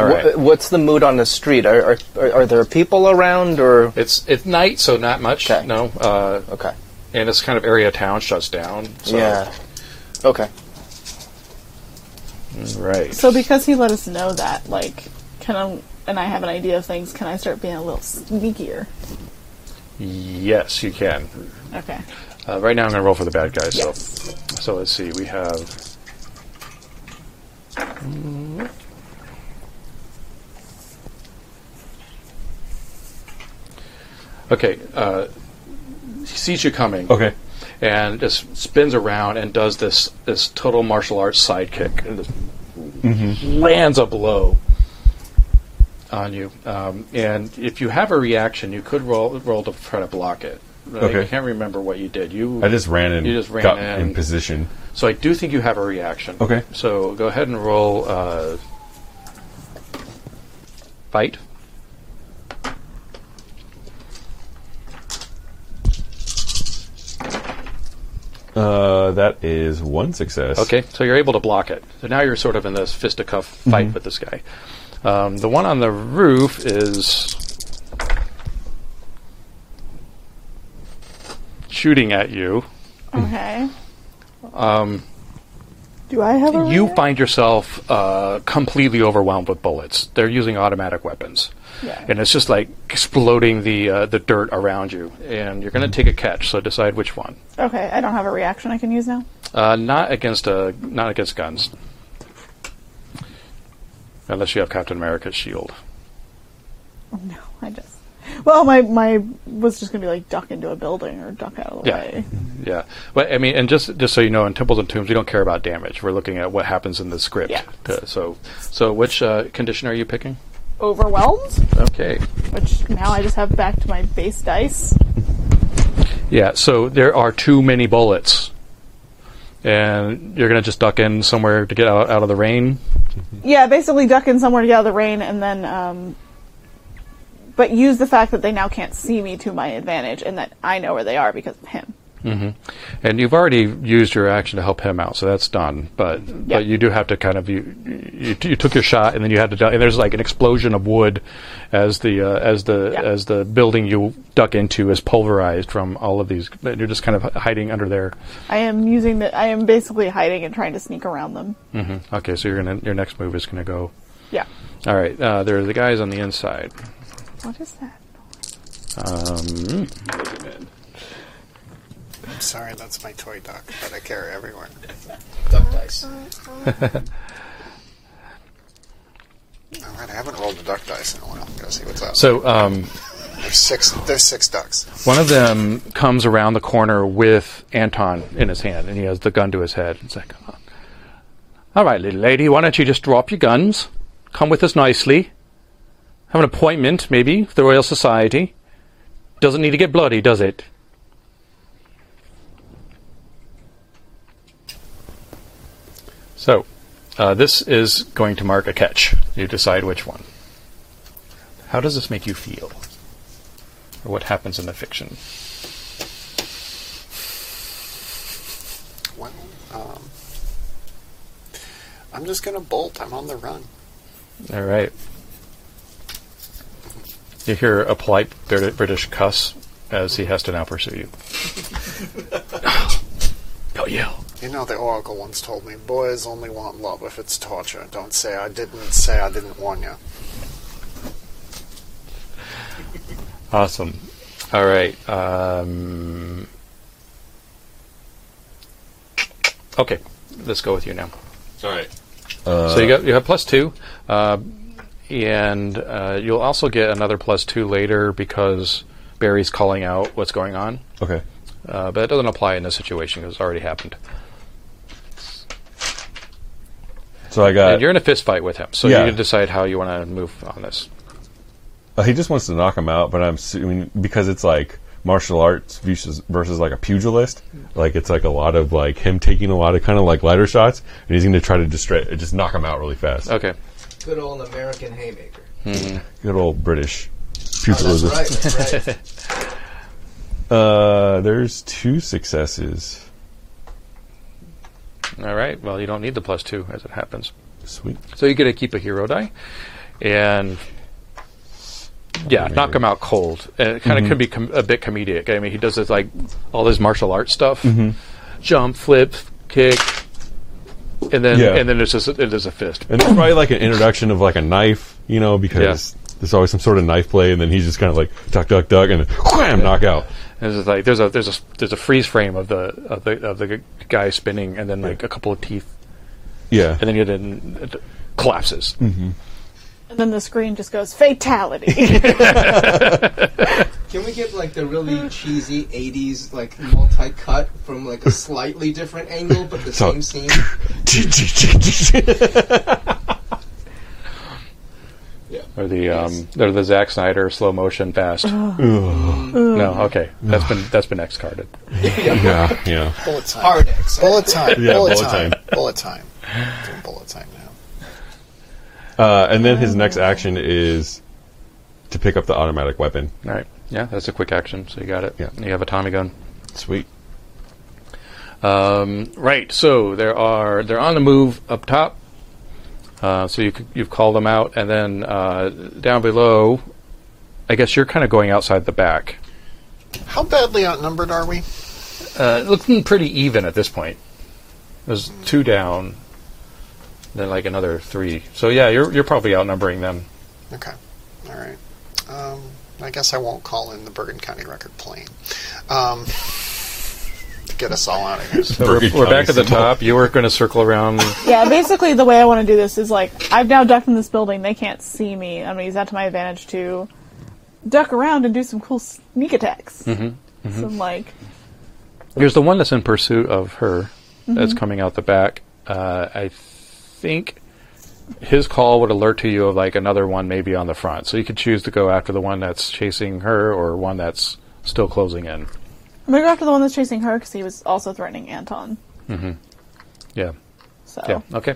Speaker 1: right.
Speaker 5: Wha- what's the mood on the street? Are, are, are there people around or.
Speaker 1: It's it's night, so not much.
Speaker 5: Okay.
Speaker 1: No, uh,
Speaker 5: Okay.
Speaker 1: and this kind of area of town shuts down. So,
Speaker 5: Yeah. Okay.
Speaker 1: right.
Speaker 3: So because he let us know that, like, can I, and I have an idea of things, can I start being a little sneakier?
Speaker 1: yes, you can.
Speaker 3: Okay.
Speaker 1: Uh, right now, I'm going to roll for the bad guys.
Speaker 3: Yes.
Speaker 1: So, so let's see. We have. Mm-hmm. Okay. Uh, he sees you coming.
Speaker 6: Okay.
Speaker 1: and just spins around and does this this total martial arts sidekick and just
Speaker 6: Mm-hmm.
Speaker 1: lands a blow on you. Um, and if you have a reaction, you could roll roll to try to block it. I
Speaker 6: Okay.
Speaker 1: can't remember what you did. You
Speaker 6: I just ran and
Speaker 1: You just ran
Speaker 6: got
Speaker 1: in.
Speaker 6: in position.
Speaker 1: so I do think you have a reaction.
Speaker 6: Okay.
Speaker 1: So go ahead and roll uh, fight.
Speaker 6: Uh, that is one success.
Speaker 1: Okay, so you're able to block it. So now you're sort of in this fisticuff fight with this guy. Um, the one on the roof is shooting at you.
Speaker 3: Okay. Um. Do I have a
Speaker 1: Um, You
Speaker 3: react-
Speaker 1: find yourself uh, completely overwhelmed with bullets. They're using automatic weapons,
Speaker 3: Yeah.
Speaker 1: and it's just like exploding the uh, the dirt around you. And you're going to take a catch, so decide which one.
Speaker 3: Okay, I don't have a reaction I can use now. <laughs>
Speaker 1: Uh, not against uh, not against guns, unless you have Captain America's shield.
Speaker 3: No, I just. Well, my my was just gonna be like duck into a building or duck out of the
Speaker 1: Yeah.
Speaker 3: way.
Speaker 1: Yeah, well, I mean, and just just so you know, in temples and tombs, we don't care about damage. We're looking at what happens in the script.
Speaker 3: Yeah.
Speaker 1: Uh, so, so which uh, condition are you picking?
Speaker 3: Overwhelmed,
Speaker 1: Okay.
Speaker 3: which now I just have back to my base dice.
Speaker 1: Yeah. So there are too many bullets, and you're gonna just duck in somewhere to get out, out of the rain.
Speaker 3: Yeah, basically duck in somewhere to get out of the rain, and then, um, but use the fact that they now can't see me to my advantage, and that I know where they are because of him.
Speaker 1: And you've already used your action to help him out, so that's done. But
Speaker 3: Yeah.
Speaker 1: but you do have to kind of you, you you took your shot, and then you had to duck, and there's like an explosion of wood as the uh, as the
Speaker 3: Yeah.
Speaker 1: as the building you duck into is pulverized from all of these. and You're just kind of hiding under there.
Speaker 3: I am using the. I am basically hiding and trying to sneak around them.
Speaker 1: Okay, so you're gonna your next move is gonna go.
Speaker 3: Yeah.
Speaker 1: All right, uh, there are the guys on the inside.
Speaker 3: What is that?
Speaker 1: Um,
Speaker 4: I'm sorry, that's my toy duck that I carry everywhere.
Speaker 7: <laughs> Duck
Speaker 4: <laughs>
Speaker 7: dice.
Speaker 4: All right, I haven't rolled a duck dice in a while. Go see what's up.
Speaker 1: so um,
Speaker 4: there's six. There's six ducks.
Speaker 1: One of them comes around the corner with Anton in his hand, and he has the gun to his head. It's like, all right, little lady, why don't you just drop your guns? Come with us nicely. Have an appointment, maybe, with the Royal Society. Doesn't need to get bloody, does it? So, uh, this is going to mark a catch. You decide which one. How does this make you feel? Or what happens in the fiction?
Speaker 4: Well, um, I'm just gonna bolt. I'm on the run.
Speaker 1: All right. You hear a polite Brit- British cuss as he has to now pursue you. Don't yell.
Speaker 4: You know, the Oracle once told me, boys only want love if it's torture. Don't say I didn't say I didn't warn you.
Speaker 1: Awesome. All right. Um, okay, let's go with you now.
Speaker 6: All right.
Speaker 1: so you got you have plus two, uh, and uh, you'll also get another plus two later because Barry's calling out what's going on.
Speaker 6: Okay.
Speaker 1: Uh, but that doesn't apply in this situation because it's already happened.
Speaker 6: So I
Speaker 1: and
Speaker 6: got.
Speaker 1: you're in a fist fight with him, so
Speaker 6: Uh, yeah.
Speaker 1: you can decide how you want to move on this.
Speaker 6: uh, he just wants to knock him out, but I'm assuming because it's like martial arts versus, versus like a pugilist. Like it's like a lot of like him taking a lot of kind of like lighter shots, and he's going to try to just straight, just knock him out really fast.
Speaker 1: Okay.
Speaker 7: Good old American haymaker.
Speaker 6: Good old British
Speaker 7: That's
Speaker 9: Oh,
Speaker 6: pugilism.
Speaker 7: right. That's right.
Speaker 6: Uh, there's two successes.
Speaker 1: All right. Well, you don't need the plus two as it happens.
Speaker 6: Sweet.
Speaker 1: So you get to keep a hero die, and yeah, knock him out cold. And it
Speaker 6: Mm-hmm.
Speaker 1: kind of can be com- a bit comedic. I mean, he does this like all this martial arts stuff,
Speaker 6: Mm-hmm.
Speaker 1: jump, flip, kick, and then
Speaker 6: Yeah.
Speaker 1: and then it's just it is a fist.
Speaker 6: And there's probably like an introduction of like a knife, you know, because there's always some sort of knife play, and then he's just kind of like duck, duck, duck, and then wham, knockout.
Speaker 1: And it's just like there's a there's a there's a freeze frame of the of the of the g- guy spinning, and then like a couple of teeth,
Speaker 6: Yeah.
Speaker 1: and then you then it collapses.
Speaker 3: And then the screen just goes fatality. <laughs>
Speaker 7: Can we get like the really cheesy '80s like multi-cut from like a slightly different angle, but the
Speaker 6: So-
Speaker 7: same scene?
Speaker 1: Or the um, or the Zack Snyder slow motion fast. no, okay, that's been that's been discarded.
Speaker 6: <laughs> yeah, yeah.
Speaker 4: Bullet time.
Speaker 7: Hard X.
Speaker 4: Bullet time.
Speaker 6: <laughs> Yeah,
Speaker 4: bullet,
Speaker 6: bullet
Speaker 4: time.
Speaker 6: time.
Speaker 4: Bullet time. Doing bullet time now.
Speaker 6: Uh, and then his next action is to pick up the automatic weapon.
Speaker 1: All right, yeah, that's a quick action. So you got it.
Speaker 6: Yeah.
Speaker 1: you have a Tommy gun.
Speaker 6: Sweet.
Speaker 1: Um, right, so there are they're on the move up top. Uh, so you c- you've called them out, and then uh, down below, I guess you're kind of going outside the back.
Speaker 4: How badly outnumbered are we?
Speaker 1: Uh, looking pretty even at this point. There's two down, then like another three. So yeah, you're you're probably outnumbering them.
Speaker 4: Okay. All right. Um, I guess I won't call in the Bergen County Record plane um, to get us all out of
Speaker 5: <laughs>
Speaker 4: here.
Speaker 1: So we're,
Speaker 6: Burger
Speaker 1: we're back
Speaker 6: County
Speaker 1: at the
Speaker 6: symbol.
Speaker 1: top. You were going to circle around.
Speaker 3: yeah, basically the way I want to do this is like I've now ducked in this building. They can't see me. I'm gonna use that to my advantage to duck around and do some cool sneak attacks. Some like
Speaker 1: There's the one that's in pursuit of her
Speaker 3: Mm-hmm.
Speaker 1: that's coming out the back. Uh, I think his call would alert to you of like another one maybe on the front. So you could choose to go after the one that's chasing her or one that's still closing in.
Speaker 3: I'm gonna go after the one that's chasing her because he was also threatening Anton.
Speaker 1: Yeah.
Speaker 3: So
Speaker 1: Yeah. Okay.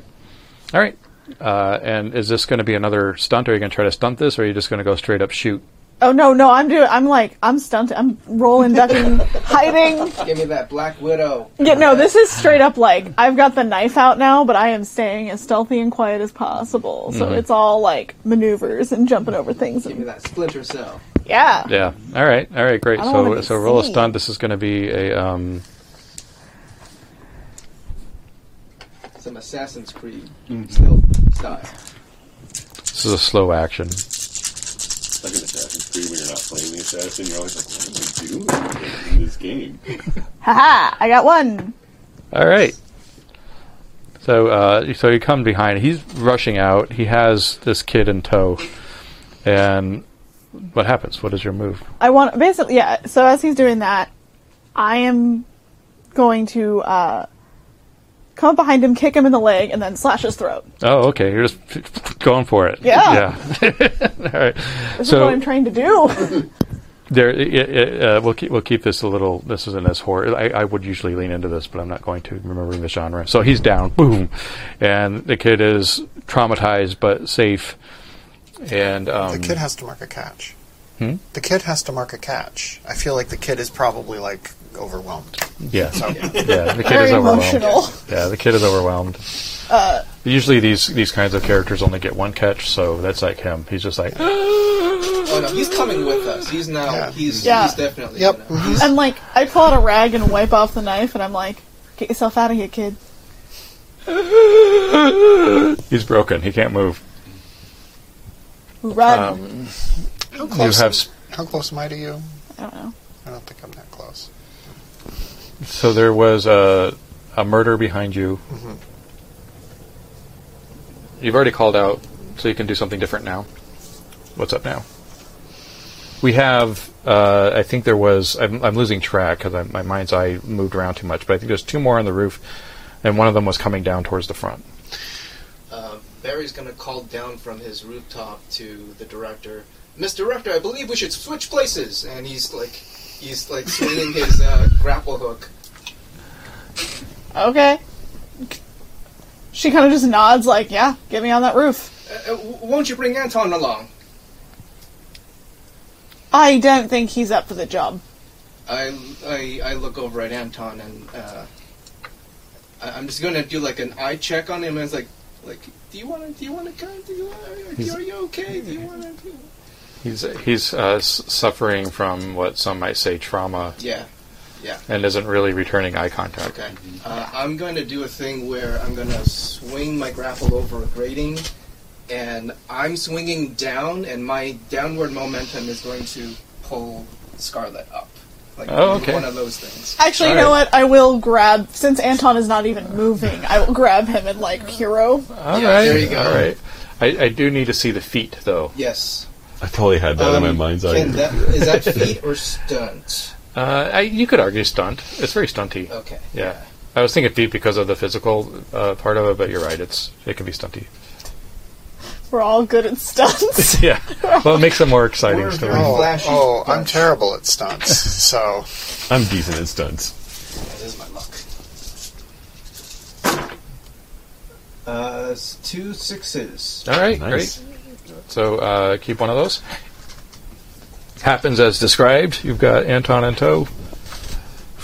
Speaker 1: All right. Uh, and is this going to be another stunt? Are you going to try to stunt this, or are you just going to go straight up shoot?
Speaker 3: oh no no I'm doing I'm like I'm stunted I'm rolling ducking hiding.
Speaker 7: Give me that Black Widow.
Speaker 3: Yeah no this is straight up like I've got the knife out now but I am staying as stealthy and quiet as possible. So it's all like maneuvers and jumping over things
Speaker 7: Give me
Speaker 3: and
Speaker 7: that Splinter Cell.
Speaker 3: yeah.
Speaker 1: Yeah. All right. All right. Great.
Speaker 3: I don't wanna
Speaker 1: So
Speaker 3: be
Speaker 1: so roll a
Speaker 3: seen.
Speaker 1: stunt. This is going to be a um,
Speaker 7: Some Assassin's Creed
Speaker 4: Mm-hmm.
Speaker 7: still style.
Speaker 1: this is a slow action.
Speaker 9: It's like an Assassin's Creed when you're not playing the assassin. You're always like, what am I doing in this game?
Speaker 3: Haha, I got one.
Speaker 1: All right. So, uh, so you come behind. He's rushing out. He has this kid in tow, and what happens? What is your move?
Speaker 3: I want basically yeah. So as he's doing that, I am going to uh, come up behind him, kick him in the leg, and then slash his throat.
Speaker 1: Oh, okay. You're just going for it.
Speaker 3: Yeah.
Speaker 1: Yeah. <laughs> All right.
Speaker 3: This is
Speaker 1: so
Speaker 3: what I'm trying to do.
Speaker 1: there, i i uh, we'll keep we'll keep this a little. This isn't as horror. I, I would usually lean into this, but I'm not going to. Remembering the genre, so he's down. Boom, and the kid is traumatized but safe. And um,
Speaker 4: The kid has to mark a catch.
Speaker 5: Hmm?
Speaker 4: The kid has to mark a catch. I feel like the kid is probably like overwhelmed.
Speaker 1: Yeah, yeah. The kid
Speaker 3: Very
Speaker 1: is overwhelmed.
Speaker 3: emotional.
Speaker 1: Yeah, the kid is overwhelmed. Usually, these these kinds of characters only get one catch, so that's like him. He's just like, <gasps>
Speaker 7: Oh no, he's coming with us. He's now.
Speaker 4: Yeah.
Speaker 7: He's,
Speaker 3: Yeah.
Speaker 7: he's definitely.
Speaker 4: Yep.
Speaker 7: gonna- he's-
Speaker 3: I'm like, I pull out a rag and wipe off the knife, and I'm like, get yourself out of here, kid.
Speaker 1: he's broken. He can't move.
Speaker 3: Run.
Speaker 4: How close?
Speaker 1: have s-
Speaker 4: how close am I to you?
Speaker 3: I don't know.
Speaker 4: I don't think I'm that close.
Speaker 1: So there was a a murder behind you. You've already called out, so you can do something different now. What's up now? We have. Uh, I think there was. I'm, I'm losing track because my mind's eye moved around too much. But I think there's two more on the roof, and one of them was coming down towards the front.
Speaker 7: Uh, Barry's gonna call down from his rooftop to the director. Miss Director, I believe we should switch places. And he's like, He's like swinging his uh, grapple hook.
Speaker 3: Okay. She kind of just nods, like, yeah, get me on that roof.
Speaker 7: Uh, uh, w- won't you bring Anton along?
Speaker 3: I don't think he's up for the job.
Speaker 7: I, I, I look over at Anton and uh, I, I'm just gonna do like an eye check on him and it's like like do you wanna do you wanna come do you wanna are you okay do you wanna
Speaker 1: <laughs> He's he's uh, s- suffering from what some might say trauma
Speaker 7: yeah
Speaker 1: and isn't really returning eye contact.
Speaker 7: okay uh, I'm gonna do a thing where I'm gonna swing my grapple over a grating and I'm swinging down and my downward momentum is going to pull Scarlet up like
Speaker 1: Oh, okay.
Speaker 7: one of those things
Speaker 3: Actually, you know what? I will grab, since Anton is not even moving, I will grab him and, like, hero.
Speaker 1: All
Speaker 7: Yeah,
Speaker 1: right,
Speaker 7: there you go.
Speaker 1: All right. I, I do need to see the feet though.
Speaker 7: yes
Speaker 6: I totally had that in my
Speaker 7: Um,
Speaker 6: mind's eye.
Speaker 7: can that, is that feet or stunt
Speaker 1: Uh, I, you could argue stunt. It's very stunty.
Speaker 7: okay
Speaker 1: Yeah. I was thinking feet because of the physical uh, part of it, but you're right. It's it can be stunty.
Speaker 3: We're all good at
Speaker 6: <laughs>
Speaker 3: stunts.
Speaker 1: Yeah. <laughs> Well, it makes a more exciting
Speaker 7: We're
Speaker 1: story.
Speaker 7: very
Speaker 4: Oh,
Speaker 7: flashy
Speaker 4: oh I'm
Speaker 7: punch.
Speaker 4: terrible at
Speaker 5: <laughs>
Speaker 4: stunts. so
Speaker 6: I'm decent at stunts.
Speaker 7: That is my luck. Uh, s- two sixes.
Speaker 1: All right,
Speaker 6: Nice.
Speaker 1: great. So uh, keep one of those. Happens as described. You've got Anton and tow.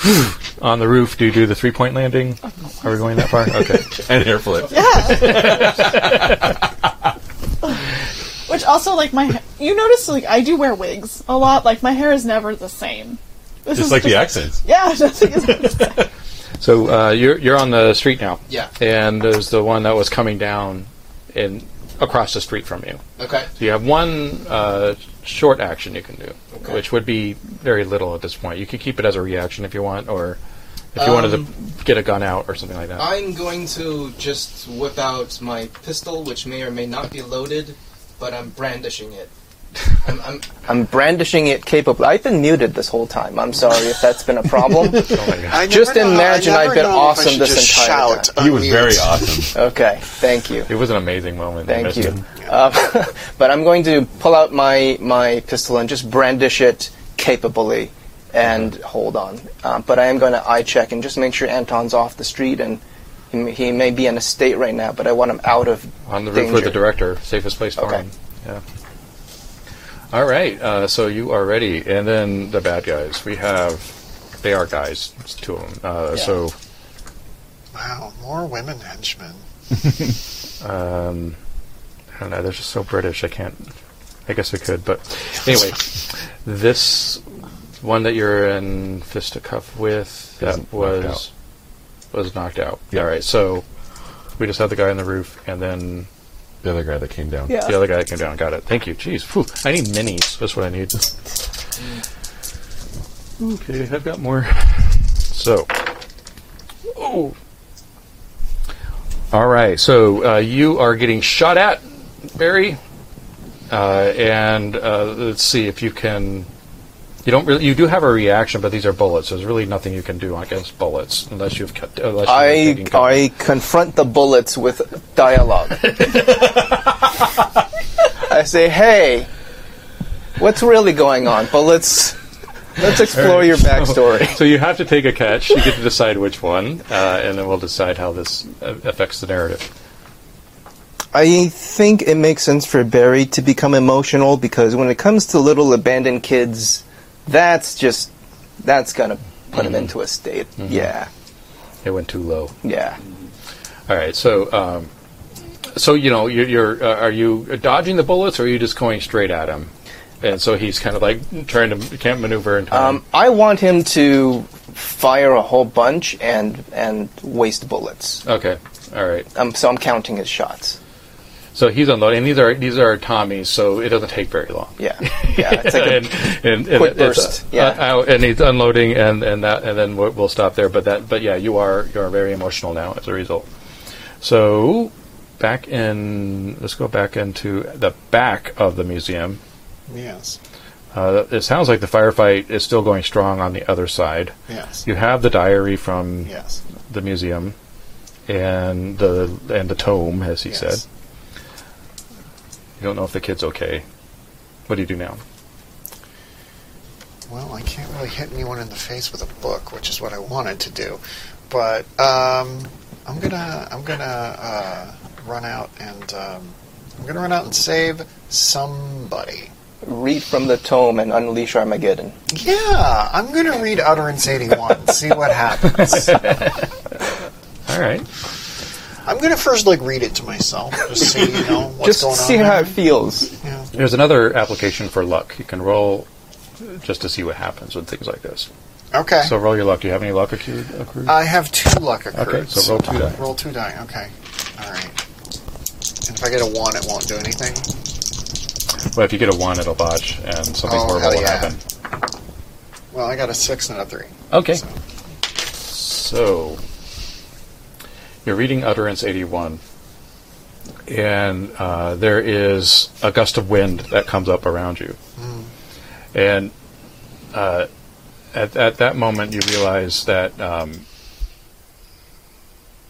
Speaker 1: Whew. On the roof, do you do the three point landing? Are we going that
Speaker 7: <laughs>
Speaker 1: far? Okay.
Speaker 6: And air flip.
Speaker 3: Which also, like, my, you notice, like, I do wear wigs a lot. Like, my hair is never the same. This
Speaker 6: Just
Speaker 3: is
Speaker 6: like the accents.
Speaker 3: Yeah, <laughs> nothing is.
Speaker 1: So uh, you're, you're on the street now.
Speaker 7: Yeah.
Speaker 1: And there's the one that was coming down and across the street from you.
Speaker 7: Okay.
Speaker 1: So you have one uh, short action you can do,
Speaker 7: Okay.
Speaker 1: which would be very little at this point. You could keep it as a reaction if you want, or if you wanted
Speaker 7: Um,
Speaker 1: to get a gun out or something like that.
Speaker 7: I'm going to just whip out my pistol, which may or may not be loaded, but I'm brandishing it. I'm, I'm,
Speaker 5: I'm brandishing it capably. I've been muted this whole time. I'm sorry if that's been a
Speaker 7: <laughs>
Speaker 5: problem.
Speaker 1: oh my
Speaker 7: uh,
Speaker 1: god.
Speaker 4: I never
Speaker 5: Just
Speaker 4: know- I
Speaker 5: imagine
Speaker 4: never
Speaker 5: I've been
Speaker 4: know if I
Speaker 5: awesome
Speaker 4: should
Speaker 5: this
Speaker 4: just
Speaker 5: entire
Speaker 4: shout,
Speaker 6: He was
Speaker 4: unmute.
Speaker 6: very awesome.
Speaker 5: okay, thank you.
Speaker 1: <laughs> It was an amazing moment. I
Speaker 5: Thank
Speaker 1: missed
Speaker 5: you.
Speaker 1: it.
Speaker 5: Uh, <laughs> but I'm going to pull out my, my pistol and just brandish it capably and hold on. Uh, but I am going to eye check and just make sure Anton's off the street and he, m- he may be in a state right now, but I want him out of.
Speaker 1: On the roof with the
Speaker 5: Danger.
Speaker 1: director, safest place for
Speaker 5: Okay.
Speaker 1: him. Yeah. All right, uh, so you are ready, and then the bad guys. We have, they are guys. It's two of them. Uh,
Speaker 5: Yeah.
Speaker 1: So
Speaker 4: Wow, more women henchmen.
Speaker 1: Um, I don't know. They're just so British. I can't. I guess I could, but anyway,
Speaker 6: <laughs>
Speaker 1: this one that you're in fisticuff with
Speaker 6: Is
Speaker 1: that
Speaker 6: knocked
Speaker 1: was
Speaker 6: out.
Speaker 1: was knocked out.
Speaker 6: Yeah.
Speaker 1: All right, so we just had the guy on the roof, and then
Speaker 6: The other guy that came down.
Speaker 3: Yeah.
Speaker 1: the other guy that came down. Got it. Thank you. Jeez, Phew. I need minis. That's what I need. Okay, I've got more. So, oh, all right. So uh, you are getting shot at, Barry, uh, and uh, let's see if you can. You don't really. You do have a reaction, but these are bullets. So there's really nothing you can do against bullets unless you've cut. Unless you're
Speaker 5: I,
Speaker 1: taking cover.
Speaker 5: I confront the bullets with dialogue. I say, hey, what's really going on? Bullets, let's explore your backstory.
Speaker 1: So you have to take a catch. You get to decide which one, uh, and then we'll decide how this uh, affects the narrative.
Speaker 5: I think it makes sense for Barry to become emotional because when it comes to little abandoned kids, that's just that's gonna put
Speaker 1: Mm-hmm.
Speaker 5: him into a state. Yeah,
Speaker 1: It went too low.
Speaker 5: yeah.
Speaker 1: All right. So, um, so you know, you're, you're uh, are you dodging the bullets, or are you just going straight at him? And so he's kind of like trying to can't maneuver in time.
Speaker 5: Um, I want him to fire a whole bunch and and waste bullets.
Speaker 1: okay. All right.
Speaker 5: Um, so I'm counting his shots.
Speaker 1: So he's unloading. And these are these are Tommies, so it doesn't take very long.
Speaker 5: Yeah, yeah. It's like a-
Speaker 1: <laughs> and, and, and
Speaker 5: quick
Speaker 1: it's, uh,
Speaker 5: burst, yeah.
Speaker 1: uh, out, and he's unloading, and, and that, and then we'll, we'll stop there. But that, but yeah, you are you are very emotional now as a result. So back in, let's go back into the back of the museum.
Speaker 4: Yes,
Speaker 1: Uh, it sounds like the firefight is still going strong on the other side.
Speaker 4: yes,
Speaker 1: You have the diary from
Speaker 4: yes.
Speaker 1: the museum, and the and the tome, as he
Speaker 4: yes.
Speaker 1: said. You don't know if the kid's okay. What do you do now?
Speaker 4: well, I can't really hit anyone in the face with a book, which is what I wanted to do. But um, I'm gonna I'm gonna uh, run out and um, I'm gonna run out and save somebody.
Speaker 5: Read from the tome and unleash Armageddon.
Speaker 4: Yeah, I'm gonna read Utterance 81, see what happens.
Speaker 1: All right.
Speaker 4: I'm gonna first like read it to myself, just see you know what's
Speaker 5: Just
Speaker 4: going
Speaker 5: see
Speaker 4: on.
Speaker 5: how
Speaker 4: there.
Speaker 5: it feels.
Speaker 4: Yeah.
Speaker 1: There's another application for luck. You can roll just to see what happens with things like this.
Speaker 4: Okay. Uh,
Speaker 1: So roll your luck. Do you have any luck accrued? accrued?
Speaker 4: I have two luck accrued.
Speaker 1: Okay, so roll two die.
Speaker 4: Roll two die. Okay. All right. And if I get a one, it won't do anything.
Speaker 1: well, if you get a one, it'll botch, and something
Speaker 4: Oh,
Speaker 1: horrible
Speaker 4: hell
Speaker 1: will
Speaker 4: yeah.
Speaker 1: happen.
Speaker 4: Well, I got a six and a three.
Speaker 1: Okay.
Speaker 4: So-
Speaker 1: So, you're reading Utterance 81, and uh, there is a gust of wind that comes up around you. And uh, at, at that moment, you realize that um,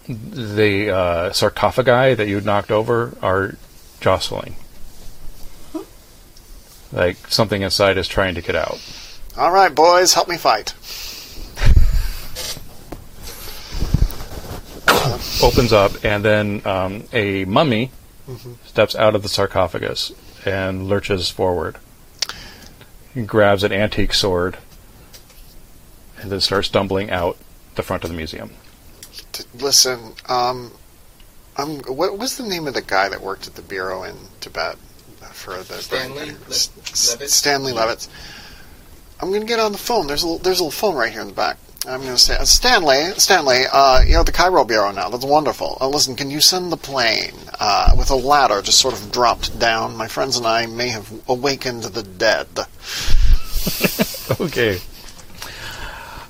Speaker 1: the uh, sarcophagi that you knocked over are jostling. Like something inside is trying to get out.
Speaker 4: All right, boys, help me fight.
Speaker 1: opens up, and then um, a mummy steps out of the sarcophagus and lurches forward. He grabs an antique sword and then starts stumbling out the front of the museum.
Speaker 4: T- listen, um, I'm. What was the name of the guy that worked at the bureau in Tibet for the
Speaker 7: Stanley Le-
Speaker 4: S- S-
Speaker 7: Levitt?
Speaker 4: Stanley Levitt. I'm going to get on the phone. There's a l- there's a little phone right here in the back. I'm going to say, uh, Stanley, Stanley, uh, you're at the Cairo Bureau now. That's wonderful. Uh, listen, can you send the plane uh, with a ladder just sort of dropped down? My friends and I may have awakened the dead.
Speaker 1: Okay.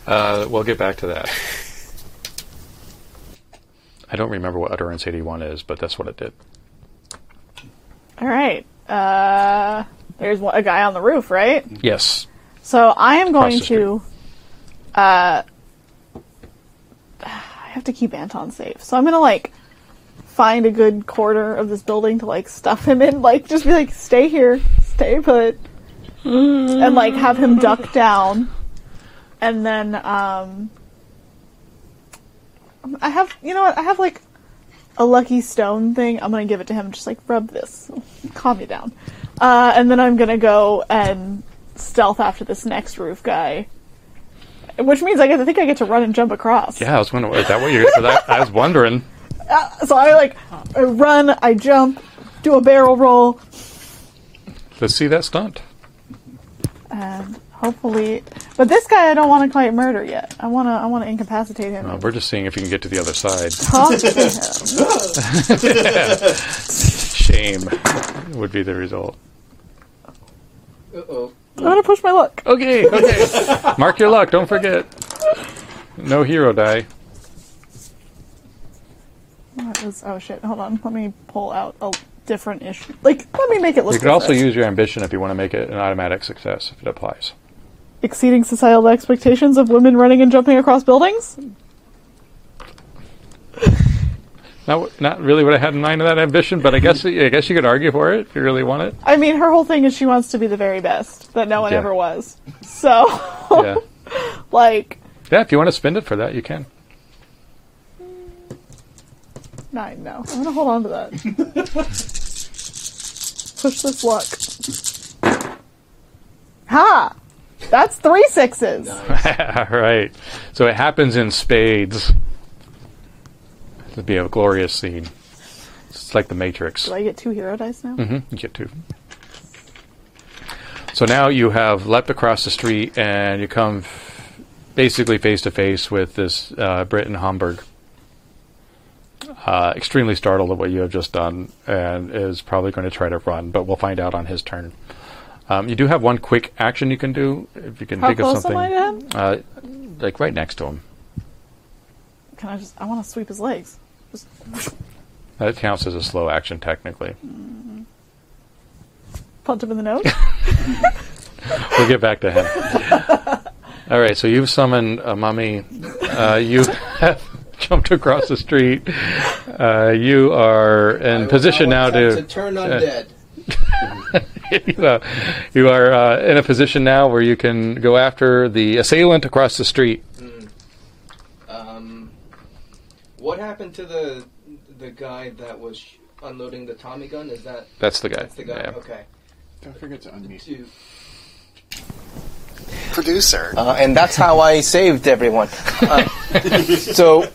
Speaker 1: Uh, we'll get back to that. I don't remember what Utterance 81 is, but that's what it did.
Speaker 3: All right. Uh, there's one, a guy on the roof, right?
Speaker 1: Yes.
Speaker 3: So I am going
Speaker 1: the
Speaker 3: to. Uh, <sighs> I have to keep Anton safe, so I'm gonna like find a good corner of this building to like stuff him in, like just be like, stay here, stay put, and like have him duck down, and then um, I have you know what I have like a lucky stone thing. I'm gonna give it to him, just like rub this, calm you down, uh, and then I'm gonna go and stealth after this next roof guy. Which means I, get, I think I get to run and jump across.
Speaker 1: Yeah, I was wondering, is that what you're for that? I was wondering.
Speaker 3: So I like I run, I jump, do a barrel roll,
Speaker 1: Let's see that stunt.
Speaker 3: and hopefully. But this guy I don't want to quite murder yet. I wanna I wanna incapacitate him.
Speaker 1: Uh,
Speaker 3: and
Speaker 1: we're just seeing if you can get to the other side.
Speaker 3: Talk to him.
Speaker 1: Shame would be the result.
Speaker 7: Uh oh.
Speaker 3: I'm gonna push my luck.
Speaker 1: Okay, okay. <laughs> Mark your luck, don't forget. No hero die.
Speaker 3: That was- oh shit! Hold on, let me pull out a different issue. Like let me make it look.
Speaker 1: You could also
Speaker 3: different.
Speaker 1: use your ambition if you want to make it an automatic success if it applies.
Speaker 3: exceeding societal expectations of women running and jumping across buildings.
Speaker 1: Not, not really what I had in mind of that ambition, but I guess I guess you could argue for it if you really want <laughs> it.
Speaker 3: I mean, her whole thing is she wants to be the very best that no one
Speaker 1: Yeah.
Speaker 3: ever was. So <laughs>
Speaker 1: Yeah,
Speaker 3: like
Speaker 1: yeah. If you want to spend it for that, you can. <laughs>
Speaker 3: Nine, no. I'm gonna hold on to
Speaker 1: <laughs>
Speaker 3: that. Push this luck. Ha! That's three sixes.
Speaker 1: All right. So it happens in spades. It'd be a glorious scene. It's like the Matrix.
Speaker 3: Do I get two hero dice now?
Speaker 1: You get two. So now you have leapt across the street and you come f- basically face to face with this uh, Brit in Hamburg. Uh, extremely startled at what you have just done and is probably going to try to run, but we'll find out on his turn. Um, you do have one quick action you can do if you can
Speaker 3: How
Speaker 1: think of
Speaker 3: close
Speaker 1: something.
Speaker 3: am I to him?
Speaker 1: Uh, like right next to him.
Speaker 3: Can I just? I want to sweep his legs. Just,
Speaker 1: That counts as a slow action technically.
Speaker 3: punch him in
Speaker 1: <laughs>
Speaker 3: the nose.
Speaker 1: We'll get back to him. All right, so you've summoned a mummy. Uh, you <laughs> have jumped across the street. Uh, you are
Speaker 7: I
Speaker 1: in
Speaker 7: will
Speaker 1: position now
Speaker 7: attempt
Speaker 1: to.
Speaker 7: turn undead.
Speaker 1: <laughs> you are, you are uh, in a position now where you can go after the assailant across the street.
Speaker 7: Um, what happened to the the guy that was sh- unloading the Tommy gun? Is that
Speaker 1: That's the guy.
Speaker 7: that's the guy?
Speaker 1: Yeah.
Speaker 7: Okay.
Speaker 4: Don't forget to unmute.
Speaker 7: To-
Speaker 4: Producer.
Speaker 5: Uh, and that's how I saved
Speaker 7: <laughs>
Speaker 5: everyone. Uh, so,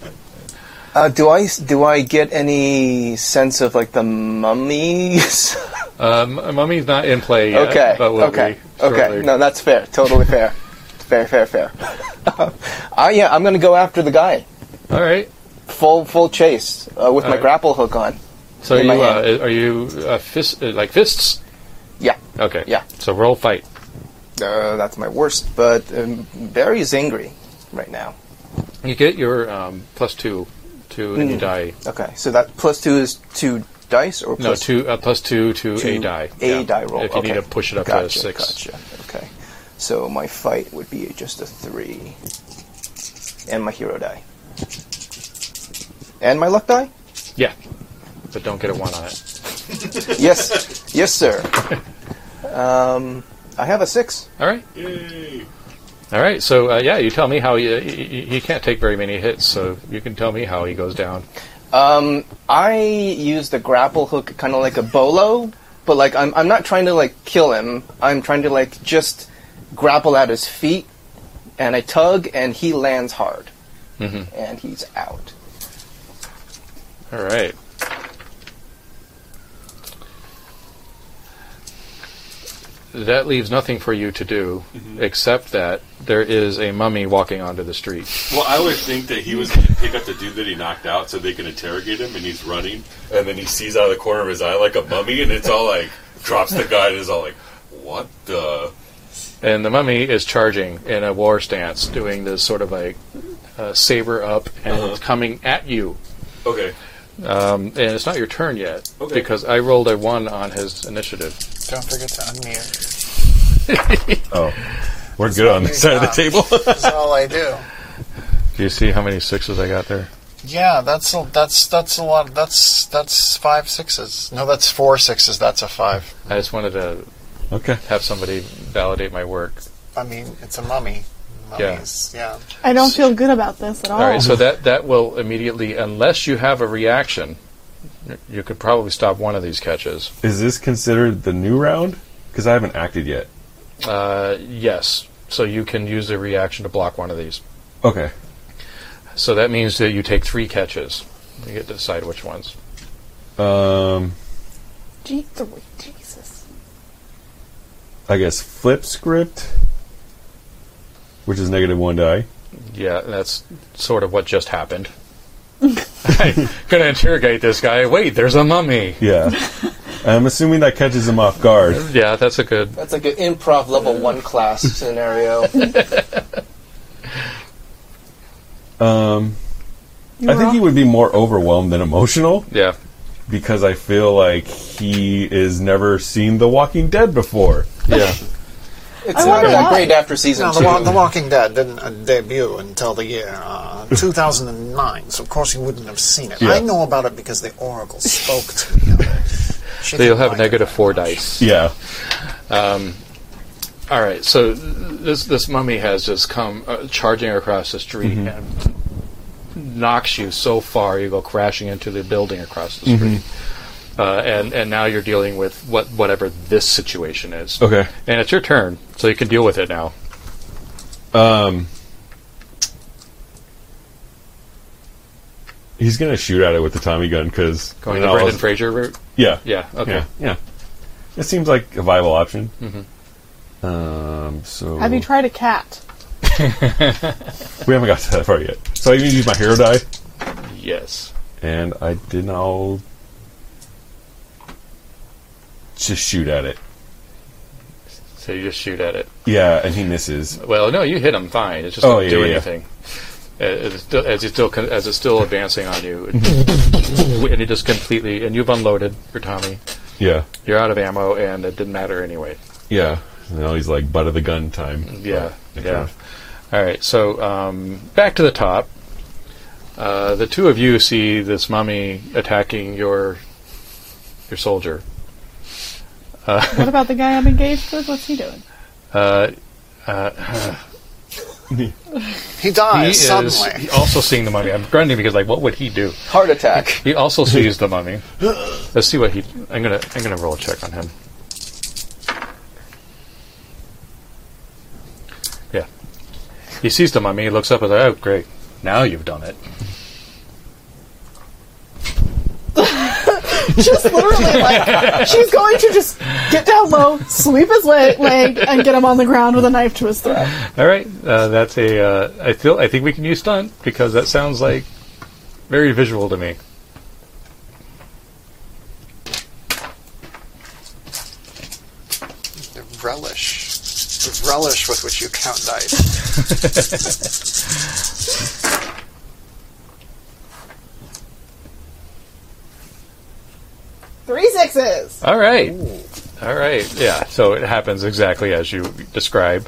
Speaker 5: uh, do I do I get any sense of like the mummies?
Speaker 1: Um, Mummy's not in play yet.
Speaker 5: okay,
Speaker 1: but will
Speaker 5: okay,
Speaker 1: be
Speaker 5: okay.
Speaker 1: shortly.
Speaker 5: No, that's fair. Totally fair. fair, fair, fair. <laughs> I yeah, I'm gonna go after the guy.
Speaker 1: All right.
Speaker 5: Full full chase uh, with my
Speaker 1: Alright.
Speaker 5: grapple hook on.
Speaker 1: So
Speaker 5: In
Speaker 1: you
Speaker 5: my
Speaker 1: uh, are you uh, fist uh, like fists?
Speaker 5: Yeah,
Speaker 1: Okay.
Speaker 5: Yeah.
Speaker 1: So roll fight.
Speaker 5: uh, that's my worst. But um, Barry's angry right now.
Speaker 1: You get your um, plus two to any
Speaker 5: Mm.
Speaker 1: die.
Speaker 5: Okay, so that plus two is two dice or
Speaker 1: No,
Speaker 5: plus
Speaker 1: two uh, plus two to
Speaker 5: to
Speaker 1: a die.
Speaker 5: A
Speaker 1: Yeah.
Speaker 5: die roll.
Speaker 1: If you
Speaker 5: okay.
Speaker 1: need to push it up
Speaker 5: gotcha,
Speaker 1: to six.
Speaker 5: Gotcha. Okay. So my fight would be just a three, and my hero die, and my luck die.
Speaker 1: Yeah. But don't get a one on it.
Speaker 5: yes, yes, sir. Um, I have a six.
Speaker 1: All right. All right. So uh, yeah, you tell me how you, you you can't take very many hits, so you can tell me how he goes down.
Speaker 5: Um, I use the grapple hook kind of like a bolo, but like I'm I'm not trying to like kill him. I'm trying to like just grapple at his feet, and I tug, and he lands hard,
Speaker 1: Mm-hmm.
Speaker 5: and he's out.
Speaker 1: All right. That leaves nothing for you to do
Speaker 5: Mm-hmm.
Speaker 1: except that there is a mummy walking onto the street.
Speaker 9: Well, I would think that he was going to pick up the dude that he knocked out so they can interrogate him, and he's running, and then he sees out of the corner of his eye like a mummy, and it's all like, drops the guy, and is all like, what the?
Speaker 1: And the mummy is charging in a war stance, doing this sort of like uh, saber up and it's coming at you.
Speaker 9: Okay.
Speaker 1: Um, and it's not your turn yet
Speaker 9: Okay.
Speaker 1: because I rolled a one on his initiative.
Speaker 4: Don't forget to unmute.
Speaker 6: Oh. We're good on this side of the table. <laughs>
Speaker 4: That's all I do.
Speaker 1: Do you see how many sixes I got there?
Speaker 4: Yeah, that's a, that's that's a lot. That's that's five sixes. No, that's four sixes. That's a five.
Speaker 1: I just wanted to
Speaker 6: okay.
Speaker 1: have somebody validate my work.
Speaker 4: I mean, it's a mummy.
Speaker 1: Yeah.
Speaker 4: Mummies, yeah.
Speaker 3: I don't feel good about this at all.
Speaker 1: All right, so that that will immediately, unless you have a reaction, you could probably stop one of these catches.
Speaker 6: Is this considered the new round? Because I haven't acted yet.
Speaker 1: Uh, yes, so you can use a reaction to block one of these.
Speaker 6: Okay.
Speaker 1: So that means that you take three catches. You get to decide which ones.
Speaker 6: Um,
Speaker 3: Gee, three, Jesus.
Speaker 6: I guess flip script, which is negative one die.
Speaker 1: Yeah, that's sort of what just happened. <laughs> I'm gonna interrogate this guy. Wait, there's a mummy.
Speaker 6: Yeah.
Speaker 3: <laughs>
Speaker 6: I'm assuming that catches him off guard.
Speaker 1: Yeah, that's a good.
Speaker 5: That's like an improv level one <laughs> class scenario.
Speaker 6: Um,
Speaker 3: You
Speaker 6: I
Speaker 3: were
Speaker 6: think he
Speaker 3: all-
Speaker 6: would be more overwhelmed than emotional
Speaker 1: Yeah,
Speaker 6: because I feel like he is never seen The Walking Dead before.
Speaker 1: yeah.
Speaker 5: It's
Speaker 3: wonder
Speaker 5: uh,
Speaker 3: why.
Speaker 5: great after season
Speaker 4: No,
Speaker 5: two.
Speaker 4: the, Wa- the Walking Dead didn't uh, debut until the year uh, 2009, so of course you wouldn't have seen it.
Speaker 6: Yeah.
Speaker 4: I know about it because the Oracle spoke to me. about
Speaker 1: <laughs>
Speaker 4: it. She
Speaker 1: So you'll
Speaker 4: didn't
Speaker 1: have
Speaker 4: like
Speaker 1: negative
Speaker 4: it.
Speaker 1: four dice.
Speaker 6: Yeah.
Speaker 1: All right, so th- this this mummy has just come uh, charging across the street
Speaker 6: Mm-hmm.
Speaker 1: and knocks you so far you go crashing into the building across the street,
Speaker 6: Mm-hmm.
Speaker 1: uh, and and now you're dealing with what whatever this situation is.
Speaker 6: Okay.
Speaker 1: and it's your turn, so you can deal with it now.
Speaker 6: Um, he's gonna shoot at it with the Tommy gun because
Speaker 1: Going the Brendan Fraser route.
Speaker 6: Yeah.
Speaker 1: Yeah. Okay.
Speaker 6: Yeah. Yeah. It seems like a viable option. Um, so
Speaker 3: Have you tried a cat?
Speaker 6: we haven't got to that <laughs> far yet. So I even use my hero die,
Speaker 1: Yes.
Speaker 6: and I did not all just shoot at it.
Speaker 1: So you just shoot at it.
Speaker 6: Yeah, and he misses.
Speaker 1: Well, no, you hit him fine. It's just
Speaker 6: Oh,
Speaker 1: not
Speaker 6: yeah,
Speaker 1: do
Speaker 6: yeah.
Speaker 1: anything. Uh, As it's still, as it's still con- as it's still advancing on you,
Speaker 6: Mm-hmm.
Speaker 1: <laughs> and it just completely and you've unloaded for Tommy.
Speaker 6: Yeah.
Speaker 1: You're out of ammo, and it didn't matter anyway.
Speaker 6: Yeah. Now he's like butt of the gun time.
Speaker 1: Yeah,
Speaker 6: But-
Speaker 1: yeah. All right, so um, back to the top. Uh, the two of you see this mummy attacking your your soldier.
Speaker 3: What about the guy I'm engaged with? What's he doing?
Speaker 1: Uh,
Speaker 4: He
Speaker 1: He
Speaker 4: dies
Speaker 1: is
Speaker 4: Oh, suddenly.
Speaker 1: also seeing the mummy. I'm grunting because, like, what would he do?
Speaker 5: Heart attack.
Speaker 1: He <laughs> also sees the mummy. Let's see what he. I'm gonna. I'm gonna roll a check on him. Yeah, he sees the mummy. He looks up and like, oh, great, now you've done it.
Speaker 3: Just literally, like, she's going to just get down low, sweep his leg, leg and get him on the ground with a knife to his throat.
Speaker 1: All right, uh, that's a. Uh, I feel. I think we can use stunt because that sounds like very visual to me.
Speaker 4: The relish. The relish with which you count dice.
Speaker 3: Three sixes!
Speaker 1: All right. All right. Yeah. So it happens exactly as you describe.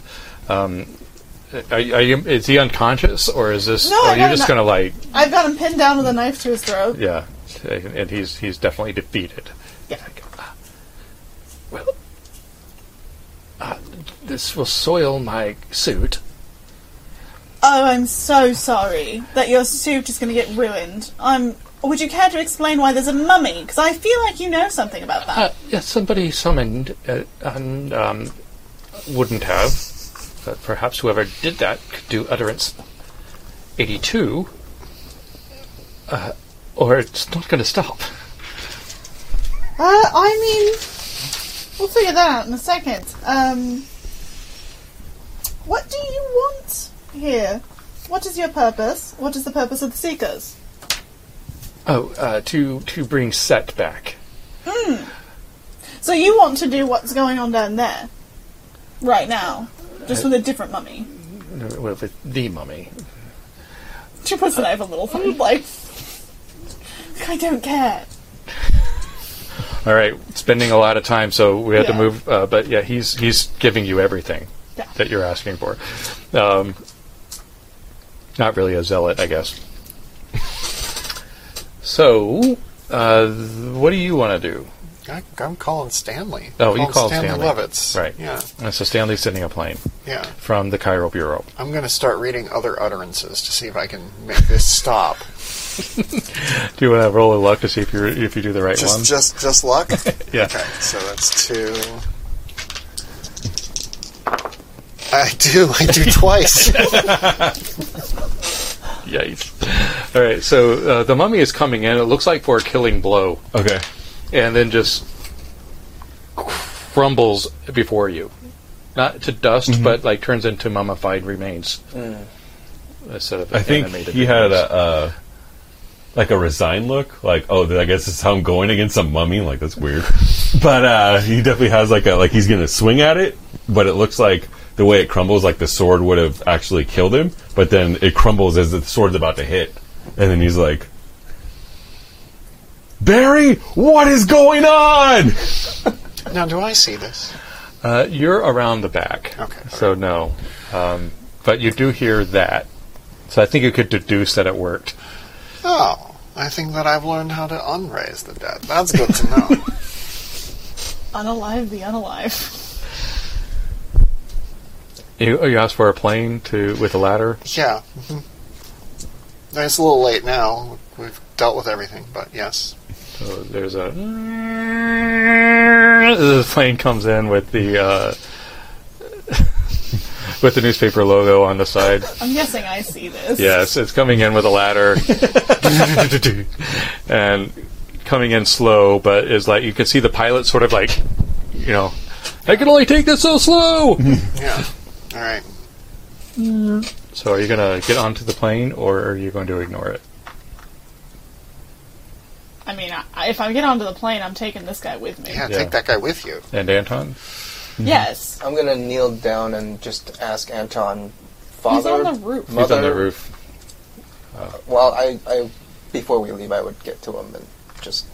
Speaker 1: Um, are, you- are you? Is he unconscious, or is this?
Speaker 3: No,
Speaker 1: or
Speaker 3: I
Speaker 1: are you
Speaker 3: got
Speaker 1: just
Speaker 3: no-
Speaker 1: gonna like?
Speaker 3: I've got him pinned down with a knife to his throat.
Speaker 1: Yeah, and he's he's definitely defeated. uh,
Speaker 3: Yeah.
Speaker 1: Well, uh, this will soil my suit.
Speaker 3: Oh, I'm so sorry that your suit is going to get ruined. I'm. Would you care to explain why there's a mummy? Because I feel like you know something about that.
Speaker 1: Uh, yeah, somebody summoned uh, and um, wouldn't have, but perhaps whoever did that could do utterance eighty-two, uh, or it's not going to stop.
Speaker 3: Uh, I mean, we'll figure that out in a second. Um, what do you want here? What is your purpose? What is the purpose of the Seekers?
Speaker 1: Oh, uh, to to bring Set back.
Speaker 3: So you want to do what's going on down there, right now, just with a different mummy.
Speaker 1: Well, the, the mummy.
Speaker 3: She puts the knife a little from like, I don't care.
Speaker 1: All right, spending a lot of time, so we had to
Speaker 3: Yeah.
Speaker 1: move. Uh, but yeah, he's he's giving you everything
Speaker 3: Yeah.
Speaker 1: that you're asking for. Um, not really a zealot, I guess. so, uh, what do you want to do?
Speaker 4: I, I'm calling Stanley.
Speaker 1: Oh, you
Speaker 4: Calling
Speaker 1: called Stanley.
Speaker 4: Lovitz.
Speaker 1: Right.
Speaker 4: Yeah.
Speaker 1: Uh, so Stanley's sending a plane
Speaker 4: Yeah.
Speaker 1: from the Cairo bureau.
Speaker 4: I'm going to start reading other utterances to see if I can make this stop.
Speaker 1: Do you want to roll a luck to see if you if you do the right
Speaker 4: just,
Speaker 1: one?
Speaker 4: just,
Speaker 1: <laughs>
Speaker 4: just luck.
Speaker 1: yeah.
Speaker 4: Okay, so that's two. I do.
Speaker 1: <laughs>
Speaker 4: I do twice.
Speaker 1: Yikes. All right, so uh, the mummy is coming in. It looks like for a killing blow.
Speaker 6: Okay.
Speaker 1: and then just crumbles before you. Not to dust,
Speaker 6: Mm-hmm.
Speaker 1: but like turns into mummified remains. Instead of
Speaker 6: Mm. I think
Speaker 1: animated
Speaker 6: he had
Speaker 1: remains.
Speaker 6: a, uh like a resigned look, like oh, th- I guess this is how I'm going against a mummy. Like that's weird, <laughs> but uh, he definitely has like a like he's gonna swing at it, but it looks like the way it crumbles, like the sword would have actually killed him, but then it crumbles as the sword's about to hit, and then he's like. Barry, what is going on?
Speaker 4: now, do I see this?
Speaker 1: Uh, you're around the back,
Speaker 4: Okay.
Speaker 1: so no. Um, but you do hear that, so I think you could deduce that it worked.
Speaker 4: Oh, I think that I've learned how to unraise the dead. That's good to
Speaker 1: <laughs>
Speaker 4: know.
Speaker 3: Unalive the unalive.
Speaker 1: You, you asked for a plane to with a ladder.
Speaker 4: yeah. mhm. It's a little late now. We've dealt with everything, but yes.
Speaker 1: So there's a the plane comes in with the uh, <laughs> with the newspaper logo on the side.
Speaker 3: I'm guessing I see this.
Speaker 1: Yes, it's coming in with a ladder and coming in slow, but is like you can see the pilot sort of like, you know, I can only take this so slow. <laughs>
Speaker 4: Yeah. All right.
Speaker 1: so, are you gonna get onto the plane or are you going to ignore it?
Speaker 3: I mean, I- I, if I get onto the plane, I'm taking this guy with me.
Speaker 4: Yeah,
Speaker 1: Yeah.
Speaker 4: take that guy with you.
Speaker 1: And Anton,
Speaker 3: Yes.
Speaker 5: I'm gonna kneel down and just ask Anton,
Speaker 3: He's
Speaker 5: father,
Speaker 3: on the roof.
Speaker 5: mother.
Speaker 1: he's on the roof.
Speaker 5: Well, I, I, before we leave, I would get to him and just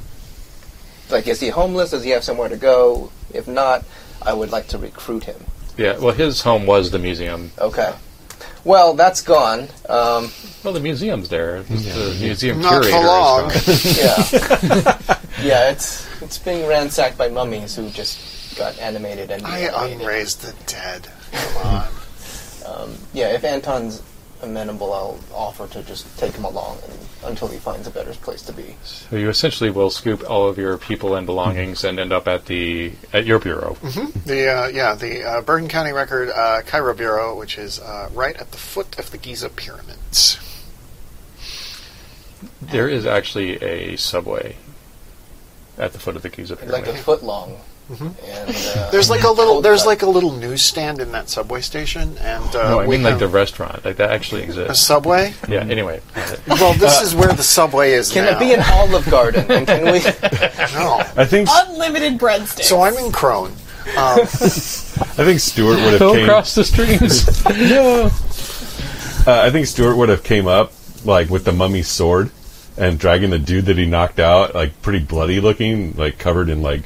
Speaker 5: like, is he homeless? Does he have somewhere to go? If not, I would like to recruit him.
Speaker 1: Yeah, well, his home was the museum.
Speaker 5: Okay. Well, that's gone. Um,
Speaker 1: Well, the museum's there. It's The museum
Speaker 4: Not
Speaker 1: curator.
Speaker 4: for
Speaker 1: is
Speaker 4: long.
Speaker 1: gone.
Speaker 4: <laughs>
Speaker 5: yeah, yeah. It's it's being ransacked by mummies who just got animated and
Speaker 4: I uh,
Speaker 5: animated.
Speaker 4: unraised the dead. Come
Speaker 1: <laughs>
Speaker 4: on.
Speaker 5: Yeah, if Anton's amenable, I'll offer to just take him along and, until he finds a better place to be.
Speaker 1: So you essentially will scoop all of your people and belongings and end up at the at your bureau.
Speaker 4: The uh, yeah, the uh, Bergen County Record uh, Cairo Bureau, which is uh, right at the foot of the Giza pyramids.
Speaker 1: There is actually a subway at the foot of the Giza pyramid.
Speaker 5: Like a foot long. And, uh,
Speaker 4: Mm-hmm. There's like a little
Speaker 5: Oh,
Speaker 4: there's
Speaker 5: uh,
Speaker 4: like a little newsstand in that subway station, and uh,
Speaker 1: no, I
Speaker 4: we
Speaker 1: mean like the
Speaker 4: have
Speaker 1: restaurant. Like that actually
Speaker 4: a <laughs>
Speaker 1: exists.
Speaker 4: subway.
Speaker 1: Yeah. Anyway,
Speaker 4: Well, this is where the subway is
Speaker 5: Can
Speaker 4: now.
Speaker 5: it be an Olive Garden? And
Speaker 1: <laughs>
Speaker 4: <laughs>
Speaker 5: can we?
Speaker 4: no.
Speaker 6: I think
Speaker 2: Unlimited breadsticks.
Speaker 4: So I'm in Crone. Um,
Speaker 6: I think Stuart would have
Speaker 1: go
Speaker 6: came.
Speaker 1: across the streams.
Speaker 6: Uh, I think Stuart would have came up like with the mummy's sword and dragging the dude that he knocked out, like pretty bloody looking, like covered in like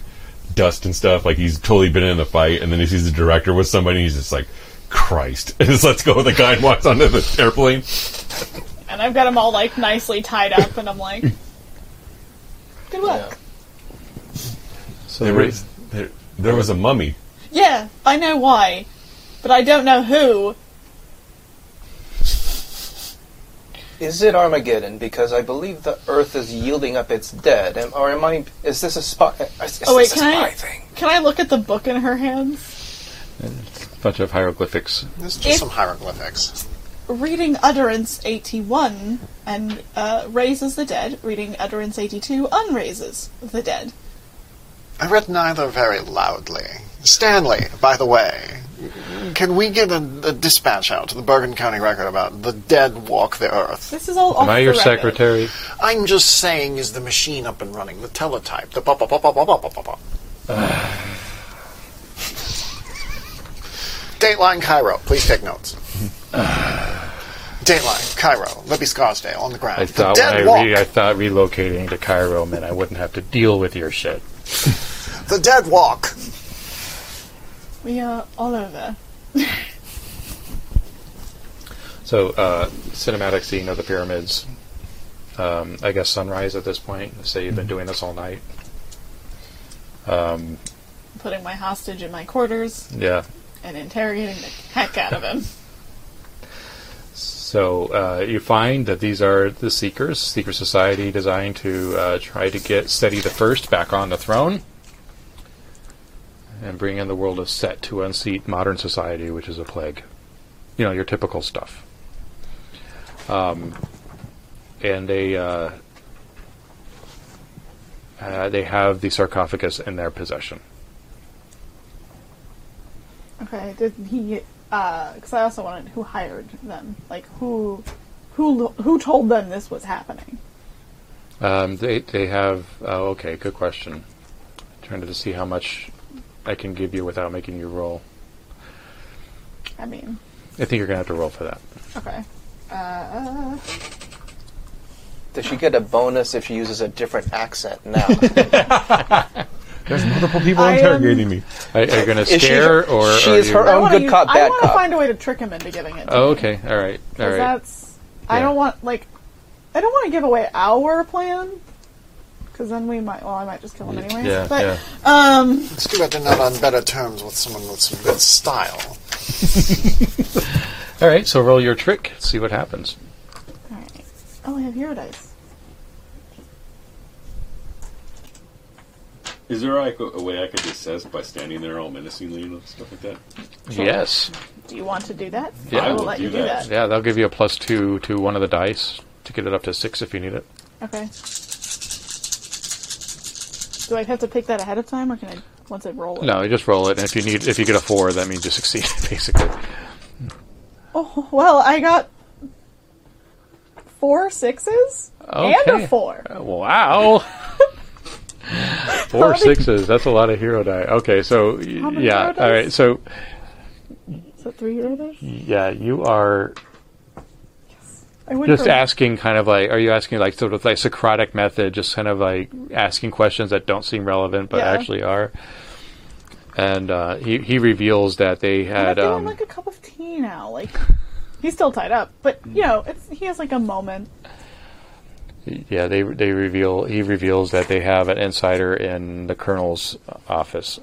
Speaker 6: dust and stuff. Like he's totally been in a fight, and then he sees the director with somebody, and he's just like, "Christ!" <laughs> And just lets go of the guy and walks onto the airplane.
Speaker 3: And I've got them all like nicely tied up, and I'm
Speaker 5: <laughs>
Speaker 3: like, good luck.
Speaker 1: <laughs> so
Speaker 6: There
Speaker 1: there is-
Speaker 6: was, there, there was a mummy.
Speaker 3: Yeah. I know why, but I don't know who.
Speaker 5: Is it Armageddon? Because I believe the Earth is yielding up its dead. Am, or am I? Is this a spy? Is, is
Speaker 3: Oh, wait,
Speaker 5: this a
Speaker 3: can I-
Speaker 5: spy thing?
Speaker 3: Can I look at the book in her hands?
Speaker 1: a bunch of hieroglyphics.
Speaker 4: This is just
Speaker 3: If-
Speaker 4: some hieroglyphics.
Speaker 3: Reading Utterance 81 and uh, raises the dead. Reading Utterance 82 unraises the dead.
Speaker 4: I read neither very loudly. Stanley, by the way, can we get a, a dispatch out to the Bergen County Record about the dead walk the earth?
Speaker 3: This is all off
Speaker 1: Am I
Speaker 3: the
Speaker 1: your
Speaker 3: record.
Speaker 1: secretary?
Speaker 4: I'm just saying, is the machine up and running? The teletype, the pop, pop, pop, pop, pop, pop, pop, pop. <sighs> Dateline Cairo, please take notes. <sighs> Dateline Cairo, Libby Scarsdale on the ground.
Speaker 1: I thought
Speaker 4: the
Speaker 1: when I,
Speaker 4: dead walk.
Speaker 1: re- I thought relocating to Cairo meant I wouldn't have to deal with your shit.
Speaker 4: The dead walk.
Speaker 3: We are all over.
Speaker 1: So, uh, cinematic scene of the pyramids. Um, I guess sunrise at this point. Say you've been doing this all night.
Speaker 3: Putting my hostage in my quarters
Speaker 1: Yeah.
Speaker 3: and interrogating the heck out of him.
Speaker 1: So uh, you find that these are the Seekers, Seeker Society, designed to uh, try to get Seti the First back on the throne and bring in the world of Set to unseat modern society, which is a plague. You know your typical stuff. Um, and they uh, uh, they have the sarcophagus in their possession.
Speaker 3: Okay, did he? Because I also wanted who hired them, like who, who, who told them this was happening?
Speaker 1: Um, they they have. Oh, okay. Good question. Trying to see how much I can give you without making you roll.
Speaker 3: I mean,
Speaker 1: I think you're gonna have to roll for that.
Speaker 3: okay,
Speaker 5: Does she get a bonus if she uses a different
Speaker 3: <laughs>
Speaker 5: accent now?
Speaker 6: There's multiple people
Speaker 3: I am-
Speaker 6: interrogating me.
Speaker 1: Are, are you gonna
Speaker 5: <laughs> Is she-
Speaker 1: scare or?
Speaker 5: she
Speaker 1: are
Speaker 5: is
Speaker 1: you-
Speaker 5: her
Speaker 3: I
Speaker 5: own
Speaker 3: wanna
Speaker 5: Oh, good
Speaker 3: use-
Speaker 5: cop,
Speaker 3: I
Speaker 5: bad
Speaker 3: want to
Speaker 5: cop.
Speaker 3: find a way to trick him into giving it. to
Speaker 1: Oh,
Speaker 3: me,
Speaker 1: okay. All right. All
Speaker 3: 'cause
Speaker 1: right.
Speaker 3: That's. I
Speaker 1: Yeah.
Speaker 3: don't want like. I don't want to give away our plan. Because then we might. Well, I might just kill him anyways.
Speaker 1: yeah.
Speaker 3: but um,
Speaker 1: yeah.
Speaker 4: It's too bad they're not on better terms with someone with some good style.
Speaker 1: All right. So roll your trick. See what happens.
Speaker 3: all right. Oh, I have hero dice.
Speaker 9: Is there like a, a way I could assess by standing there all menacingly and stuff like that?
Speaker 1: Yes.
Speaker 3: Do you want to do that?
Speaker 1: Yeah.
Speaker 3: I
Speaker 1: I
Speaker 3: will
Speaker 1: will
Speaker 3: let
Speaker 9: do
Speaker 3: you do
Speaker 9: that.
Speaker 3: that.
Speaker 1: Yeah. They'll give you a plus two to one of the dice to get it up to six if you need it.
Speaker 3: Okay. Do I have to pick that ahead of time, or can I once I roll it?
Speaker 1: No, you just roll it, and if you need, if you get a four, that means you succeed <laughs> basically.
Speaker 3: Oh, well, I got four sixes and
Speaker 1: Okay. Uh,
Speaker 3: a four. <laughs>
Speaker 1: Wow. Four sixes. That's a lot of hero die. Okay, so y-
Speaker 3: many
Speaker 1: yeah.
Speaker 3: hero
Speaker 1: All right,
Speaker 3: dice?
Speaker 1: so
Speaker 3: Is that three hero dice?
Speaker 1: yeah, you are
Speaker 3: I went
Speaker 1: just
Speaker 3: from-
Speaker 1: asking kind of like, are you asking like sort of like Socratic method, just kind of like asking questions that don't seem relevant but
Speaker 3: Yeah.
Speaker 1: actually are. And uh, he he reveals that they
Speaker 3: I'm
Speaker 1: had
Speaker 3: feeling
Speaker 1: um,
Speaker 3: like a cup of tea now. Like he's still tied up, but you know, it's he has like a moment.
Speaker 1: yeah they they reveal he reveals that they have an insider in the colonel's office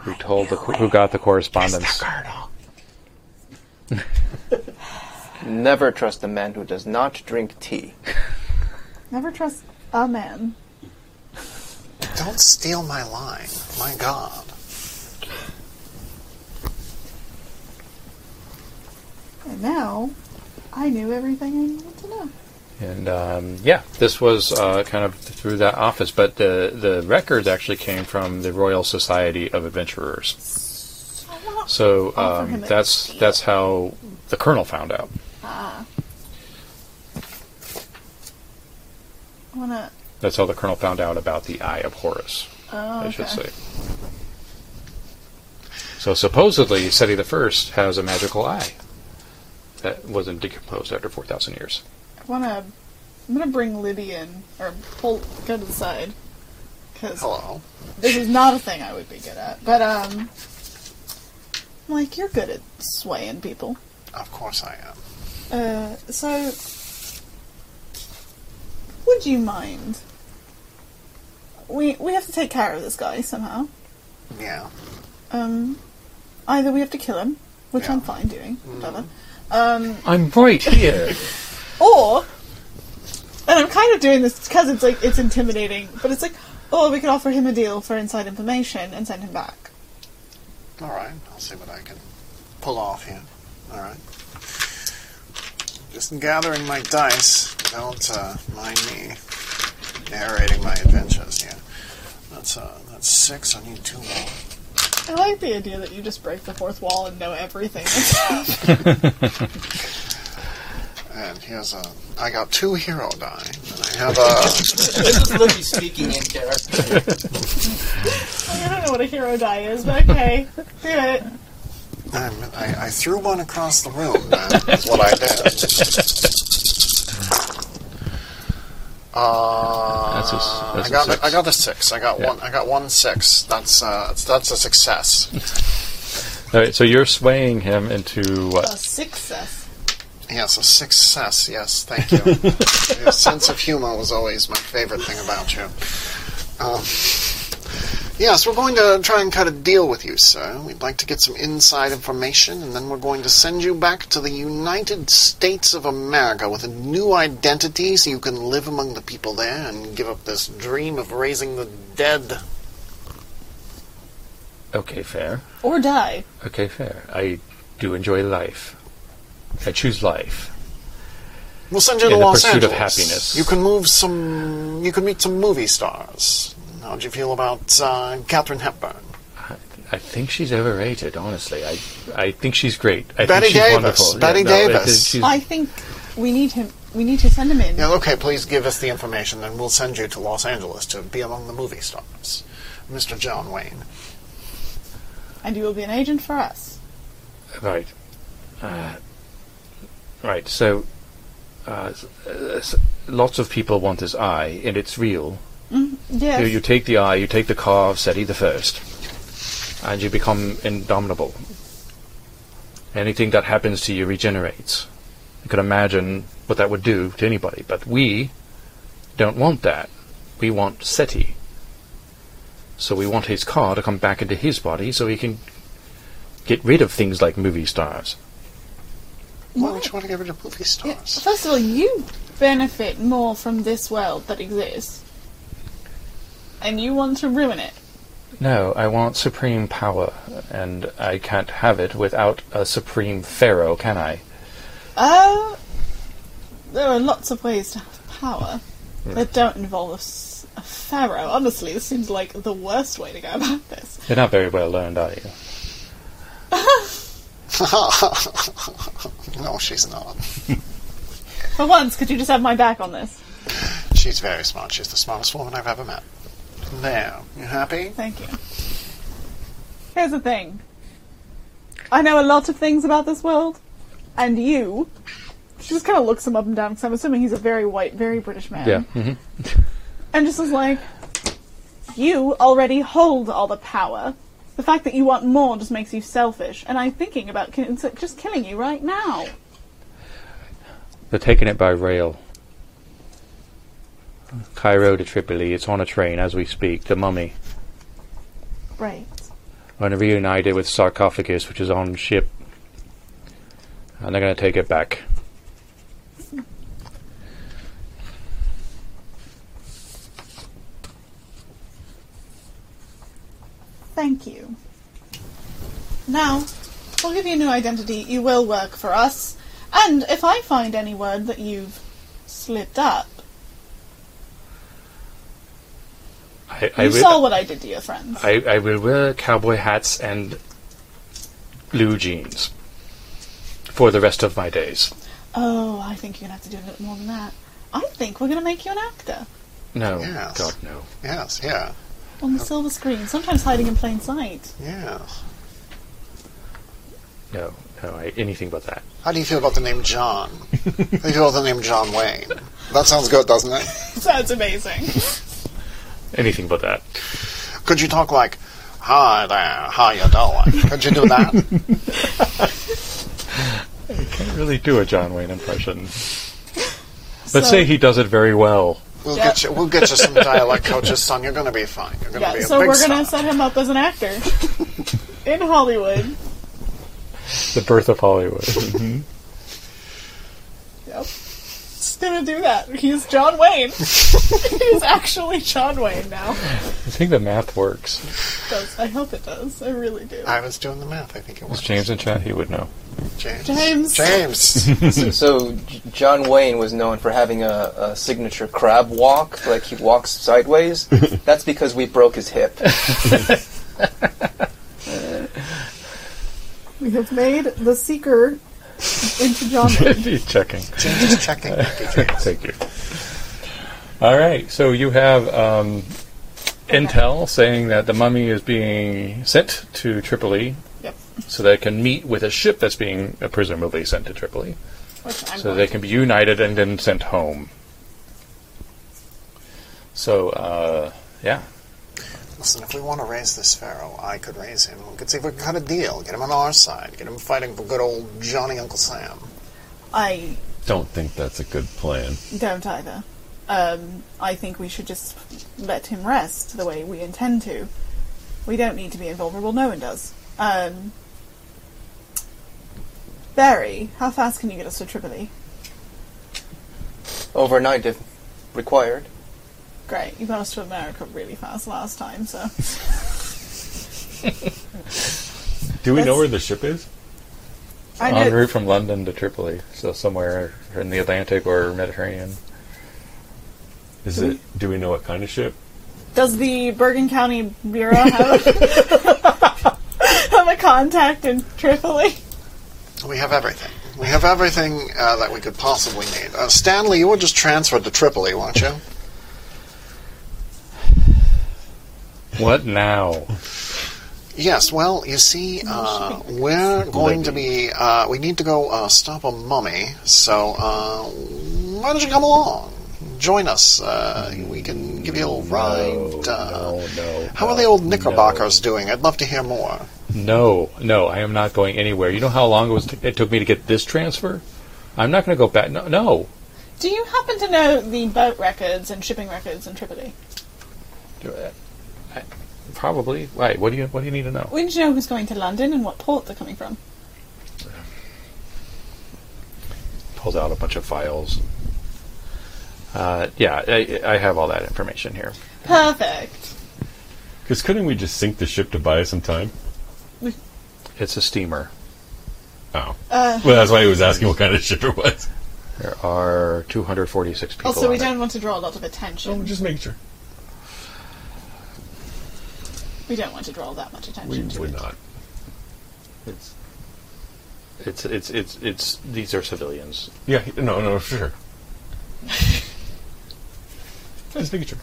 Speaker 1: who told the who got the correspondence.
Speaker 5: Never trust a man who does not drink tea. <laughs>
Speaker 3: Never trust a man.
Speaker 4: Don't steal my line. My God.
Speaker 3: And now, I knew everything I needed to know.
Speaker 1: And um, yeah, this was uh, kind of through that office, but the the records actually came from the Royal Society of Adventurers. So
Speaker 3: Offer
Speaker 1: um,
Speaker 3: him a
Speaker 1: that's
Speaker 3: steal.
Speaker 1: that's how the colonel found out.
Speaker 3: I wanna.
Speaker 1: That's how the colonel found out about the Eye of Horus.
Speaker 3: Oh,
Speaker 1: I should
Speaker 3: okay.
Speaker 1: say. So supposedly, Seti the First has a magical eye that wasn't decomposed after four thousand years.
Speaker 3: I wanna. I'm gonna bring Libby in, or pull go to the side, because
Speaker 4: Hello.
Speaker 3: this is not a thing I would be good at. But um, I'm like you're good at swaying people.
Speaker 4: Of course I am.
Speaker 3: Uh, so would you mind? We we have to take care of this guy somehow.
Speaker 4: Yeah.
Speaker 3: Um, either we have to kill him, which
Speaker 4: Yeah.
Speaker 3: I'm fine doing, whatever. Um,
Speaker 1: I'm right here.
Speaker 3: <laughs> Or, and I'm kind of doing this because it's like it's intimidating, but it's like, or we could offer him a deal for inside information and send him back.
Speaker 4: All right. I'll see what I can pull off here. All right. Just gathering my dice. Don't uh, mind me narrating my adventures here. That's uh, that's six. I need two more.
Speaker 3: I like the idea that you just break the fourth wall and know everything. <laughs>
Speaker 4: And here's a. I got two hero die. And I have a.
Speaker 7: this is Libby speaking in character.
Speaker 3: I don't know what a hero die is, but okay, do it.
Speaker 4: I'm, I, I threw one across the room. man, Is what I did. Uh,
Speaker 1: That's a s- that's
Speaker 4: I
Speaker 1: a
Speaker 4: got
Speaker 1: six.
Speaker 4: the, I got the six. I got
Speaker 1: Yeah.
Speaker 4: one. I got one six. That's uh, that's- that's a success.
Speaker 1: All right, so you're swaying him into
Speaker 3: A
Speaker 1: what?
Speaker 3: success.
Speaker 4: Yes, a success. Yes,
Speaker 1: <laughs>
Speaker 4: thank you. Your sense of humor was always my favorite thing about you. Um, yes, we're going to try and cut a deal with you, sir. We'd like to get some inside information, and then we're going to send you back to the United States of America with a new identity so you can live among the people there and give up this dream of raising the dead.
Speaker 1: Okay, fair.
Speaker 3: Or die.
Speaker 1: Okay, fair. I do enjoy life. I choose life.
Speaker 4: We'll send you
Speaker 1: In
Speaker 4: to
Speaker 1: the
Speaker 4: Los
Speaker 1: pursuit of
Speaker 4: Angeles.
Speaker 1: happiness.
Speaker 4: You can move some. You can meet some movie stars. How'd you feel about uh, Catherine Hepburn?
Speaker 1: I think she's overrated, honestly. I I think she's great. I
Speaker 4: Betty
Speaker 1: think she's
Speaker 4: Davis.
Speaker 1: wonderful.
Speaker 4: Betty
Speaker 1: I
Speaker 4: Davis.
Speaker 1: think she's-
Speaker 3: I think we need him. We need to send him in.
Speaker 4: Yeah, okay, please give us the information, and we'll send you to Los Angeles to be among the movie stars. Mr. John Wayne.
Speaker 3: and he will be an agent for us.
Speaker 1: Right. Uh, right. So, uh, s- uh, s- lots of people want this eye, and it's real.
Speaker 3: Yes.
Speaker 1: You, you take the eye, you take the car of Seti the First, and you become indomitable. Anything that happens to you regenerates. You can imagine what that would do to anybody, but we don't want that. We want Seti. So we want his car to come back into his body so he can get rid of things like movie stars.
Speaker 4: Why would you want to get rid of movie
Speaker 3: Yeah,
Speaker 4: stars? <laughs>
Speaker 3: First of all, you benefit more from this world that exists, and you want to ruin it.
Speaker 1: No, I want supreme power, and I can't have it without a supreme pharaoh, can I?
Speaker 3: Uh, there are lots of ways to have power that don't involve a, s- a pharaoh. Honestly, this seems like the worst way to go about this.
Speaker 1: You're not very well learned, are you?
Speaker 4: no, she's not.
Speaker 3: For once, could you just have my back on this?
Speaker 4: She's very smart. She's the smartest woman I've ever met. There. You happy?
Speaker 3: Thank you. Here's the thing. I know a lot of things about this world, and you. She just kind of looks him up and down because I'm assuming he's a very white, very British man.
Speaker 1: hmm
Speaker 3: <laughs> And just was like, you already hold all the power. The fact that you want more just makes you selfish. And I'm thinking about ki- it's like just killing you right now.
Speaker 1: They're taking it by rail. Cairo to Tripoli. It's on a train as we speak. The mummy.
Speaker 3: Right.
Speaker 1: going to reunite it with sarcophagus, which is on ship, and they're going to take it back.
Speaker 3: Thank you. Now, we'll give you a new identity. You will work for us. And if I find any word that you've slipped up,
Speaker 1: I,
Speaker 3: you
Speaker 1: I, will,
Speaker 3: saw what I did to your friends.
Speaker 1: I, I will wear cowboy hats and blue jeans for the rest of my days.
Speaker 3: oh, I think you're going to have to do a little more than that. I think we're going to make you an actor
Speaker 1: No,
Speaker 4: Yes.
Speaker 1: God, no.
Speaker 4: Yes, yeah,
Speaker 3: on the silver screen, sometimes hiding in plain sight.
Speaker 4: yeah.
Speaker 1: No, no, I, anything but that.
Speaker 4: How do you feel about the name John? How do you feel about the name John Wayne? That sounds good, doesn't it?
Speaker 3: Sounds amazing.
Speaker 1: Anything but that.
Speaker 4: Could you talk like, "Hi there, how you doing?" Could you do that?
Speaker 1: Can't really do a John Wayne impression. Let's say he does it very well.
Speaker 4: We'll
Speaker 3: Yeah.
Speaker 4: get you. We'll get you some dialect coaches, son. You're going to be fine. You're going to
Speaker 3: Yeah,
Speaker 4: be a
Speaker 3: so
Speaker 4: big
Speaker 3: we're going to
Speaker 4: star.
Speaker 3: set him up as an actor
Speaker 1: <laughs>
Speaker 3: in Hollywood.
Speaker 1: The birth of Hollywood. <laughs>
Speaker 3: Yep. Just gonna do that. He's
Speaker 1: <laughs>
Speaker 3: John Wayne. He's actually John Wayne now.
Speaker 1: I think the math works.
Speaker 3: Does I hope it does. I really do.
Speaker 4: I was doing the math. I think it was
Speaker 1: Was James in chat? He would know. <laughs>
Speaker 4: James.
Speaker 3: James.
Speaker 4: James.
Speaker 5: <laughs> So J- John Wayne was known for having a, a signature crab walk, like he
Speaker 3: <laughs>
Speaker 5: walks sideways. That's because we broke his hip.
Speaker 3: We have made the seeker
Speaker 1: <laughs>
Speaker 3: into John Wayne.
Speaker 1: He's checking.
Speaker 4: James is checking.
Speaker 1: Thank you. All right, so you have um, intel saying that the mummy is being sent to Tripoli.
Speaker 3: Yep.
Speaker 1: So they can meet with a ship that's being uh, presumably sent to Tripoli.
Speaker 3: Which I'm
Speaker 1: so
Speaker 3: going
Speaker 1: they can be united and then sent home. So, uh, yeah.
Speaker 4: Listen, if we want to raise this pharaoh, I could raise him. We could see if we could cut a deal. Get him on our side. Get him fighting for good old Johnny Uncle Sam.
Speaker 3: I
Speaker 6: Don't think that's a good plan.
Speaker 3: don't either. Um, I think we should just let him rest the way we intend to. We don't need to be invulnerable. No one does. Um, Barry, how fast can you get us to Tripoli?
Speaker 5: Overnight, if required.
Speaker 3: Great, you got us to America really fast last time, so.
Speaker 6: Do we know
Speaker 3: That's-
Speaker 6: where the ship is?
Speaker 3: I
Speaker 1: en
Speaker 3: know.
Speaker 1: route from London to Tripoli, so somewhere in the Atlantic or Mediterranean.
Speaker 6: Is it? Do we know what kind of ship?
Speaker 3: Does the Bergen County Bureau have, <laughs> have a contact in Tripoli?
Speaker 4: We have everything. We have everything uh, that we could possibly need. Uh, Stanley, you were just transferred to Tripoli, weren't you?
Speaker 1: What now?
Speaker 4: Yes, well, you see, uh, we're going to be. Uh, we need to go uh, stop a mummy, so uh, why don't you come along? Join us. Uh, we can give you a little ride. uh,
Speaker 1: no, no,
Speaker 4: how are
Speaker 1: no,
Speaker 4: the old Knickerbockers doing? I'd love to hear more.
Speaker 1: No, no, I am not going anywhere. You know how long it, was it took me to get this transfer? I'm not going to go back. No, no.
Speaker 3: Do you happen to know the boat records and shipping records in Tripoli?
Speaker 1: Do it. I- Probably. Wait, what do you what do you need to know?
Speaker 3: We need to know who's going to London and what port they're coming from.
Speaker 1: Pulls out a bunch of files. Uh, yeah, I, I have all that information here.
Speaker 3: Perfect.
Speaker 6: Because couldn't we just sink the ship to buy us some time?
Speaker 1: It's a steamer.
Speaker 6: Oh,
Speaker 3: Uh,
Speaker 6: well, that's why he was asking what kind of ship it <laughs> was.
Speaker 1: There are 246 people.
Speaker 3: also, Oh, we
Speaker 1: on it.
Speaker 3: don't want to draw a lot of
Speaker 6: Oh,
Speaker 3: attention.
Speaker 6: just make sure.
Speaker 3: we don't want to draw that much attention
Speaker 6: Oh, We
Speaker 3: to
Speaker 6: would
Speaker 3: it.
Speaker 6: not. It's
Speaker 1: It's it's it's it's these are civilians.
Speaker 6: yeah. he- No, no, for sure. <laughs> just make sure.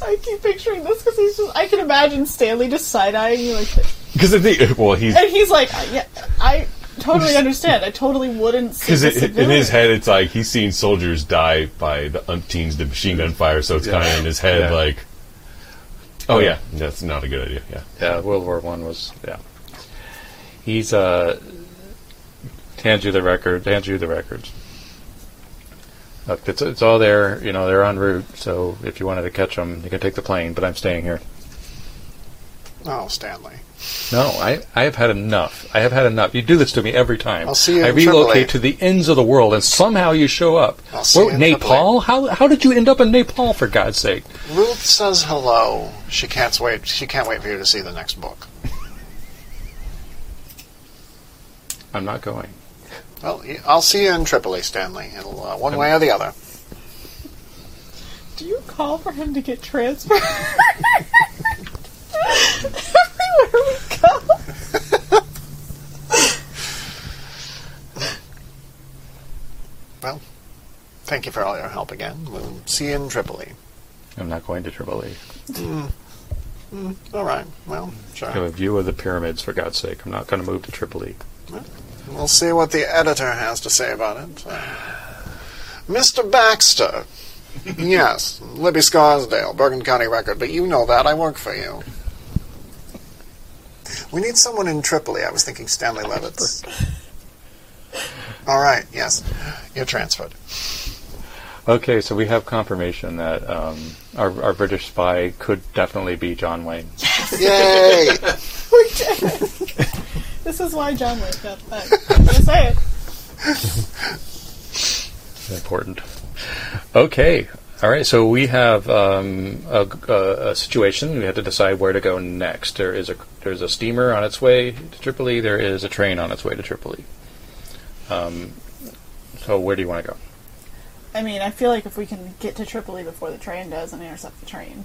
Speaker 3: I keep picturing this because he's just. I can imagine Stanley just side eyeing you like,
Speaker 6: Because I think well, he's
Speaker 3: And he's like, I, yeah, I totally understand. I totally wouldn't see
Speaker 6: Because
Speaker 3: the
Speaker 6: it, it- in
Speaker 3: civilian."
Speaker 6: his head, it's like he's seen soldiers die by the umpteens to machine gun fire, so it's
Speaker 1: Yeah.
Speaker 6: kind of in his head
Speaker 1: Yeah.
Speaker 6: like, oh yeah, that's not a good idea. Yeah,
Speaker 1: Yeah, World War One was yeah. He's uh hands you the record hands you the records. Look, it's it's all there. You know they're en route, so if you wanted to catch them, you can take the plane. But I'm staying here.
Speaker 4: Oh, Stanley.
Speaker 1: No, I, I have had enough. I have had enough. You do this to me every time.
Speaker 4: I'll see you
Speaker 1: I
Speaker 4: in
Speaker 1: relocate
Speaker 4: AAA.
Speaker 1: to the ends of the world, and somehow you show up.
Speaker 4: I'll see you in
Speaker 1: Nepal? How, how did you end up in Nepal, for God's sake?
Speaker 4: Ruth says hello. She can't wait. She can't wait for you to see the next book.
Speaker 1: I'm not going.
Speaker 4: Well, y- I'll see you in AAA, Stanley. It'll uh, one way or the other.
Speaker 3: Do you call for him to get transferred? <laughs> Everywhere we go.
Speaker 4: Well, thank you for all your help again. We'll see you in AAA.
Speaker 1: I'm not going to E. Tripoli.
Speaker 4: All right. Well,
Speaker 1: I have
Speaker 4: sure.
Speaker 1: a view of the pyramids, for God's sake. I'm not going to E. move to Tripoli.
Speaker 4: We'll see what the editor has to say about it. Uh, Mr. Baxter. yes, Libby Scarsdale, Bergen County Record. But you know that. I work for you. We need someone in Tripoli. I was thinking Stanley Levitz. All right. Yes, you're transferred.
Speaker 1: Okay, so we have confirmation that um, our, our British spy could definitely be John Wayne.
Speaker 4: Yay!
Speaker 3: We did it. This is why John Wayne got that. I'm gonna say it.
Speaker 1: important. Okay. All right. So we have um, a, a, a situation. We have to decide where to go next. There is a there's a steamer on its way to Tripoli. There is a train on its way to Tripoli. Um, so where do you want to go?
Speaker 3: I mean, I feel like if we can get to Tripoli before the train does and intercept the train,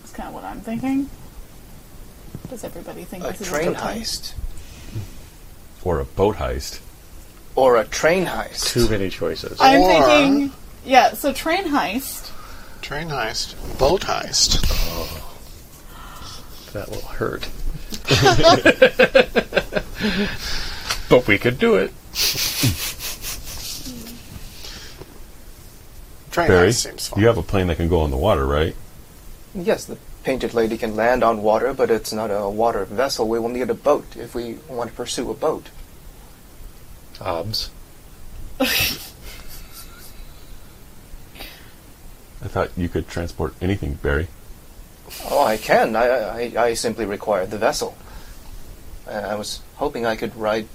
Speaker 3: that's kind of what I'm thinking. Does everybody think
Speaker 5: A
Speaker 3: this is
Speaker 5: train
Speaker 3: good plan?
Speaker 5: heist.
Speaker 6: Or a boat heist.
Speaker 5: Or a train heist.
Speaker 1: Too many choices.
Speaker 3: I'm
Speaker 4: Or-
Speaker 3: thinking, yeah. So train heist.
Speaker 4: Train heist, boat heist.
Speaker 1: that will hurt. <laughs> but we could do it.
Speaker 4: Train
Speaker 6: Barry,
Speaker 4: heist seems fun.
Speaker 6: you have a plane that can go on the water, right?
Speaker 5: Yes, the painted lady can land on water, but it's not a water vessel. We will need a boat if we want to pursue a boat.
Speaker 1: Hobbs.
Speaker 6: I thought you could transport anything, Barry.
Speaker 5: Oh, I can. I, I, I simply require the vessel. Uh, I was hoping I could ride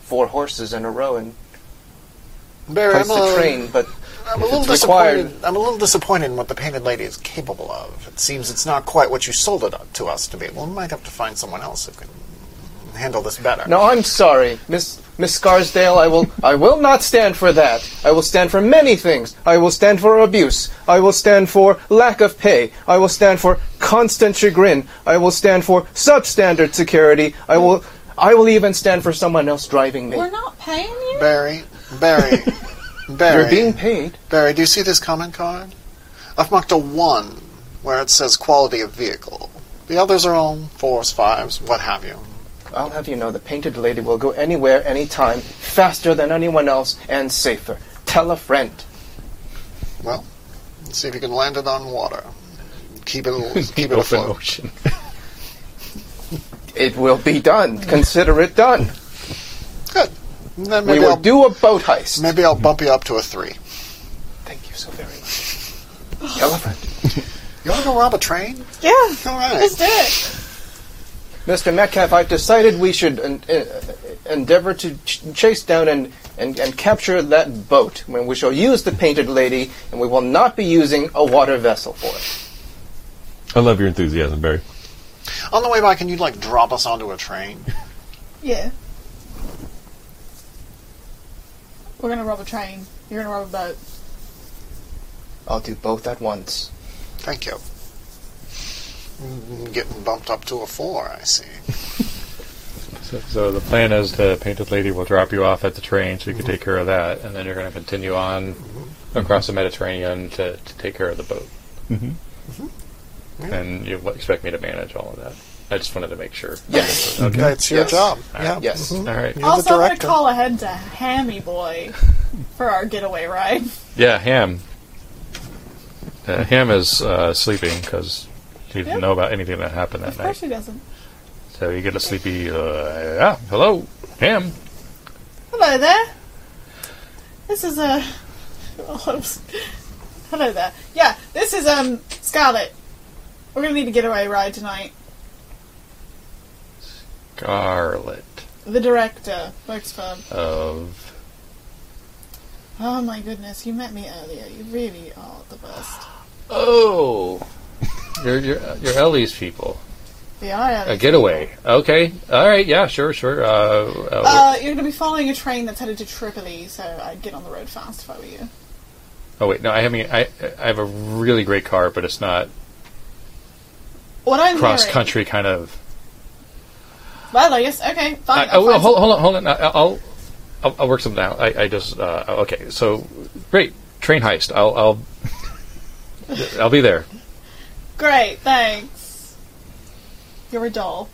Speaker 5: four horses in a row and
Speaker 4: Barry,
Speaker 5: place
Speaker 4: I'm
Speaker 5: the
Speaker 4: a,
Speaker 5: train, but
Speaker 4: I'm a
Speaker 5: if
Speaker 4: little
Speaker 5: it's required,
Speaker 4: disappointed. I'm a little disappointed in what the painted lady is capable of. It seems it's not quite what you sold it up to us to be. Well, we might have to find someone else who can handle this better.
Speaker 5: No, I'm sorry, Miss Miss Scarsdale. I will I will not stand for that. I will stand for many things. I will stand for abuse. I will stand for lack of pay. I will stand for constant chagrin. I will stand for substandard security. I will I will even stand for someone else driving me.
Speaker 3: We're not paying you.
Speaker 4: Barry,
Speaker 5: <laughs>
Speaker 4: Barry, Barry.
Speaker 5: You're being paid.
Speaker 4: Barry, do you see this comment card? I've marked a one where it says quality of vehicle. The others are all fours, fives, what have you.
Speaker 5: I'll have you know the painted lady will go anywhere, anytime, faster than anyone else and safer. Tell a friend.
Speaker 4: Well, let's see if you can land it on water. Keep
Speaker 5: <laughs>
Speaker 4: it, keep it
Speaker 1: Open
Speaker 4: afloat.
Speaker 1: ocean.
Speaker 5: It will be done. Consider it done.
Speaker 4: Good. Then
Speaker 5: We
Speaker 4: maybe
Speaker 5: will
Speaker 4: I'll
Speaker 5: do a boat heist.
Speaker 4: maybe I'll bump you up to a three.
Speaker 5: Thank you so very much. Tell a friend.
Speaker 4: You want to go rob a train?
Speaker 3: Yeah,
Speaker 4: All
Speaker 5: <laughs>
Speaker 4: right.
Speaker 3: let's do it.
Speaker 5: Mr. Metcalf, I've decided we should en- en- endeavor to ch- chase down and, and, and capture that boat when we shall use the Painted Lady, and we will not be using a water vessel for it.
Speaker 6: I love your enthusiasm, Barry.
Speaker 4: On the way by, can you like drop us onto a train?
Speaker 3: Yeah. We're gonna rob a train. You're gonna rob a boat.
Speaker 5: I'll do both at once.
Speaker 4: Thank you. Mm, Getting bumped up to a four, I see.
Speaker 1: So, so the plan is the painted lady will drop you off at the train, so you can take care of that, and then you're going to continue on across the Mediterranean to, to take care of the boat.
Speaker 6: Mhm.
Speaker 1: Mm-hmm.
Speaker 3: Mm-hmm.
Speaker 1: And you wa- expect me to manage all of that? I just wanted to make sure.
Speaker 5: Yes.
Speaker 1: Okay.
Speaker 4: That's your
Speaker 5: Yes.
Speaker 4: job.
Speaker 1: All
Speaker 4: yeah.
Speaker 1: right.
Speaker 5: Yes.
Speaker 1: All right.
Speaker 4: You're
Speaker 3: Also,
Speaker 4: the
Speaker 3: I'm gonna
Speaker 4: director.
Speaker 3: call ahead to Hammy Boy for our getaway ride.
Speaker 1: Yeah, Ham. Uh, Ham is uh, sleeping because he didn't
Speaker 3: Yep.
Speaker 1: know about anything that happened that
Speaker 3: Of course,
Speaker 1: night.
Speaker 3: he doesn't.
Speaker 1: So you get a sleepy, uh, ah, hello, Ham.
Speaker 3: Hello there. This is a. Oh, I'm s- Hello there. Yeah, this is um Scarlet. We're gonna need a getaway ride tonight.
Speaker 1: Scarlet
Speaker 3: The director. Works for.
Speaker 1: of.
Speaker 3: Oh my goodness, you met me earlier. You really are the best.
Speaker 1: Oh! You're, you're, you're Ellie's people.
Speaker 3: They are
Speaker 1: A
Speaker 3: Alex.
Speaker 1: getaway. Okay. All right. Yeah, sure, sure. Uh, uh,
Speaker 3: Uh, you're going to be following a train that's headed to Tripoli, so I'd get on the road fast if I were you.
Speaker 1: oh, wait. No, I, have mean, I, I have a really great car, but it's not
Speaker 3: What I'm
Speaker 1: cross
Speaker 3: hearing-
Speaker 1: country kind of.
Speaker 3: Well, I guess okay,
Speaker 1: I,
Speaker 3: fine.
Speaker 1: I,
Speaker 3: I'll
Speaker 1: well,
Speaker 3: find
Speaker 1: Uh, oh, hold, hold on, hold on. I, I'll, I'll, I'll work something out. I, I just uh, okay. So great train heist. I'll, I'll, I'll <laughs> be there.
Speaker 3: some- Great, thanks. You're a doll.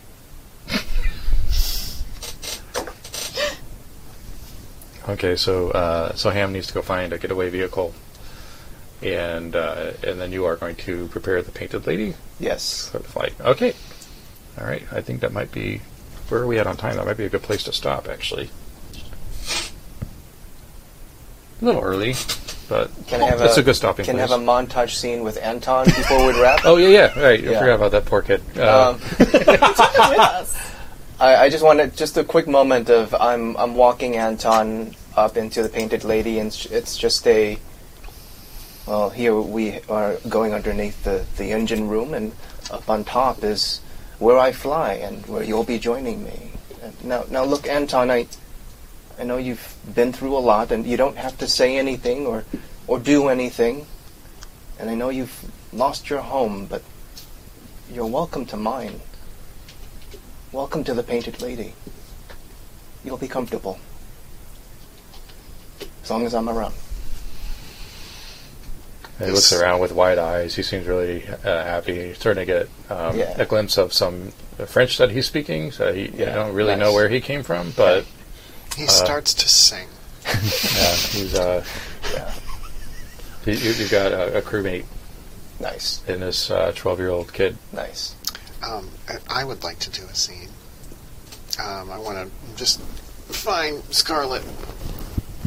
Speaker 1: Okay, so uh, so Ham needs to go find a getaway vehicle, and uh, and then you are going to prepare the painted lady
Speaker 5: Mm-hmm. Yes.
Speaker 1: for the flight. Okay, all right. I think that might be where are we at on time. That might be a good place to stop, actually. A little early, but
Speaker 5: Can I have
Speaker 1: that's
Speaker 5: a,
Speaker 1: a, good stopping
Speaker 5: Can I
Speaker 1: place.
Speaker 5: have a montage scene with Anton before
Speaker 1: <laughs>
Speaker 5: we wrap?
Speaker 1: oh yeah, yeah. Right, I
Speaker 5: Yeah.
Speaker 1: forgot about that poor kid. Uh,
Speaker 5: Um,
Speaker 1: <laughs>
Speaker 3: With us.
Speaker 5: I, I just wanted just a quick moment of I'm I'm walking Anton up into the Painted Lady, and sh- it's just a well here we are going underneath the the engine room, and up on top is where I fly and where you'll be joining me. And Now now look, Anton, I I know you've been through a lot, and you don't have to say anything or or do anything, and I know you've lost your home, but you're welcome to mine. Welcome to the Painted Lady. You'll be comfortable. As long as I'm around.
Speaker 1: He looks around with wide eyes. He seems really uh, happy. He's starting to get um,
Speaker 5: Yeah.
Speaker 1: a glimpse of some French that he's speaking. So he, you
Speaker 5: Yeah,
Speaker 1: don't really know
Speaker 5: nice.
Speaker 1: where he came from, but Uh,
Speaker 4: He starts to sing.
Speaker 1: yeah, he's uh,
Speaker 5: Yeah.
Speaker 1: you, you- you've got a, a crewmate
Speaker 5: Nice,
Speaker 1: in this uh, twelve-year-old kid.
Speaker 5: nice.
Speaker 4: Um, I- I would like to do a scene. Um, I want to just find Scarlet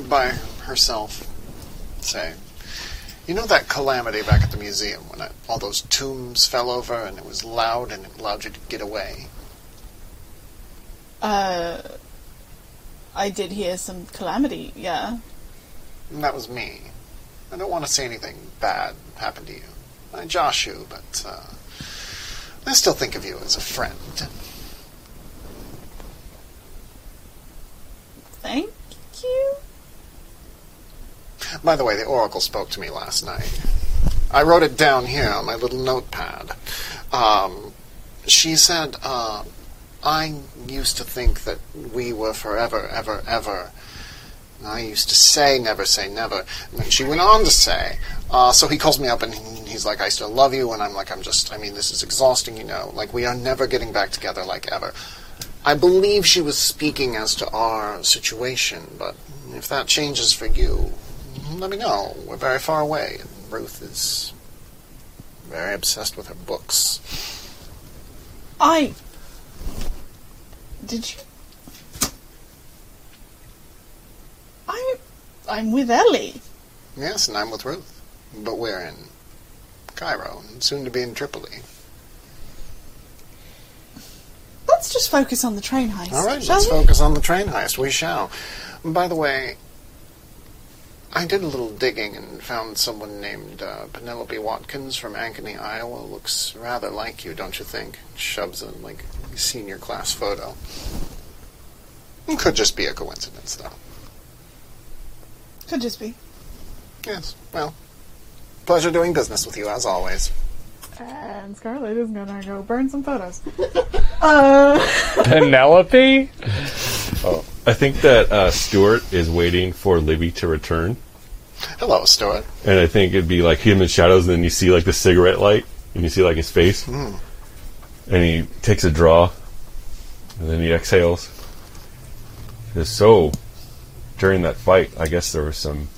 Speaker 4: by herself. Say, you know that calamity back at the museum when it, all those tombs fell over and it was loud and it allowed you to get away?
Speaker 3: Uh, I did hear some calamity. Yeah.
Speaker 4: And that was me. I don't want to say anything bad happened to you. I josh you, but uh, I still think of you as a friend.
Speaker 3: Thank you.
Speaker 4: By the way, the Oracle spoke to me last night. I wrote it down here on my little notepad. Um, she said, uh, I used to think that we were forever, ever, ever. And I used to say, never say never. And then she went on to say, uh, so he calls me up and he's like, I still love you. And I'm like, I'm just, I mean, this is exhausting, you know. Like, we are never getting back together like ever. I believe she was speaking as to our situation, but if that changes for you, let me know. We're very far away, and Ruth is very obsessed with her books.
Speaker 3: I. Did you? I. I'm with Ellie.
Speaker 4: Yes, and I'm with Ruth, but we're in Cairo, and soon to be in Tripoli.
Speaker 3: Let's just focus on the train heist.
Speaker 4: All right,
Speaker 3: shall
Speaker 4: let's
Speaker 3: we?
Speaker 4: focus on the train heist. We shall. By the way, I did a little digging and found someone named uh, Penelope Watkins from Ankeny, Iowa. Looks rather like you, don't you think? Shoves a like senior class photo. It could just be a coincidence, though.
Speaker 3: Could just be.
Speaker 4: Yes. Well, pleasure doing business with you as always.
Speaker 3: And Scarlet is gonna go burn some <laughs> photos. uh,
Speaker 1: Penelope.
Speaker 6: I think that uh, Stuart is waiting for Libby to return,
Speaker 4: Hello, Stuart.
Speaker 6: and I think it'd be like him in shadows, and then you see like the cigarette light, and you see like his face, and he takes a draw, and then he exhales. Says, So, during that fight, I guess there were some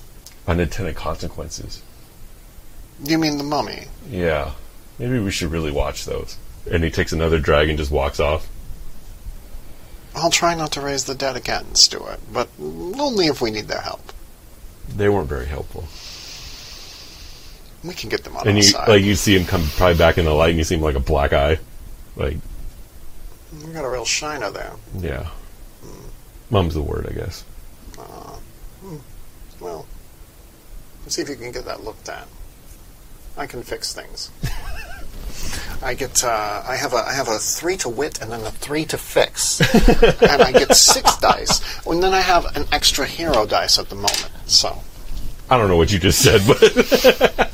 Speaker 6: unintended consequences.
Speaker 4: You mean the mummy?
Speaker 6: Yeah, maybe we should really watch those. And he takes another drag and just walks off.
Speaker 4: I'll try not to raise the dead again, Stuart, but only if we need their help.
Speaker 6: They weren't very helpful.
Speaker 4: We can get them on
Speaker 6: and
Speaker 4: our
Speaker 6: you
Speaker 4: side.
Speaker 6: like you see him come probably back in the light, and you see him like a black eye, like
Speaker 4: You got a real shiner there.
Speaker 6: Yeah. Mum's the word, I guess.
Speaker 4: Uh, hmm. Well, let's see if you can get that looked at. I can fix things. I get. Uh, I have a. I have a three to wit and then a three to
Speaker 6: <laughs>
Speaker 4: fix, and I get six dice. And then I have an extra hero dice at the moment. So
Speaker 6: I don't know what you just said, but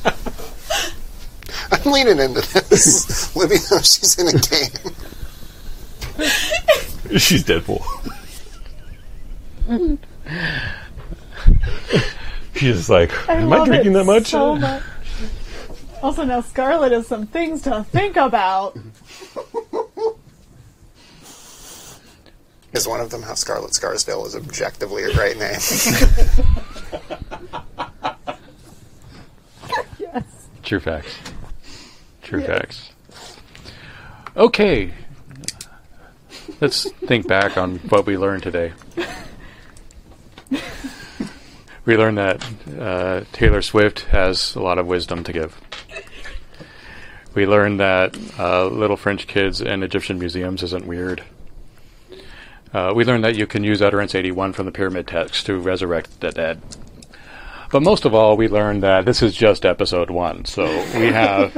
Speaker 4: <laughs> I'm leaning into this. Libby knows <laughs> she's in a game.
Speaker 6: she's Deadpool. she's just like, am I
Speaker 3: love
Speaker 6: drinking
Speaker 3: it
Speaker 6: that much?
Speaker 3: So much. Also, now Scarlet has some things to think about.
Speaker 4: Is one of them how Scarlet Scarsdale is objectively a great name?
Speaker 1: True facts. True facts. Okay. Let's think back on what we learned today. we learned that uh, Taylor Swift has a lot of wisdom to give. We learned that uh, little French kids in Egyptian museums isn't weird. Uh, we learned that you can use utterance 81 from the pyramid text to resurrect the dead. But most of all, we learned that this is just episode one, so we have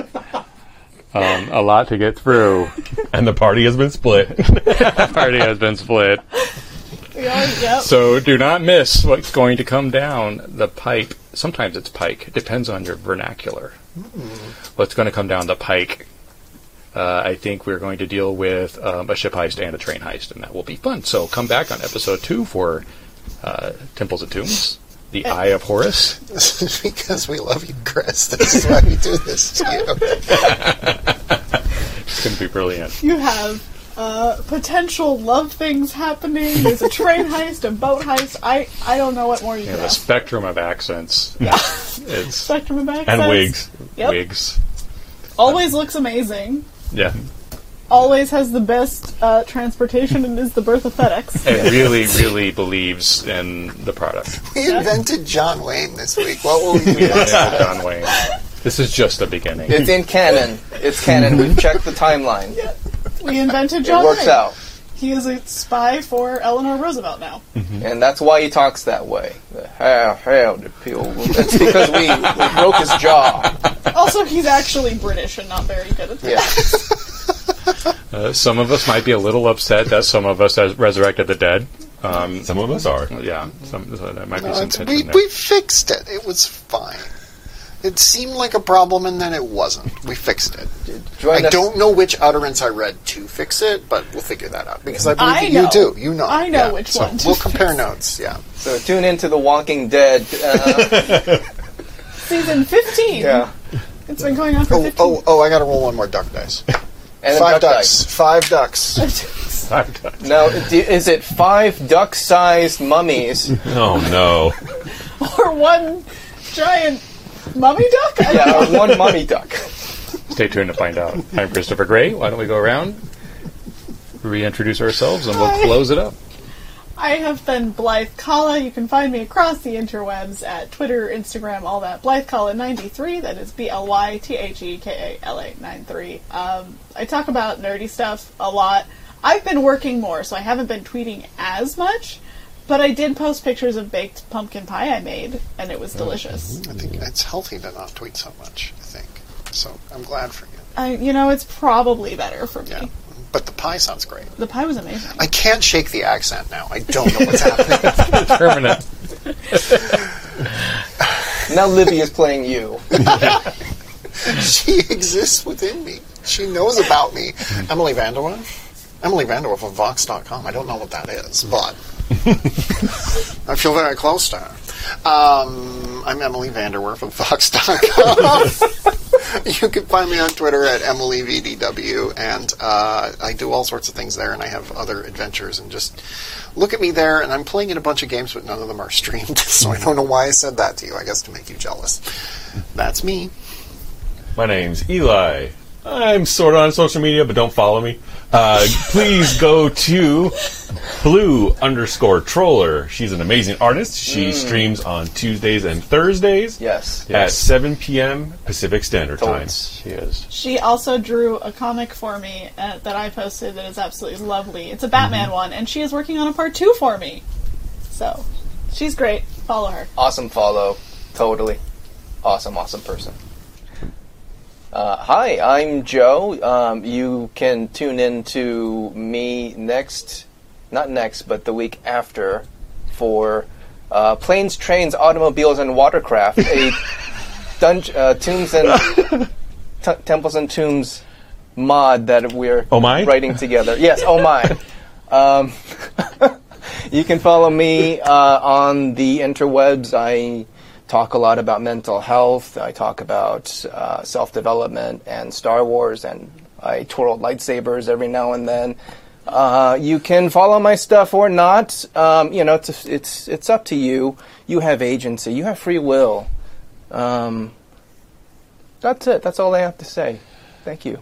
Speaker 1: um, a lot to get through.
Speaker 6: And the party has been split.
Speaker 1: Party has been split,
Speaker 3: We always, yep.
Speaker 1: so do not miss what's going to come down the pipe. Sometimes it's pike. It depends on your vernacular. What's going to come down the pike? Uh, I think we're going to deal with um, a ship heist and a train heist, and that will be fun. So come back on episode two for uh, Temples and Tombs, the Eye of Horus.
Speaker 4: This is <laughs> because we love you, Chris. This is why we do this to you.
Speaker 1: It's going to be brilliant.
Speaker 3: You have uh, potential love things happening. There's a train heist, a boat heist. I, I don't know what more you
Speaker 1: You
Speaker 3: can
Speaker 1: know, the
Speaker 3: ask.
Speaker 1: spectrum of <laughs> accents. it's
Speaker 3: Spectrum of accents.
Speaker 6: and wigs.
Speaker 3: Yep.
Speaker 1: wigs.
Speaker 3: Always looks amazing.
Speaker 1: Yeah.
Speaker 3: Always has the best uh, transportation and is the birth of FedEx.
Speaker 1: It really, really believes in the product.
Speaker 4: We invented John Wayne this week. What will
Speaker 1: <laughs>
Speaker 4: we do?
Speaker 1: Yeah, John Wayne. This is just the beginning.
Speaker 5: It's in canon. It's
Speaker 4: <laughs>
Speaker 5: canon. We've checked the timeline.
Speaker 3: We invented
Speaker 5: It
Speaker 3: John
Speaker 5: works
Speaker 3: Wayne.
Speaker 5: out.
Speaker 3: He is a spy for Eleanor Roosevelt now.
Speaker 5: And that's why he talks that way. The How, how the people. That's because we, we broke his jaw.
Speaker 3: also, he's actually British and not very good at that.
Speaker 5: Yeah.
Speaker 1: Uh, some of us might be a little upset that some of us has resurrected the dead. Um,
Speaker 6: Some of us are.
Speaker 1: yeah, some, so there might be
Speaker 4: No,
Speaker 1: some
Speaker 4: it's-
Speaker 1: tension
Speaker 4: we,
Speaker 1: there.
Speaker 4: we fixed it. It was fine. It seemed like a problem, and then it wasn't. We fixed it.
Speaker 5: Join
Speaker 4: I
Speaker 5: us-
Speaker 4: don't know which utterance I read to fix it, but we'll figure that out because I believe
Speaker 3: I
Speaker 4: that
Speaker 3: know.
Speaker 4: you do. You know.
Speaker 3: I know which
Speaker 4: so
Speaker 3: one to
Speaker 4: We'll compare notes. Yeah.
Speaker 5: So uh, tune into The Walking Dead. Uh,
Speaker 3: Season 15.
Speaker 5: yeah.
Speaker 3: It's been going on for
Speaker 4: Oh,
Speaker 3: 15
Speaker 4: oh, oh! I got to roll one more
Speaker 3: <laughs>
Speaker 4: duck dice.
Speaker 5: And then
Speaker 4: Five
Speaker 5: duck
Speaker 4: ducks. Five ducks.
Speaker 5: Now, d- is it five duck-sized mummies?
Speaker 6: Oh no.
Speaker 3: <laughs> or one giant mummy duck? I
Speaker 5: Yeah, or one mummy duck.
Speaker 1: Stay tuned to find out. I'm Christopher Gray. Why don't we go around, reintroduce ourselves, and we'll
Speaker 3: Hi.
Speaker 1: close it up.
Speaker 3: I have been Blythe Kala. You can find me across the interwebs at Twitter, Instagram, all that. Blythe Kala 93. That is B L Y T H E K A L A 93. Um, I talk about nerdy stuff a lot. I've been working more, so I haven't been tweeting as much. But I did post pictures of baked pumpkin pie I made, and it was delicious.
Speaker 4: I think it's healthy to not tweet so much. I think. So I'm glad for you.
Speaker 3: I, you know, it's probably better for me.
Speaker 4: Yeah. But the pie sounds great.
Speaker 3: The pie was amazing.
Speaker 4: I can't shake the accent now. I don't know what's happening.
Speaker 1: Permanent.
Speaker 5: Now Livy is playing you.
Speaker 4: <laughs> she exists within me. She knows about me. Emily Vanderwerf? Emily Vanderwerf of Vox.com. I don't know what that is, but I feel very close to her. Um, I'm Emily Vanderwerf of Vox.com. <laughs> you can find me on Twitter at EmilyVDW, and uh, I do all sorts of things there, and I have other adventures, and just look at me there, and I'm playing in a bunch of games, but none of them are streamed, <laughs> so I don't know why I said that to you. I guess to make you jealous. That's me.
Speaker 6: My name's Eli. I'm sort of on social media, but don't follow me. Uh, please go to blue underscore troller. She's an amazing artist.
Speaker 1: Mm.
Speaker 6: She streams on Tuesdays and Thursdays
Speaker 5: Yes.
Speaker 6: at 7 p.m. Pacific Standard Time.
Speaker 1: She is.
Speaker 3: She also drew a comic for me uh, that I posted that is absolutely lovely. It's a Batman one, and she is working on a part two for me. So, she's great. Follow her.
Speaker 5: Awesome follow. Totally. Awesome, awesome person. Uh, hi, I'm Joe. Um, you can tune in to me next, not next, but the week after for uh, Planes, Trains, Automobiles, and Watercraft,
Speaker 6: <laughs>
Speaker 5: a dun- uh, Tombs and t- Temples and Tombs mod that we're
Speaker 6: Oh my?
Speaker 5: writing together. Yes, oh my.
Speaker 6: <laughs>
Speaker 5: Um, you can follow me uh, on the interwebs. I talk a lot about mental health. I talk about uh, self development and Star Wars, and I twirl lightsabers every now and then. Uh, you can follow my stuff or not. Um, you know, it's, it's it's up to you. You have agency. You have free will. Um, that's it. That's all I have to say. Thank you.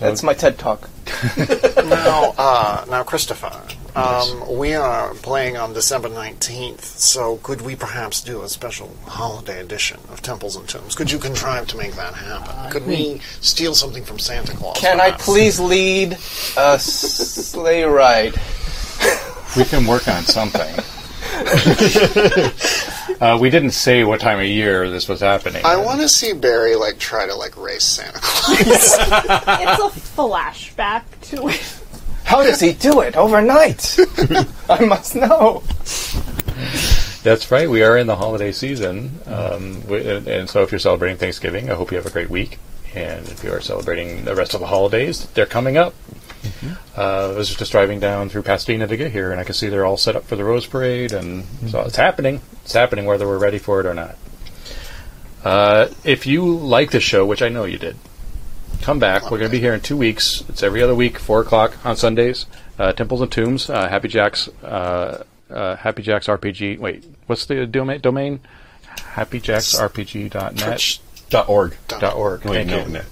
Speaker 5: that's my TED talk.
Speaker 4: now, uh, now, Christopher, um, we are playing on December 19th, so could we perhaps do a special holiday edition of Temples and Tombs? Could you contrive to make that happen? could we steal something from Santa Claus?
Speaker 5: Can I
Speaker 4: perhaps?
Speaker 5: please lead a sleigh ride?
Speaker 1: We can work on something. <laughs> uh, we didn't say what time of year this was happening.
Speaker 4: I want to see Barry like try to like race Santa Claus.
Speaker 3: it's a flashback to
Speaker 5: How does he do it <laughs> overnight? I must know.
Speaker 1: That's right. We are in the holiday season, um, wi- and, and so if you're celebrating Thanksgiving, I hope you have a great week. And if you are celebrating the rest of the holidays, they're coming up. Uh, I was just driving down through Pasadena to get here, and I could see they're all set up for the Rose Parade, and so it's happening. It's happening whether we're ready for it or not. Uh, if you like the show, which I know you did, come back. We're going to be here in two weeks. It's every other week, four o'clock on Sundays. Uh, Temples and Tombs, uh, Happy Jacks, uh, uh, Happy Jacks RPG. Wait, what's the domain? domain? HappyJacksRPG.net.
Speaker 6: Dot org.
Speaker 1: Dot org.
Speaker 6: Wait,
Speaker 1: Thank
Speaker 6: no,
Speaker 1: you.
Speaker 6: no.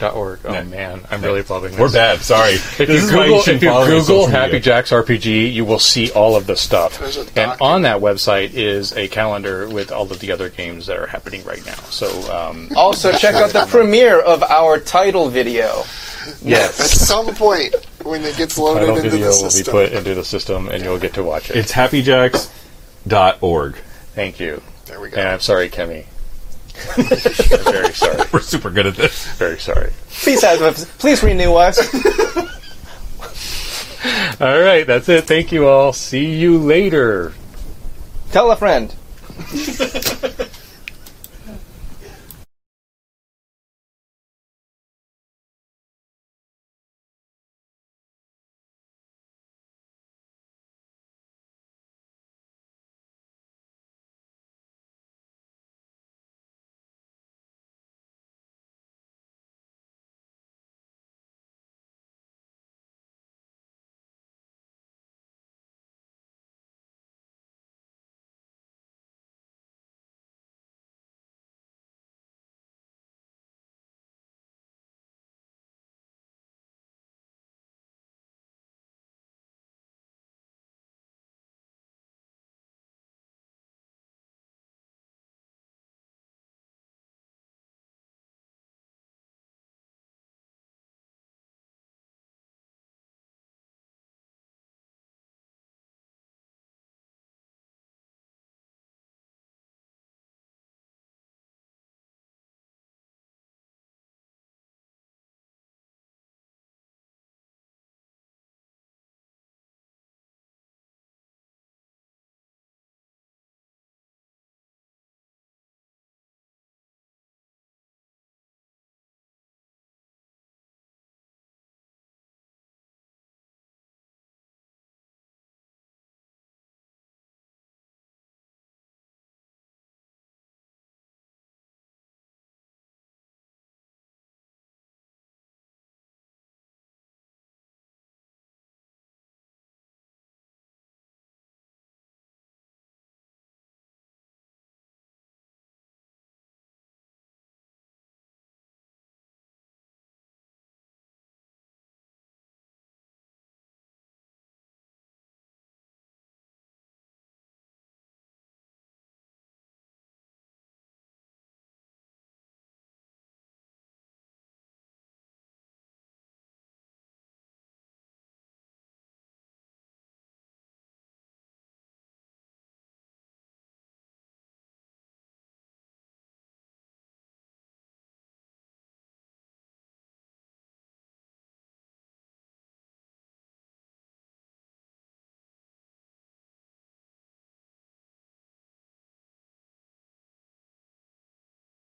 Speaker 1: Dot org. Oh
Speaker 6: Net.
Speaker 1: man, I'm
Speaker 6: Net.
Speaker 1: really plugging.
Speaker 6: We're
Speaker 1: this.
Speaker 6: bad. Sorry.
Speaker 1: If
Speaker 6: <laughs> This
Speaker 1: you
Speaker 6: is why
Speaker 1: Google,
Speaker 6: shouldn't
Speaker 1: if you
Speaker 6: follow me on
Speaker 1: Google
Speaker 6: social
Speaker 1: Happy
Speaker 6: media.
Speaker 1: Jacks RPG, you will see all of the stuff.
Speaker 4: There's a
Speaker 1: And
Speaker 4: document.
Speaker 1: on that website is a calendar with all of the other games that are happening right now. So
Speaker 4: <laughs>
Speaker 1: um,
Speaker 5: Also, check out the premiere of our title video.
Speaker 4: At
Speaker 1: yes,
Speaker 4: some point, when it gets loaded
Speaker 1: title
Speaker 4: into
Speaker 1: video
Speaker 4: the
Speaker 1: will be
Speaker 4: system,
Speaker 1: put into the system, and you'll get to watch it.
Speaker 6: It's happyjacks.org.
Speaker 1: Thank you.
Speaker 4: there we go.
Speaker 1: And I'm sorry,
Speaker 4: <laughs>
Speaker 1: Kemi. I'm very sorry.
Speaker 6: We're super good at this.
Speaker 1: Very sorry.
Speaker 5: Please have us. Please renew us.
Speaker 1: All right, that's it. Thank you all. See you later.
Speaker 5: Tell a friend.